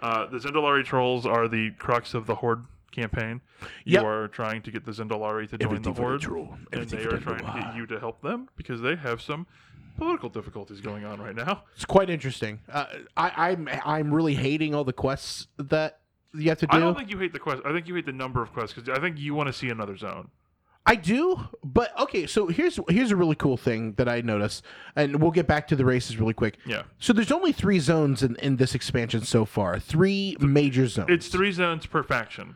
Speaker 2: Uh, the Zendalari trolls are the crux of the Horde campaign. You
Speaker 1: Yep.
Speaker 2: are trying to get the Zendalari to join
Speaker 1: Everything
Speaker 2: the
Speaker 1: for the
Speaker 2: Horde,
Speaker 1: troll,
Speaker 2: and
Speaker 1: everything
Speaker 2: they
Speaker 1: for
Speaker 2: are
Speaker 1: the
Speaker 2: trying to
Speaker 1: Noah.
Speaker 2: get you to help them because they have some political difficulties going on right now.
Speaker 1: It's quite interesting. Uh, I, I'm I'm really hating all the quests that you have to do.
Speaker 2: I don't think you hate the quest. I think you hate the number of quests because I think you want to see another zone.
Speaker 1: I do, but okay. So here's here's a really cool thing that I noticed, and we'll get back to the races really quick.
Speaker 2: Yeah.
Speaker 1: So there's only three zones in, in this expansion so far. Three major zones.
Speaker 2: It's three zones per faction.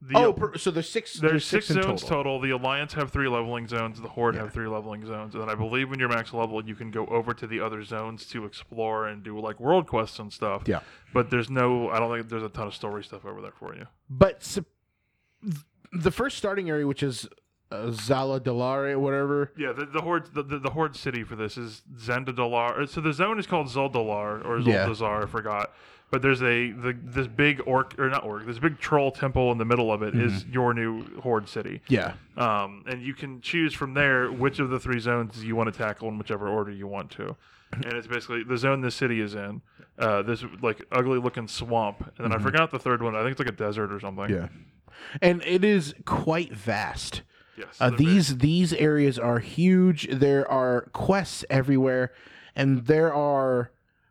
Speaker 2: The
Speaker 1: Oh, per, so there's six. There's,
Speaker 2: There's six,
Speaker 1: in
Speaker 2: zones
Speaker 1: total.
Speaker 2: total. The Alliance have three leveling zones. The Horde have three leveling zones. And then I believe when you're max level, you can go over to the other zones to explore and do like world quests and stuff.
Speaker 1: Yeah.
Speaker 2: But there's no, I don't think there's a ton of story stuff over there for you.
Speaker 1: But sup- th- the first starting area, which is uh, Zala Delare, whatever.
Speaker 2: Yeah, the, the Horde, the, the, the Horde city for this is Zendalar. So the zone is called Zoldalar or
Speaker 1: Yeah.
Speaker 2: Zoldazar. I forgot. But there's a the, this big orc or not orc, this big troll temple in the middle of it is your new Horde city.
Speaker 1: Mm-hmm. Yeah.
Speaker 2: Um, and you can choose from there which of the three zones you want to tackle in whichever order you want to. And it's basically the zone this city is in. Uh, this like ugly looking swamp, and then I forgot the third one. I think it's like a desert or something.
Speaker 1: Yeah. And it is quite vast.
Speaker 2: Yes.
Speaker 1: Uh,
Speaker 2: they're very-
Speaker 1: these these areas are huge. There are quests everywhere, and there are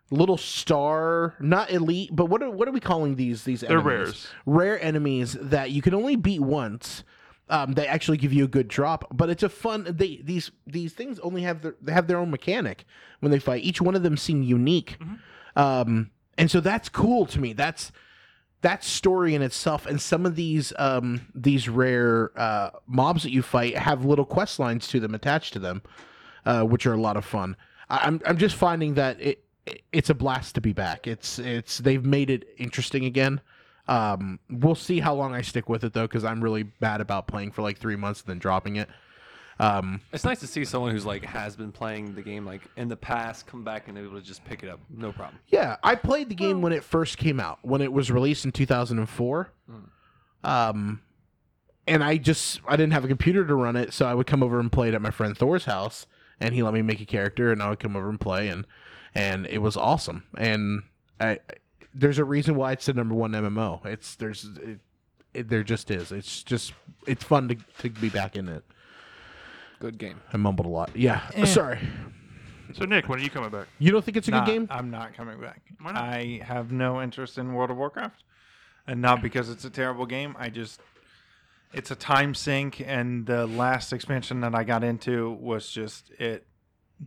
Speaker 1: little star, not elite, but what are what are we calling these? These
Speaker 2: They're
Speaker 1: enemies?
Speaker 2: rares.
Speaker 1: rare enemies that you can only beat once. um, they actually give you a good drop. But it's a fun. They these these things only have their they have their own mechanic when they fight. Each one of them seem unique, um, and so that's cool to me. That's that story in itself and some of these um these rare uh mobs that you fight have little quest lines to them attached to them uh which are a lot of fun I, i'm i'm just finding that it, it it's a blast to be back it's it's they've made it interesting again um we'll see how long i stick with it though because i'm really bad about playing for like three months and then dropping it um
Speaker 4: It's nice to see someone who's like has been playing the game like in the past come back and able to just pick it up, no problem.
Speaker 1: Yeah, I played the
Speaker 3: Oh.
Speaker 1: game when it first came out, when it was released in 2004.
Speaker 3: Hmm.
Speaker 1: Um, and I just I didn't have a computer to run it, so I would come over and play it at my friend Thor's house, and he let me make a character, and I would come over and play, and and it was awesome. And I, there's a reason why it's the number one MMO. It's there's it, it, there just is. It's just it's fun to to be back in it.
Speaker 4: Good game.
Speaker 1: I mumbled a lot. Yeah,
Speaker 3: Eh.
Speaker 1: sorry.
Speaker 2: So Nick, when are you coming back?
Speaker 1: You don't think it's a
Speaker 3: Nah,
Speaker 1: good game?
Speaker 3: I'm not coming back.
Speaker 2: Why not?
Speaker 3: I have no interest in World of Warcraft, and not because it's a terrible game. I just it's a time sink, and the last expansion that I got into was just it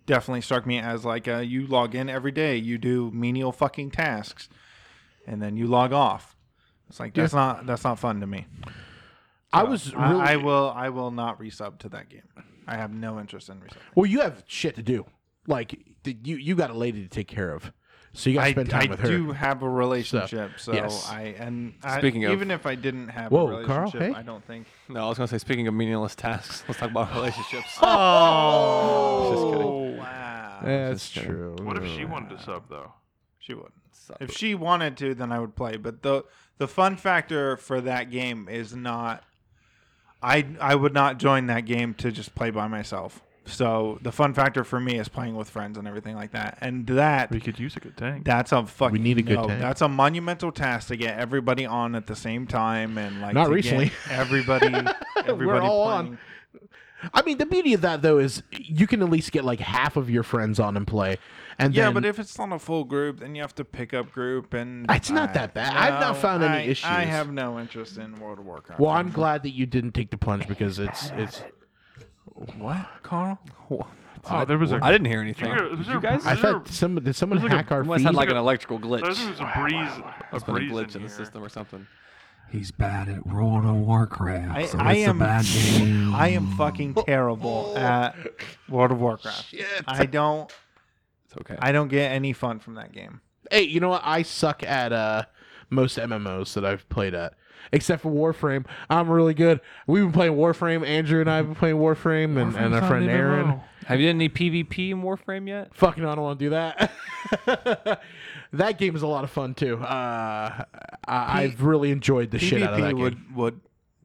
Speaker 3: definitely struck me as like uh you log in every day, you do menial fucking tasks, and then you log off. It's like that's not that's not fun to me.
Speaker 1: I was
Speaker 3: I-
Speaker 1: really
Speaker 3: I, will I will not resub to that game. I have no interest in resub.
Speaker 1: Well, you have shit to do. Like th- you, you got a lady to take care of, so you got to
Speaker 3: I,
Speaker 1: spend time
Speaker 3: I
Speaker 1: with her.
Speaker 3: do have a relationship, so,
Speaker 1: yes.
Speaker 3: I and I,
Speaker 4: Speaking of-
Speaker 3: even if I didn't have
Speaker 1: Whoa,
Speaker 3: a
Speaker 1: Carl,
Speaker 3: relationship,
Speaker 1: hey.
Speaker 3: I don't think.
Speaker 4: No, I was gonna say speaking of meaningless tasks, let's talk about relationships.
Speaker 3: Oh,
Speaker 4: Just kidding.
Speaker 3: wow,
Speaker 1: That's true.
Speaker 2: What if she wanted to sub though?
Speaker 3: she would. not If she wanted to, then I would play. But the the fun factor for that game is not. I I would not join that game to just play by myself. So the fun factor for me is playing with friends and everything like that, and that
Speaker 2: We could use a good tank.
Speaker 3: That's a fucking.
Speaker 1: We need a good
Speaker 3: no,
Speaker 1: tank.
Speaker 3: That's a monumental task to get everybody on at the same time and like
Speaker 1: Not
Speaker 3: to get
Speaker 1: recently.
Speaker 3: Everybody, everybody
Speaker 1: all
Speaker 3: playing.
Speaker 1: on. I mean, the beauty of that though is you can at least get like half of your friends on and play. And
Speaker 3: Yeah,
Speaker 1: then,
Speaker 3: but if it's not a full group, then you have to pick up group and.
Speaker 1: It's not that bad. I've not found any
Speaker 3: I-
Speaker 1: issues.
Speaker 3: I have no interest in World of Warcraft.
Speaker 1: well, I'm glad that you didn't take the plunge because it's it's.
Speaker 3: what, Carl?
Speaker 2: Oh, there was a.
Speaker 4: I didn't hear anything.
Speaker 2: You guys-
Speaker 4: Did you guys?
Speaker 1: I
Speaker 2: Is there-
Speaker 1: thought some did someone
Speaker 2: like a-
Speaker 1: hack our
Speaker 4: must
Speaker 1: feed?
Speaker 4: have like an electrical glitch.
Speaker 2: there was a breeze. A
Speaker 4: Must have been a
Speaker 2: breeze
Speaker 4: glitch
Speaker 2: in
Speaker 4: in
Speaker 2: here.
Speaker 4: the system or something.
Speaker 6: He's bad at World of Warcraft.
Speaker 3: I,
Speaker 6: so
Speaker 3: I
Speaker 6: it's
Speaker 3: am.
Speaker 6: a bad game.
Speaker 3: I am fucking terrible at World of Warcraft. I don't.
Speaker 4: It's okay.
Speaker 3: I don't get any fun from that game.
Speaker 1: hey, you know what? I suck at uh most MMOs that I've played at. Except for Warframe, I'm really good. We've been playing Warframe. Andrew and I have been playing Warframe, and, and our friend Aaron.
Speaker 4: Have you done any PvP in Warframe yet?
Speaker 1: Fucking, I don't want to do that. that game is a lot of fun too. Uh, I, I've really enjoyed the shit out of
Speaker 3: PvP
Speaker 1: that game.
Speaker 3: would would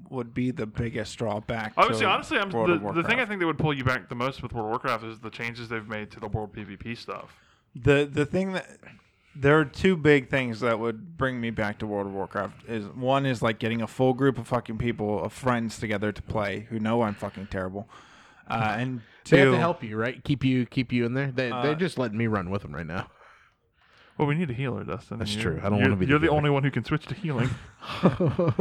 Speaker 3: would be the biggest drawback.
Speaker 2: I would say
Speaker 3: to
Speaker 2: honestly, I'm,
Speaker 3: World
Speaker 2: the,
Speaker 3: of
Speaker 2: the thing I
Speaker 3: Warcraft.
Speaker 2: think that would pull you back the most with World of Warcraft is the changes they've made to the world PvP stuff.
Speaker 3: the the thing that there are two big things that would bring me back to World of Warcraft is one is like getting a full group of fucking people of friends together to play who know I'm fucking terrible, uh, and two
Speaker 1: They have to help you, right? Keep you, keep you in there. They,
Speaker 3: Uh,
Speaker 1: they're just letting me run with them right now.
Speaker 2: Well, we need a healer, Dustin.
Speaker 1: That's
Speaker 2: You're-
Speaker 1: true. I don't
Speaker 2: you're-
Speaker 1: wanna be the
Speaker 2: You're the
Speaker 1: healer.
Speaker 2: only one who can switch to healing.
Speaker 3: uh,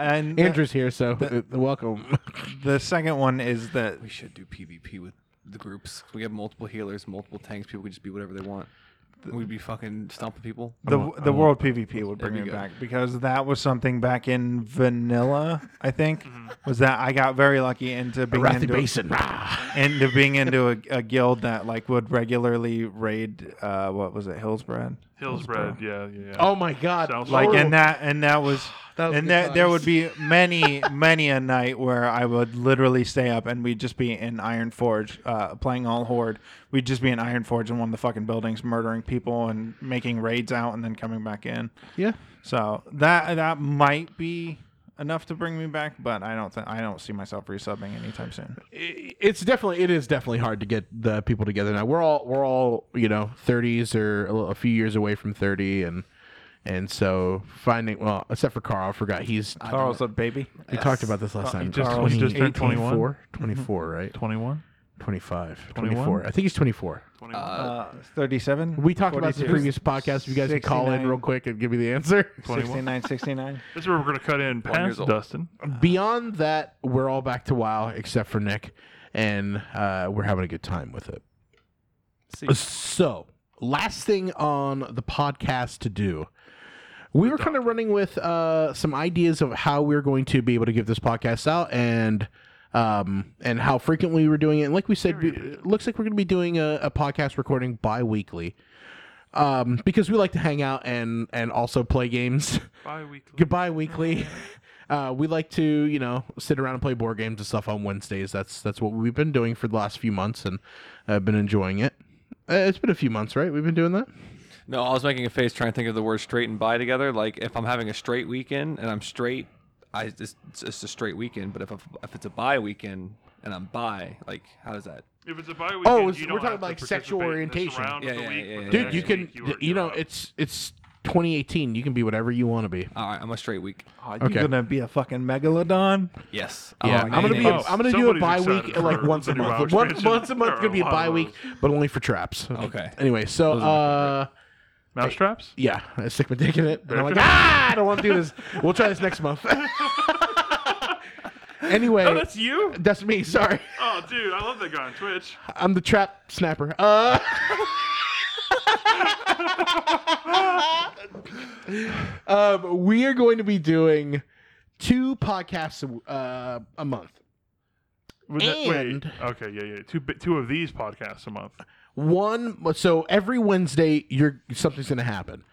Speaker 3: and
Speaker 1: Andrew's here, so uh, welcome.
Speaker 3: the second one is that
Speaker 4: We should do PvP with the groups. We have multiple healers, multiple tanks. People could just be whatever they want. We'd be fucking stomping people.
Speaker 3: the the world PvP would
Speaker 4: That'd
Speaker 3: bring
Speaker 4: be
Speaker 3: me
Speaker 4: good.
Speaker 3: back because that was something back in vanilla. I think
Speaker 1: Mm-hmm.
Speaker 3: was that I got very lucky into being
Speaker 1: Wrathy
Speaker 3: into
Speaker 1: Basin. rah.
Speaker 3: into being into a, a guild that like would regularly raid uh what was it Hillsbred
Speaker 2: Hillsbred, yeah, yeah, yeah.
Speaker 1: Oh my god!
Speaker 2: Sounds
Speaker 3: like
Speaker 2: Horrible.
Speaker 3: and that and that was,
Speaker 1: That was
Speaker 3: and
Speaker 1: good
Speaker 3: that there
Speaker 1: times.
Speaker 3: would be many many a night where I would literally stay up and we'd just be in Iron Forge uh playing all horde we'd just be in Iron Forge in one of the fucking buildings murdering people and making raids out and then coming back in
Speaker 1: yeah.
Speaker 3: so that that might be enough to bring me back but I don't think I don't see myself resubbing anytime soon
Speaker 1: I- it's definitely it is definitely hard to get the people together now. We're all we're all you know thirties or a, little- a few years away from thirty, and and so finding well, except for Carl, I forgot he's
Speaker 3: Carl's a baby
Speaker 1: we talked about this last time.
Speaker 2: just-
Speaker 1: Carl,
Speaker 2: he just turned
Speaker 1: 24,
Speaker 2: 21?
Speaker 1: 24, right?
Speaker 2: 21?
Speaker 1: 25,
Speaker 3: 21?
Speaker 1: 24. I think he's 24.
Speaker 2: 21.
Speaker 3: Uh, 37?
Speaker 1: We talked about this in
Speaker 3: 42?
Speaker 1: the previous podcast. If you guys can call in
Speaker 3: 69.
Speaker 1: real quick and give me the answer.
Speaker 3: 69, 69.
Speaker 2: this is where we're going to cut in
Speaker 4: years
Speaker 2: past
Speaker 4: old.
Speaker 2: Dustin.
Speaker 1: Beyond that, we're all back to WoW except for Nick, and uh, we're having a good time with it.
Speaker 4: See.
Speaker 1: So, last thing on the podcast to do. We were kind of running with uh, some ideas of how we are going to be able to give this podcast out and um, and how frequently we were doing it. And like we said, we- it looks like we're going to be doing a, a podcast recording bi weekly um, because we like to hang out and, and also play games.
Speaker 2: Bye weekly.
Speaker 1: goodbye weekly. Uh, we like to, you know, sit around and play board games and stuff on Wednesdays. That's that's what we've been doing for the last few months, and I've been enjoying it. Uh, it's been a few months, right? We've been doing that.
Speaker 4: No, I was making a face trying to think of the word straight and bi together. Like if I'm having a straight weekend and I'm straight, I just it's just a straight weekend. But if I, if it's a bi weekend and I'm bi, like how does that?
Speaker 2: If it's a bye weekend,
Speaker 1: Oh, it's-
Speaker 2: you
Speaker 1: we're
Speaker 2: don't
Speaker 1: talking
Speaker 2: have to
Speaker 1: about, like, sexual
Speaker 2: participate in this
Speaker 1: orientation.
Speaker 2: round of
Speaker 4: Yeah,
Speaker 2: the
Speaker 4: yeah,
Speaker 2: week,
Speaker 4: yeah,
Speaker 2: but
Speaker 4: yeah,
Speaker 2: the
Speaker 4: yeah.
Speaker 1: Dude, you
Speaker 2: next
Speaker 1: can,
Speaker 2: week are-
Speaker 1: you know,
Speaker 2: you're out.
Speaker 1: it's it's 2018. You can be whatever you want to be.
Speaker 4: All right, I'm a straight week.
Speaker 3: You're going to be a fucking megalodon?
Speaker 4: Yes.
Speaker 1: Yeah,
Speaker 4: Oh,
Speaker 1: I'm gonna
Speaker 4: man.
Speaker 1: be. A,
Speaker 2: Oh,
Speaker 1: I'm gonna do a
Speaker 2: somebody's
Speaker 1: bye
Speaker 2: excited
Speaker 1: week
Speaker 2: for
Speaker 1: like
Speaker 2: the
Speaker 1: once a
Speaker 2: new
Speaker 1: month.
Speaker 2: Wild
Speaker 1: Once,
Speaker 2: Expansion.
Speaker 1: once a
Speaker 2: There
Speaker 1: month
Speaker 2: are
Speaker 1: could be a
Speaker 2: lot
Speaker 1: bye
Speaker 2: of
Speaker 1: week, but only for traps.
Speaker 4: Okay.
Speaker 1: Anyway, so uh,
Speaker 2: Mousetraps?
Speaker 1: yeah, I stick my dick in it, and I'm like, ah, I don't want to do this. We'll try this next month. anyway,
Speaker 2: Oh, that's you?
Speaker 1: That's me. Sorry,
Speaker 2: Oh, dude, I love that guy on Twitch.
Speaker 1: I'm the trap snapper. Uh, um, we are going to be doing two podcasts a- uh, a month.
Speaker 2: Would that-
Speaker 1: And-
Speaker 2: wait, okay, yeah, yeah. Two, bi- two of these podcasts a month.
Speaker 1: One, so every Wednesday, you're something's going to happen.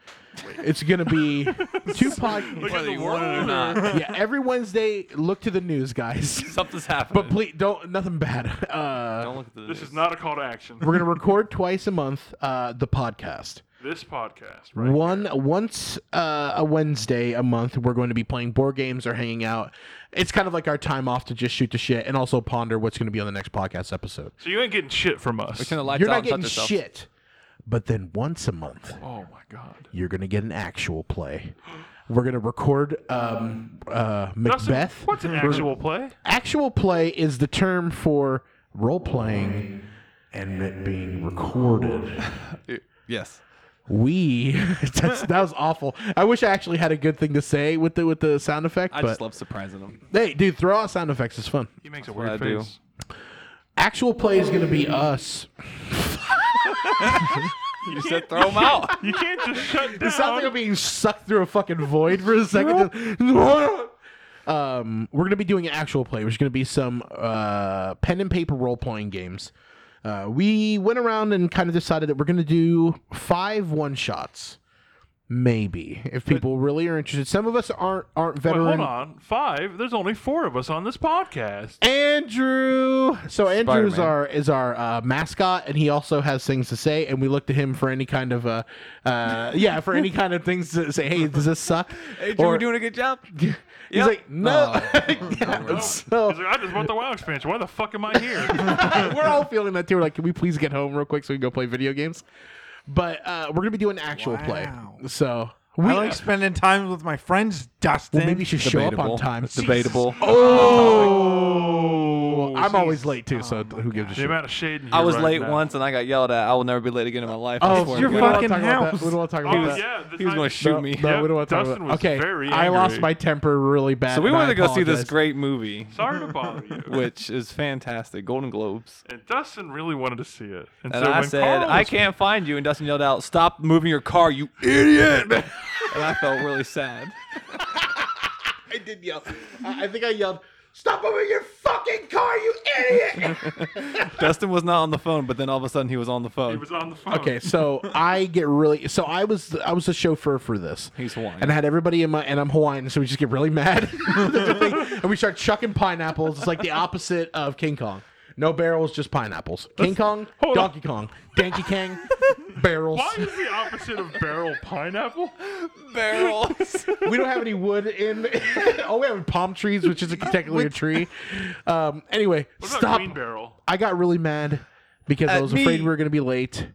Speaker 1: It's going to be two podcasts.
Speaker 4: Whether you want it or not,
Speaker 1: yeah, every Wednesday, look to the news, guys.
Speaker 4: something's happening.
Speaker 1: But please, don't nothing bad. Uh,
Speaker 4: don't look at the
Speaker 2: This
Speaker 4: news.
Speaker 2: is not a call to action.
Speaker 1: we're going to record twice a month uh, the podcast.
Speaker 2: This podcast, right?
Speaker 1: One once uh, a Wednesday a month, we're going to be playing board games or hanging out. It's kind of like our time off to just shoot the shit and also ponder what's going to be on the next podcast episode.
Speaker 2: So you ain't getting shit from us.
Speaker 4: Turn the lights
Speaker 1: You're
Speaker 4: out
Speaker 1: not getting
Speaker 4: and touch yourself.
Speaker 1: shit, but then once a month,
Speaker 2: Oh my god.
Speaker 1: you're going to get an actual play. We're going to record um, uh, Macbeth.
Speaker 2: Dustin, what's an actual play?
Speaker 1: Actual play is the term for role playing and it being recorded.
Speaker 4: Yes.
Speaker 1: We that's, that was awful. I wish I actually had a good thing to say with the with the sound effect.
Speaker 4: I
Speaker 1: but
Speaker 4: just love surprising them.
Speaker 1: Hey, dude, throw out sound effects. It's fun.
Speaker 2: He makes a
Speaker 4: what
Speaker 2: weird
Speaker 4: I do.
Speaker 2: face.
Speaker 1: Actual play is going to be us.
Speaker 4: You said throw them out.
Speaker 2: You can't just shut
Speaker 1: It sounds like
Speaker 2: down.
Speaker 1: I'm being sucked through a fucking void for a second. um, we're going to be doing an actual play, which is going to be some uh, pen and paper role playing games. Uh, we went around and kind of decided that we're going to do five one shots. Maybe if people really are interested. Some of us aren't aren't
Speaker 2: Wait,
Speaker 1: veteran.
Speaker 2: hold on. Five. There's only four of us on this podcast.
Speaker 1: Andrew. So Andrew's
Speaker 4: Spider-Man.
Speaker 1: our is our uh, mascot, and he also has things to say. And we look to him for any kind of uh, uh yeah, for any kind of things to say. Hey, does this suck?
Speaker 4: Andrew, we're doing a good job.
Speaker 1: He's
Speaker 4: Yep.
Speaker 1: like, no.
Speaker 4: Oh.
Speaker 1: Yeah,
Speaker 4: Oh.
Speaker 2: He's
Speaker 1: so
Speaker 2: like, I just want the WoW expansion. Why the fuck am I here?
Speaker 1: we're all feeling that too. We're like, can we please get home real quick so we can go play video games? But uh, we're gonna be doing actual play.
Speaker 3: Wow.
Speaker 1: So we uh,
Speaker 3: I like spending time with my friends, Dustin.
Speaker 1: well, maybe you should show up on time.
Speaker 4: It's debatable.
Speaker 1: Oh, I'm always late too. So who gives a
Speaker 2: the
Speaker 1: shit?
Speaker 2: amount of shade. in
Speaker 4: I
Speaker 2: here
Speaker 4: was
Speaker 2: right
Speaker 4: late
Speaker 2: now.
Speaker 4: once and I got yelled at. I will never be late again in my life. I
Speaker 1: Oh,
Speaker 4: swear
Speaker 3: your
Speaker 4: to
Speaker 1: we
Speaker 4: God.
Speaker 1: don't wanna
Speaker 3: fucking
Speaker 1: talk about that.
Speaker 3: house.
Speaker 1: We don't want to talk
Speaker 2: Oh,
Speaker 1: about that.
Speaker 2: yeah. this
Speaker 4: He was
Speaker 2: night-
Speaker 4: going to shoot
Speaker 1: no,
Speaker 4: me.
Speaker 1: No,
Speaker 2: Yep,
Speaker 1: we don't want to talk
Speaker 2: Dustin
Speaker 1: about.
Speaker 2: was
Speaker 1: okay,
Speaker 2: very
Speaker 1: I lost
Speaker 2: angry.
Speaker 1: my temper really bad.
Speaker 4: So we
Speaker 1: and I
Speaker 4: wanted to go see this
Speaker 1: apologize.
Speaker 4: great movie,
Speaker 2: Sorry to bother you.
Speaker 4: which is fantastic, Golden Globes.
Speaker 2: And Dustin really wanted to see it. And,
Speaker 4: And
Speaker 2: so
Speaker 4: I
Speaker 2: when
Speaker 4: said,
Speaker 2: Carl
Speaker 4: "I
Speaker 2: was-
Speaker 4: can't find you," and Dustin yelled out, "Stop moving your car, you idiot!" and I felt really sad.
Speaker 1: I did yell. I I think I yelled, "Stop moving your fucking car, you idiot!"
Speaker 4: Dustin was not on the phone, but then all of a sudden he was on the
Speaker 2: He
Speaker 4: phone.
Speaker 2: was on the phone.
Speaker 1: okay, so I get really. So I was I was the chauffeur for this.
Speaker 4: He's Hawaiian.
Speaker 1: and I had everybody in my and I'm Hawaiian, so we just get really mad, and we start chucking pineapples. It's like the opposite of King Kong. No barrels, just pineapples. King Kong,
Speaker 2: hold on.
Speaker 1: Donkey Kong, Donkey Kong, barrels.
Speaker 2: Why is the opposite of barrel pineapple?
Speaker 4: Barrels.
Speaker 1: we don't have any wood in. oh, we have palm trees, which isn't technically a tree. Um, anyway,
Speaker 2: What about
Speaker 1: stop.
Speaker 2: green barrel?
Speaker 1: I got really mad because I
Speaker 4: At
Speaker 1: was afraid
Speaker 4: me.
Speaker 1: we were going to be late,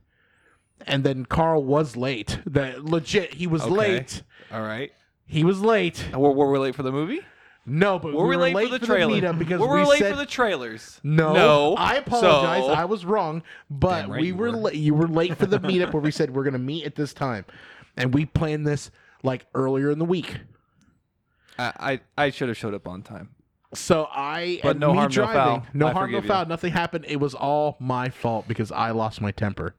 Speaker 1: and then Carl was late. That legit, he was
Speaker 4: Okay.
Speaker 1: late.
Speaker 4: all right.
Speaker 1: He was late.
Speaker 4: And Were, were we late for the movie?
Speaker 1: No, but
Speaker 4: Were we late, for the trailer?
Speaker 1: meetup because
Speaker 4: were we,
Speaker 1: we
Speaker 4: late
Speaker 1: said
Speaker 4: for the trailers?
Speaker 1: no.
Speaker 4: No.
Speaker 1: I apologize.
Speaker 4: So-
Speaker 1: I was wrong, but
Speaker 4: Damn right
Speaker 1: we
Speaker 4: you
Speaker 1: were
Speaker 4: were.
Speaker 1: late. You were late for the meetup where we said we're going to meet at this time, and we planned this like earlier in the week.
Speaker 4: I, I, I should have showed up on time.
Speaker 1: So I
Speaker 4: But
Speaker 1: and
Speaker 4: no
Speaker 1: me
Speaker 4: harm, no
Speaker 1: driving,
Speaker 4: foul. I
Speaker 1: harm, no
Speaker 4: forgive you.
Speaker 1: foul. Nothing happened. It was all my fault because I lost my temper.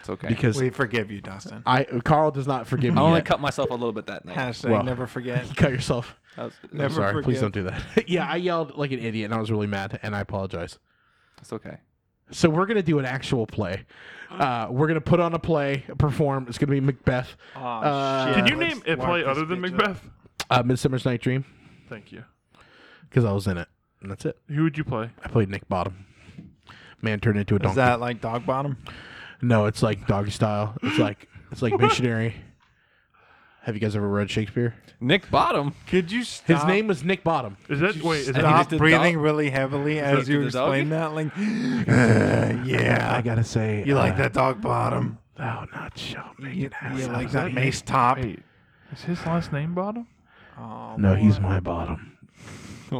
Speaker 4: It's okay.
Speaker 1: Because
Speaker 3: We forgive you, Dustin.
Speaker 1: I Carl does not forgive
Speaker 4: I
Speaker 1: me.
Speaker 4: only
Speaker 1: yet.
Speaker 4: cut myself a little bit that night.
Speaker 3: Hashtag
Speaker 1: Well.
Speaker 3: never forget.
Speaker 1: cut yourself.
Speaker 4: That was-
Speaker 1: I'm
Speaker 3: Never
Speaker 1: sorry. Please
Speaker 3: forgive.
Speaker 1: don't do that. yeah, I yelled like an idiot, and I was really mad, and I apologize.
Speaker 4: it's okay.
Speaker 1: So we're gonna do an actual play. Uh, we're gonna put on a play, perform. It's gonna be Macbeth,
Speaker 3: Oh,
Speaker 1: Uh,
Speaker 3: shit.
Speaker 2: Can you
Speaker 3: Let's
Speaker 2: name a
Speaker 3: wrap
Speaker 2: play
Speaker 3: this
Speaker 2: other than
Speaker 3: bitch up.
Speaker 2: Macbeth?
Speaker 1: uh, Midsummer's Night Dream,
Speaker 2: Thank you.
Speaker 1: because I was in it, and that's it.
Speaker 2: Who would you play?
Speaker 1: I played Nick Bottom. Man turned into a
Speaker 3: Is
Speaker 1: donkey.
Speaker 3: that like dog bottom?
Speaker 1: No, it's like doggy style. It's like it's like missionary. Have you guys ever read Shakespeare?
Speaker 4: Nick Bottom.
Speaker 3: Could you
Speaker 1: His
Speaker 3: stop?
Speaker 1: name was Nick Bottom.
Speaker 2: Is that wait? Is
Speaker 4: And he
Speaker 2: that
Speaker 4: just
Speaker 3: Stop
Speaker 4: did
Speaker 3: breathing
Speaker 4: dog-
Speaker 3: really heavily as
Speaker 4: did
Speaker 3: you
Speaker 4: the
Speaker 3: explain that. Like, uh, yeah, I got.
Speaker 1: gotta say, uh,
Speaker 3: You like that dog bottom?
Speaker 1: Thou not shall make
Speaker 3: You,
Speaker 1: an ass
Speaker 3: you
Speaker 1: out
Speaker 3: like
Speaker 1: of
Speaker 3: that
Speaker 1: thee.
Speaker 3: mace top?
Speaker 2: wait? Is his last name Bottom?
Speaker 3: Oh,
Speaker 1: No,
Speaker 3: boy.
Speaker 1: he's my bottom.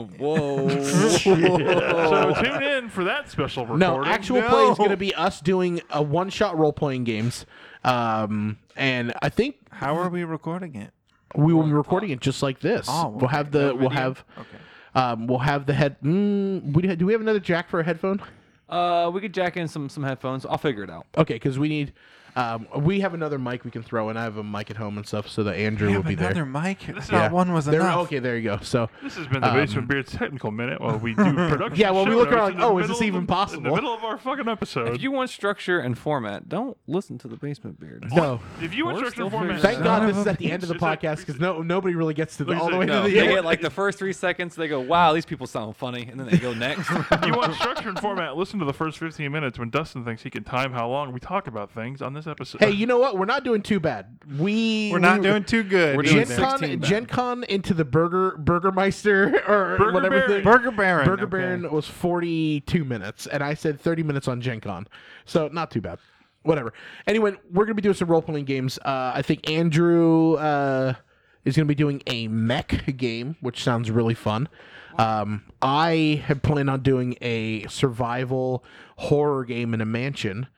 Speaker 4: Whoa.
Speaker 2: So tune in for that special recording.
Speaker 1: Oh. No, actual
Speaker 3: No.
Speaker 1: play is gonna be us doing a one shot role playing games. Um, and I think
Speaker 3: How are we recording it?
Speaker 1: we will be recording it just like this.
Speaker 3: Oh,
Speaker 1: we'll have the
Speaker 3: no
Speaker 1: we'll
Speaker 3: video?
Speaker 1: have
Speaker 3: Okay.
Speaker 1: um, we'll have the head. Mm, we, do we have another jack for a headphone?
Speaker 4: uh, we could jack in some some headphones. I'll figure it out.
Speaker 1: Okay, because we need. Um, we have another mic we can throw in. I have a mic at home and stuff, so that Andrew
Speaker 3: We
Speaker 1: will
Speaker 3: have
Speaker 1: be there.
Speaker 3: another mic. I thought one was
Speaker 1: There-
Speaker 3: enough.
Speaker 1: okay, there you go. So
Speaker 2: This has been the Basement Beards technical minute while we do production.
Speaker 1: Um, Yeah, well, we
Speaker 2: show
Speaker 1: look around
Speaker 2: notes
Speaker 1: like,
Speaker 2: in the
Speaker 1: oh, is this
Speaker 2: middle of
Speaker 1: even
Speaker 2: the- In
Speaker 1: possible?
Speaker 2: the middle of our fucking episode.
Speaker 4: If you want structure and format, don't listen to the Basement Beard.
Speaker 1: no.
Speaker 2: If you want
Speaker 4: We're
Speaker 2: structure
Speaker 4: still
Speaker 2: format,
Speaker 4: figuring
Speaker 1: Thank
Speaker 4: Son
Speaker 1: God this
Speaker 3: of a
Speaker 1: is at the end of the
Speaker 2: bitch. It's like-
Speaker 1: podcast because no nobody really gets to the,
Speaker 2: Look,
Speaker 1: all the
Speaker 2: it's
Speaker 1: way
Speaker 2: like-
Speaker 1: to
Speaker 4: No,
Speaker 1: the
Speaker 4: they
Speaker 1: end.
Speaker 4: get like the first three seconds. They go, "Wow, these people sound funny," and then they go next.
Speaker 2: If you want structure and format, listen to the first 15 minutes when Dustin thinks he can time how long we talk about things on this episode.
Speaker 1: hey, you know what? We're not doing too bad. We
Speaker 3: We're not
Speaker 1: we-
Speaker 3: doing too good.
Speaker 4: We're
Speaker 1: Gen
Speaker 4: doing
Speaker 1: Con,
Speaker 4: 16 bad.
Speaker 1: Gen Con into the Burger Burgermeister or
Speaker 2: Burger
Speaker 1: whatever
Speaker 2: Baron.
Speaker 1: thing.
Speaker 3: Burger Baron.
Speaker 1: Burger
Speaker 3: okay.
Speaker 1: Baron was 42 minutes, and I said 30 minutes on Gen Con. So, not too bad. Whatever. Anyway, we're going to be doing some role playing games. Uh, I think Andrew uh, is going to be doing a mech game, which sounds really fun. Um, I have planned on doing a survival horror game in a mansion.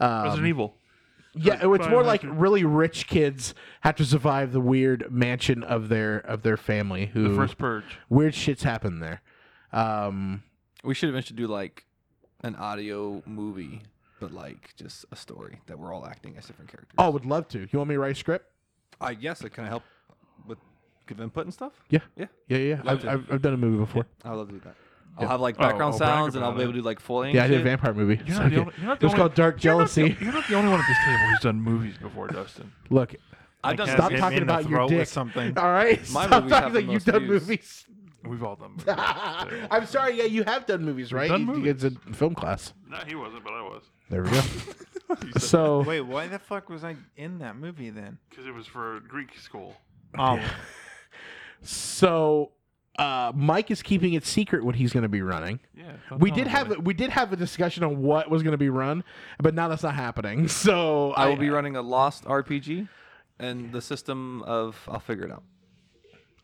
Speaker 2: Uh,
Speaker 1: um,
Speaker 2: Resident Evil.
Speaker 1: Yeah, it's
Speaker 2: Fire
Speaker 1: more like
Speaker 2: hydrant.
Speaker 1: really rich kids have to survive the weird mansion of their of their family. Who
Speaker 2: First Purge.
Speaker 1: weird shits happen there. Um,
Speaker 4: we should eventually do like an audio movie, but like just a story that we're all acting as different characters.
Speaker 1: oh, would love to. You want me to write a script?
Speaker 4: I guess it can I help with give input and stuff.
Speaker 1: Yeah.
Speaker 4: Yeah,
Speaker 1: Yeah, yeah. I've,
Speaker 4: to.
Speaker 1: I've, I've done a movie before.
Speaker 4: I would love to do that. I'll have like
Speaker 2: Oh, I'll
Speaker 4: background
Speaker 2: brag
Speaker 4: sounds, and
Speaker 2: about
Speaker 4: I'll be
Speaker 2: it.
Speaker 4: able to do like full.
Speaker 1: Yeah, I did a
Speaker 4: shit.
Speaker 1: vampire movie.
Speaker 2: You're
Speaker 1: It's
Speaker 2: not the
Speaker 1: okay.
Speaker 2: only- you're not
Speaker 1: it
Speaker 2: the
Speaker 1: was
Speaker 2: only-
Speaker 1: called Dark
Speaker 2: You're not the-
Speaker 1: Jealousy.
Speaker 2: You're not the only one at this table who's done movies before, Dustin.
Speaker 1: Look,
Speaker 4: I've done
Speaker 3: Guys,
Speaker 1: stop
Speaker 3: hit me
Speaker 4: this.
Speaker 1: talking
Speaker 3: in the
Speaker 1: about your
Speaker 3: throat with
Speaker 1: dick.
Speaker 3: Something.
Speaker 1: all right.
Speaker 4: My
Speaker 1: Stop
Speaker 4: movies have
Speaker 1: talking
Speaker 4: the
Speaker 1: that you've
Speaker 4: most
Speaker 1: done
Speaker 4: views.
Speaker 1: movies.
Speaker 2: We've all done movies. no,
Speaker 1: I'm sorry. Yeah, you have done movies, right?
Speaker 2: done
Speaker 1: You- you-
Speaker 2: movies.
Speaker 1: It's a film class.
Speaker 2: he wasn't, but I was.
Speaker 1: There we go. so
Speaker 3: Wait, why the fuck was I in that movie then?
Speaker 2: Because it was for Greek school.
Speaker 3: Um,
Speaker 1: so uh, Mike is keeping it secret what he's going to be running.
Speaker 2: Yeah.
Speaker 1: We did have we did have a discussion on what was going to be run, but now that's not happening. So
Speaker 4: I will be running a lost RPG, and the system of I'll figure it out.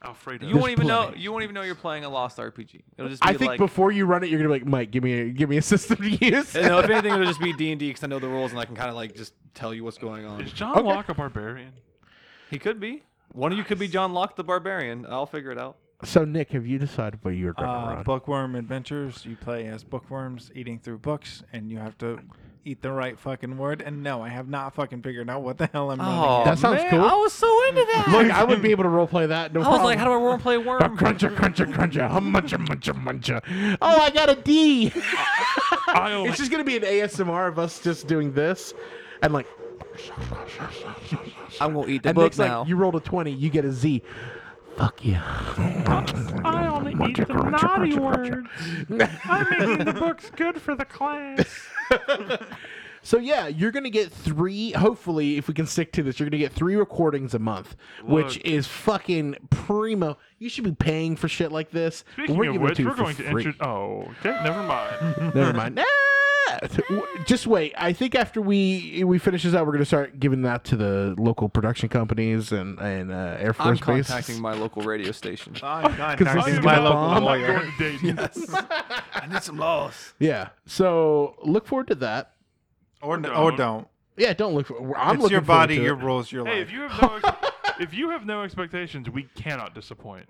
Speaker 2: Alfredo.
Speaker 4: You won't even know.
Speaker 1: plenty.
Speaker 4: You won't even know you're playing a lost RPG. It'll just be
Speaker 1: I think
Speaker 4: like.
Speaker 1: before you run it, you're gonna be like, Mike, give me a, give me a system to use.
Speaker 4: no, if anything, it'll just be D and D because I know the rules and I can kind of like just tell you what's going on.
Speaker 2: Is John Locke a barbarian?
Speaker 4: He could be. One of you could be John Locke the Barbarian. I'll figure it out.
Speaker 1: so Nick, have you decided what you're going to
Speaker 3: uh,
Speaker 1: run?
Speaker 3: bookworm adventures. You play as bookworms eating through books, and you have to eat the right fucking word. And no, I have not fucking figured out what the hell I'm running.
Speaker 1: That sounds cool.
Speaker 4: was so into that.
Speaker 1: Look, I would be able to roleplay that. No
Speaker 4: I was like, how do I role play
Speaker 1: A
Speaker 4: worm?
Speaker 1: Oh. cruncher, cruncher, cruncher, hum, muncher, muncher, muncher. Oh, I got a D.
Speaker 2: I only,
Speaker 1: it's just gonna be an ASMR of us just doing this, and like,
Speaker 4: I'm gonna eat the
Speaker 1: and
Speaker 4: book
Speaker 1: Nick's
Speaker 4: now.
Speaker 1: like, you rolled a twenty, you get a Z. Fuck you.
Speaker 2: I only eat the naughty words. I'm making the books good for the class.
Speaker 1: So yeah, you're gonna get three. Hopefully, if we can stick to this, you're gonna get three recordings a month, which
Speaker 2: Look.
Speaker 1: is fucking primo. You should be paying for shit like this. but
Speaker 2: Speaking of
Speaker 1: giving it
Speaker 2: which,
Speaker 1: you
Speaker 2: we're
Speaker 1: for
Speaker 2: going to
Speaker 1: free.
Speaker 2: introduce. Oh, okay, never mind.
Speaker 1: Never mind. Ah! W- Just wait. I think after we we finish this out, we're gonna start giving that to the local production companies and and uh, Air
Speaker 4: I'm
Speaker 1: Force Base.
Speaker 4: contacting my local radio station.
Speaker 3: I'm
Speaker 1: this
Speaker 3: contacting
Speaker 1: is
Speaker 3: my
Speaker 1: my
Speaker 3: local
Speaker 1: bomb.
Speaker 2: I'm not
Speaker 3: lawyer.
Speaker 2: going dating.
Speaker 3: I need some laws.
Speaker 1: Yeah. So look forward to that.
Speaker 3: Or, n-
Speaker 2: Or
Speaker 3: or
Speaker 2: don't.
Speaker 3: don't.
Speaker 1: Yeah. Don't look. For, I'm
Speaker 3: it's
Speaker 1: looking
Speaker 3: your body,
Speaker 1: forward to
Speaker 3: your
Speaker 1: it.
Speaker 3: rules, your
Speaker 2: Hey,
Speaker 3: life.
Speaker 2: if you have no ex- if you have no expectations, we cannot disappoint.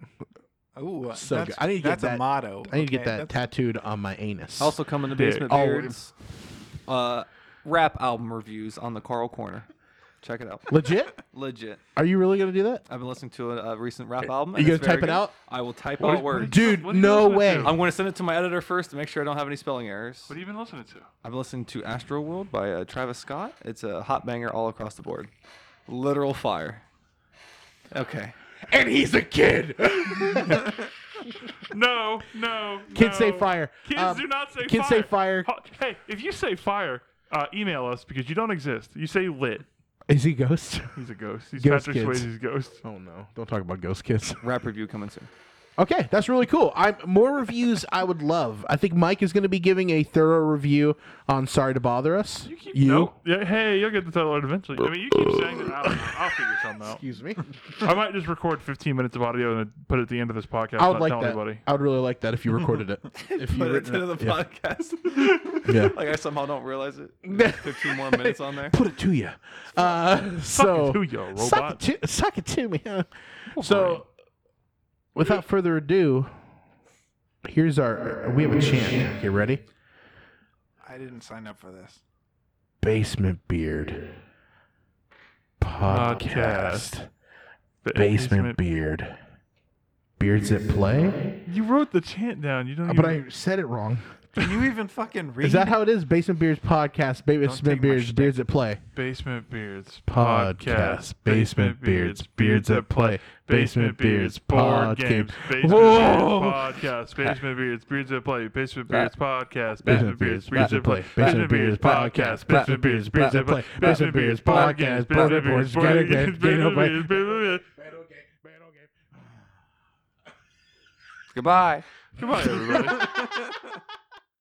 Speaker 3: Ooh,
Speaker 1: So
Speaker 3: that's,
Speaker 1: good. I need to get
Speaker 3: that's a
Speaker 1: that-
Speaker 3: motto.
Speaker 1: I need to get
Speaker 3: Okay,
Speaker 1: that
Speaker 3: that's-
Speaker 1: tattooed on my anus.
Speaker 4: Also come in the
Speaker 2: Dick.
Speaker 4: basement
Speaker 1: Oh,
Speaker 4: beards. Uh, rap album reviews on the Carl Corner. Check it out.
Speaker 1: legit.
Speaker 4: Legit.
Speaker 1: Are you really gonna do that,
Speaker 4: I've been listening to a, a recent rap album.
Speaker 1: you
Speaker 4: and
Speaker 1: gonna
Speaker 4: it's very
Speaker 1: type it
Speaker 4: good.
Speaker 1: out?
Speaker 4: I will type
Speaker 2: What
Speaker 4: out
Speaker 2: is- what
Speaker 4: words.
Speaker 2: is-
Speaker 1: dude?
Speaker 2: what are you
Speaker 1: no
Speaker 2: listening
Speaker 1: way.
Speaker 2: to?
Speaker 4: I'm going to send it to my editor first to make sure I don't have any spelling errors.
Speaker 2: What have you been listening to?
Speaker 4: I've been listening to Astro World by uh, Travis Scott. It's a hot banger all across the board. Literal fire. Okay.
Speaker 1: And he's a kid.
Speaker 2: No, no.
Speaker 1: Kids
Speaker 2: no.
Speaker 1: say fire.
Speaker 2: Kids
Speaker 1: Um,
Speaker 2: do not say
Speaker 1: kids say
Speaker 2: fire.
Speaker 1: fire.
Speaker 2: Ho- Hey, if you say fire, uh, email us because you don't exist. You say lit.
Speaker 1: Is he ghost?
Speaker 2: He's a ghost. He's
Speaker 1: Ghost
Speaker 2: Patrick
Speaker 1: kids.
Speaker 2: Swayze's ghost.
Speaker 1: Oh no! Don't talk about ghost kids.
Speaker 4: Rap review coming soon.
Speaker 1: Okay, that's really cool. I'm more reviews. I would love. I think Mike is going to be giving a thorough review on "Sorry to Bother Us." You,
Speaker 2: Nope. Yeah, hey, you'll get the title out eventually. I mean, you keep saying that. I'll, I'll figure something out.
Speaker 1: excuse me.
Speaker 2: I might just record 15 minutes of audio and put it at the end of this podcast.
Speaker 1: I would
Speaker 2: not
Speaker 1: like
Speaker 2: tell
Speaker 1: that.
Speaker 2: anybody.
Speaker 1: I would really like that if you recorded it. If you
Speaker 4: Put it
Speaker 1: written
Speaker 4: into the
Speaker 1: yeah.
Speaker 4: podcast.
Speaker 1: Yeah.
Speaker 4: like I somehow don't realize it. There's 15 more minutes on there.
Speaker 1: Put it to you. Uh, so
Speaker 2: to ya, robot.
Speaker 1: Suck it to, suck it to me. huh? So, without further ado, here's our. We have a chant. You ready?
Speaker 3: I didn't sign up for this.
Speaker 1: Basement Beard podcast.
Speaker 2: Podcast.
Speaker 1: Basement Beard. Beards at play.
Speaker 2: You wrote the chant down. You don't.
Speaker 1: But
Speaker 2: even,
Speaker 1: I said it wrong.
Speaker 3: Can you even fucking read?
Speaker 1: Is that how it is? Basement Beards podcast. Baby
Speaker 3: Don't take
Speaker 1: Basement
Speaker 3: my
Speaker 1: Beards.
Speaker 3: shtick.
Speaker 1: Beards at play.
Speaker 2: basement beards
Speaker 1: Podcast. Basement Beards. Beards at play. Basement Beards.
Speaker 2: board
Speaker 1: Pod
Speaker 2: games.
Speaker 1: games.
Speaker 2: Basement
Speaker 1: Whoa.
Speaker 2: Beards podcast. Basement Beards beards at play. Basement
Speaker 1: Bat.
Speaker 2: Beards podcast.
Speaker 1: Basement
Speaker 2: Basement
Speaker 1: Beards,
Speaker 2: Beards beards
Speaker 1: Bat
Speaker 2: at play.
Speaker 1: Play,
Speaker 2: Basement Beards podcast. Basement Beards beards at play. Basement Beards podcast. Basement Beards board games. Basement Beards, Beards.
Speaker 4: Goodbye.
Speaker 2: Goodbye, everybody.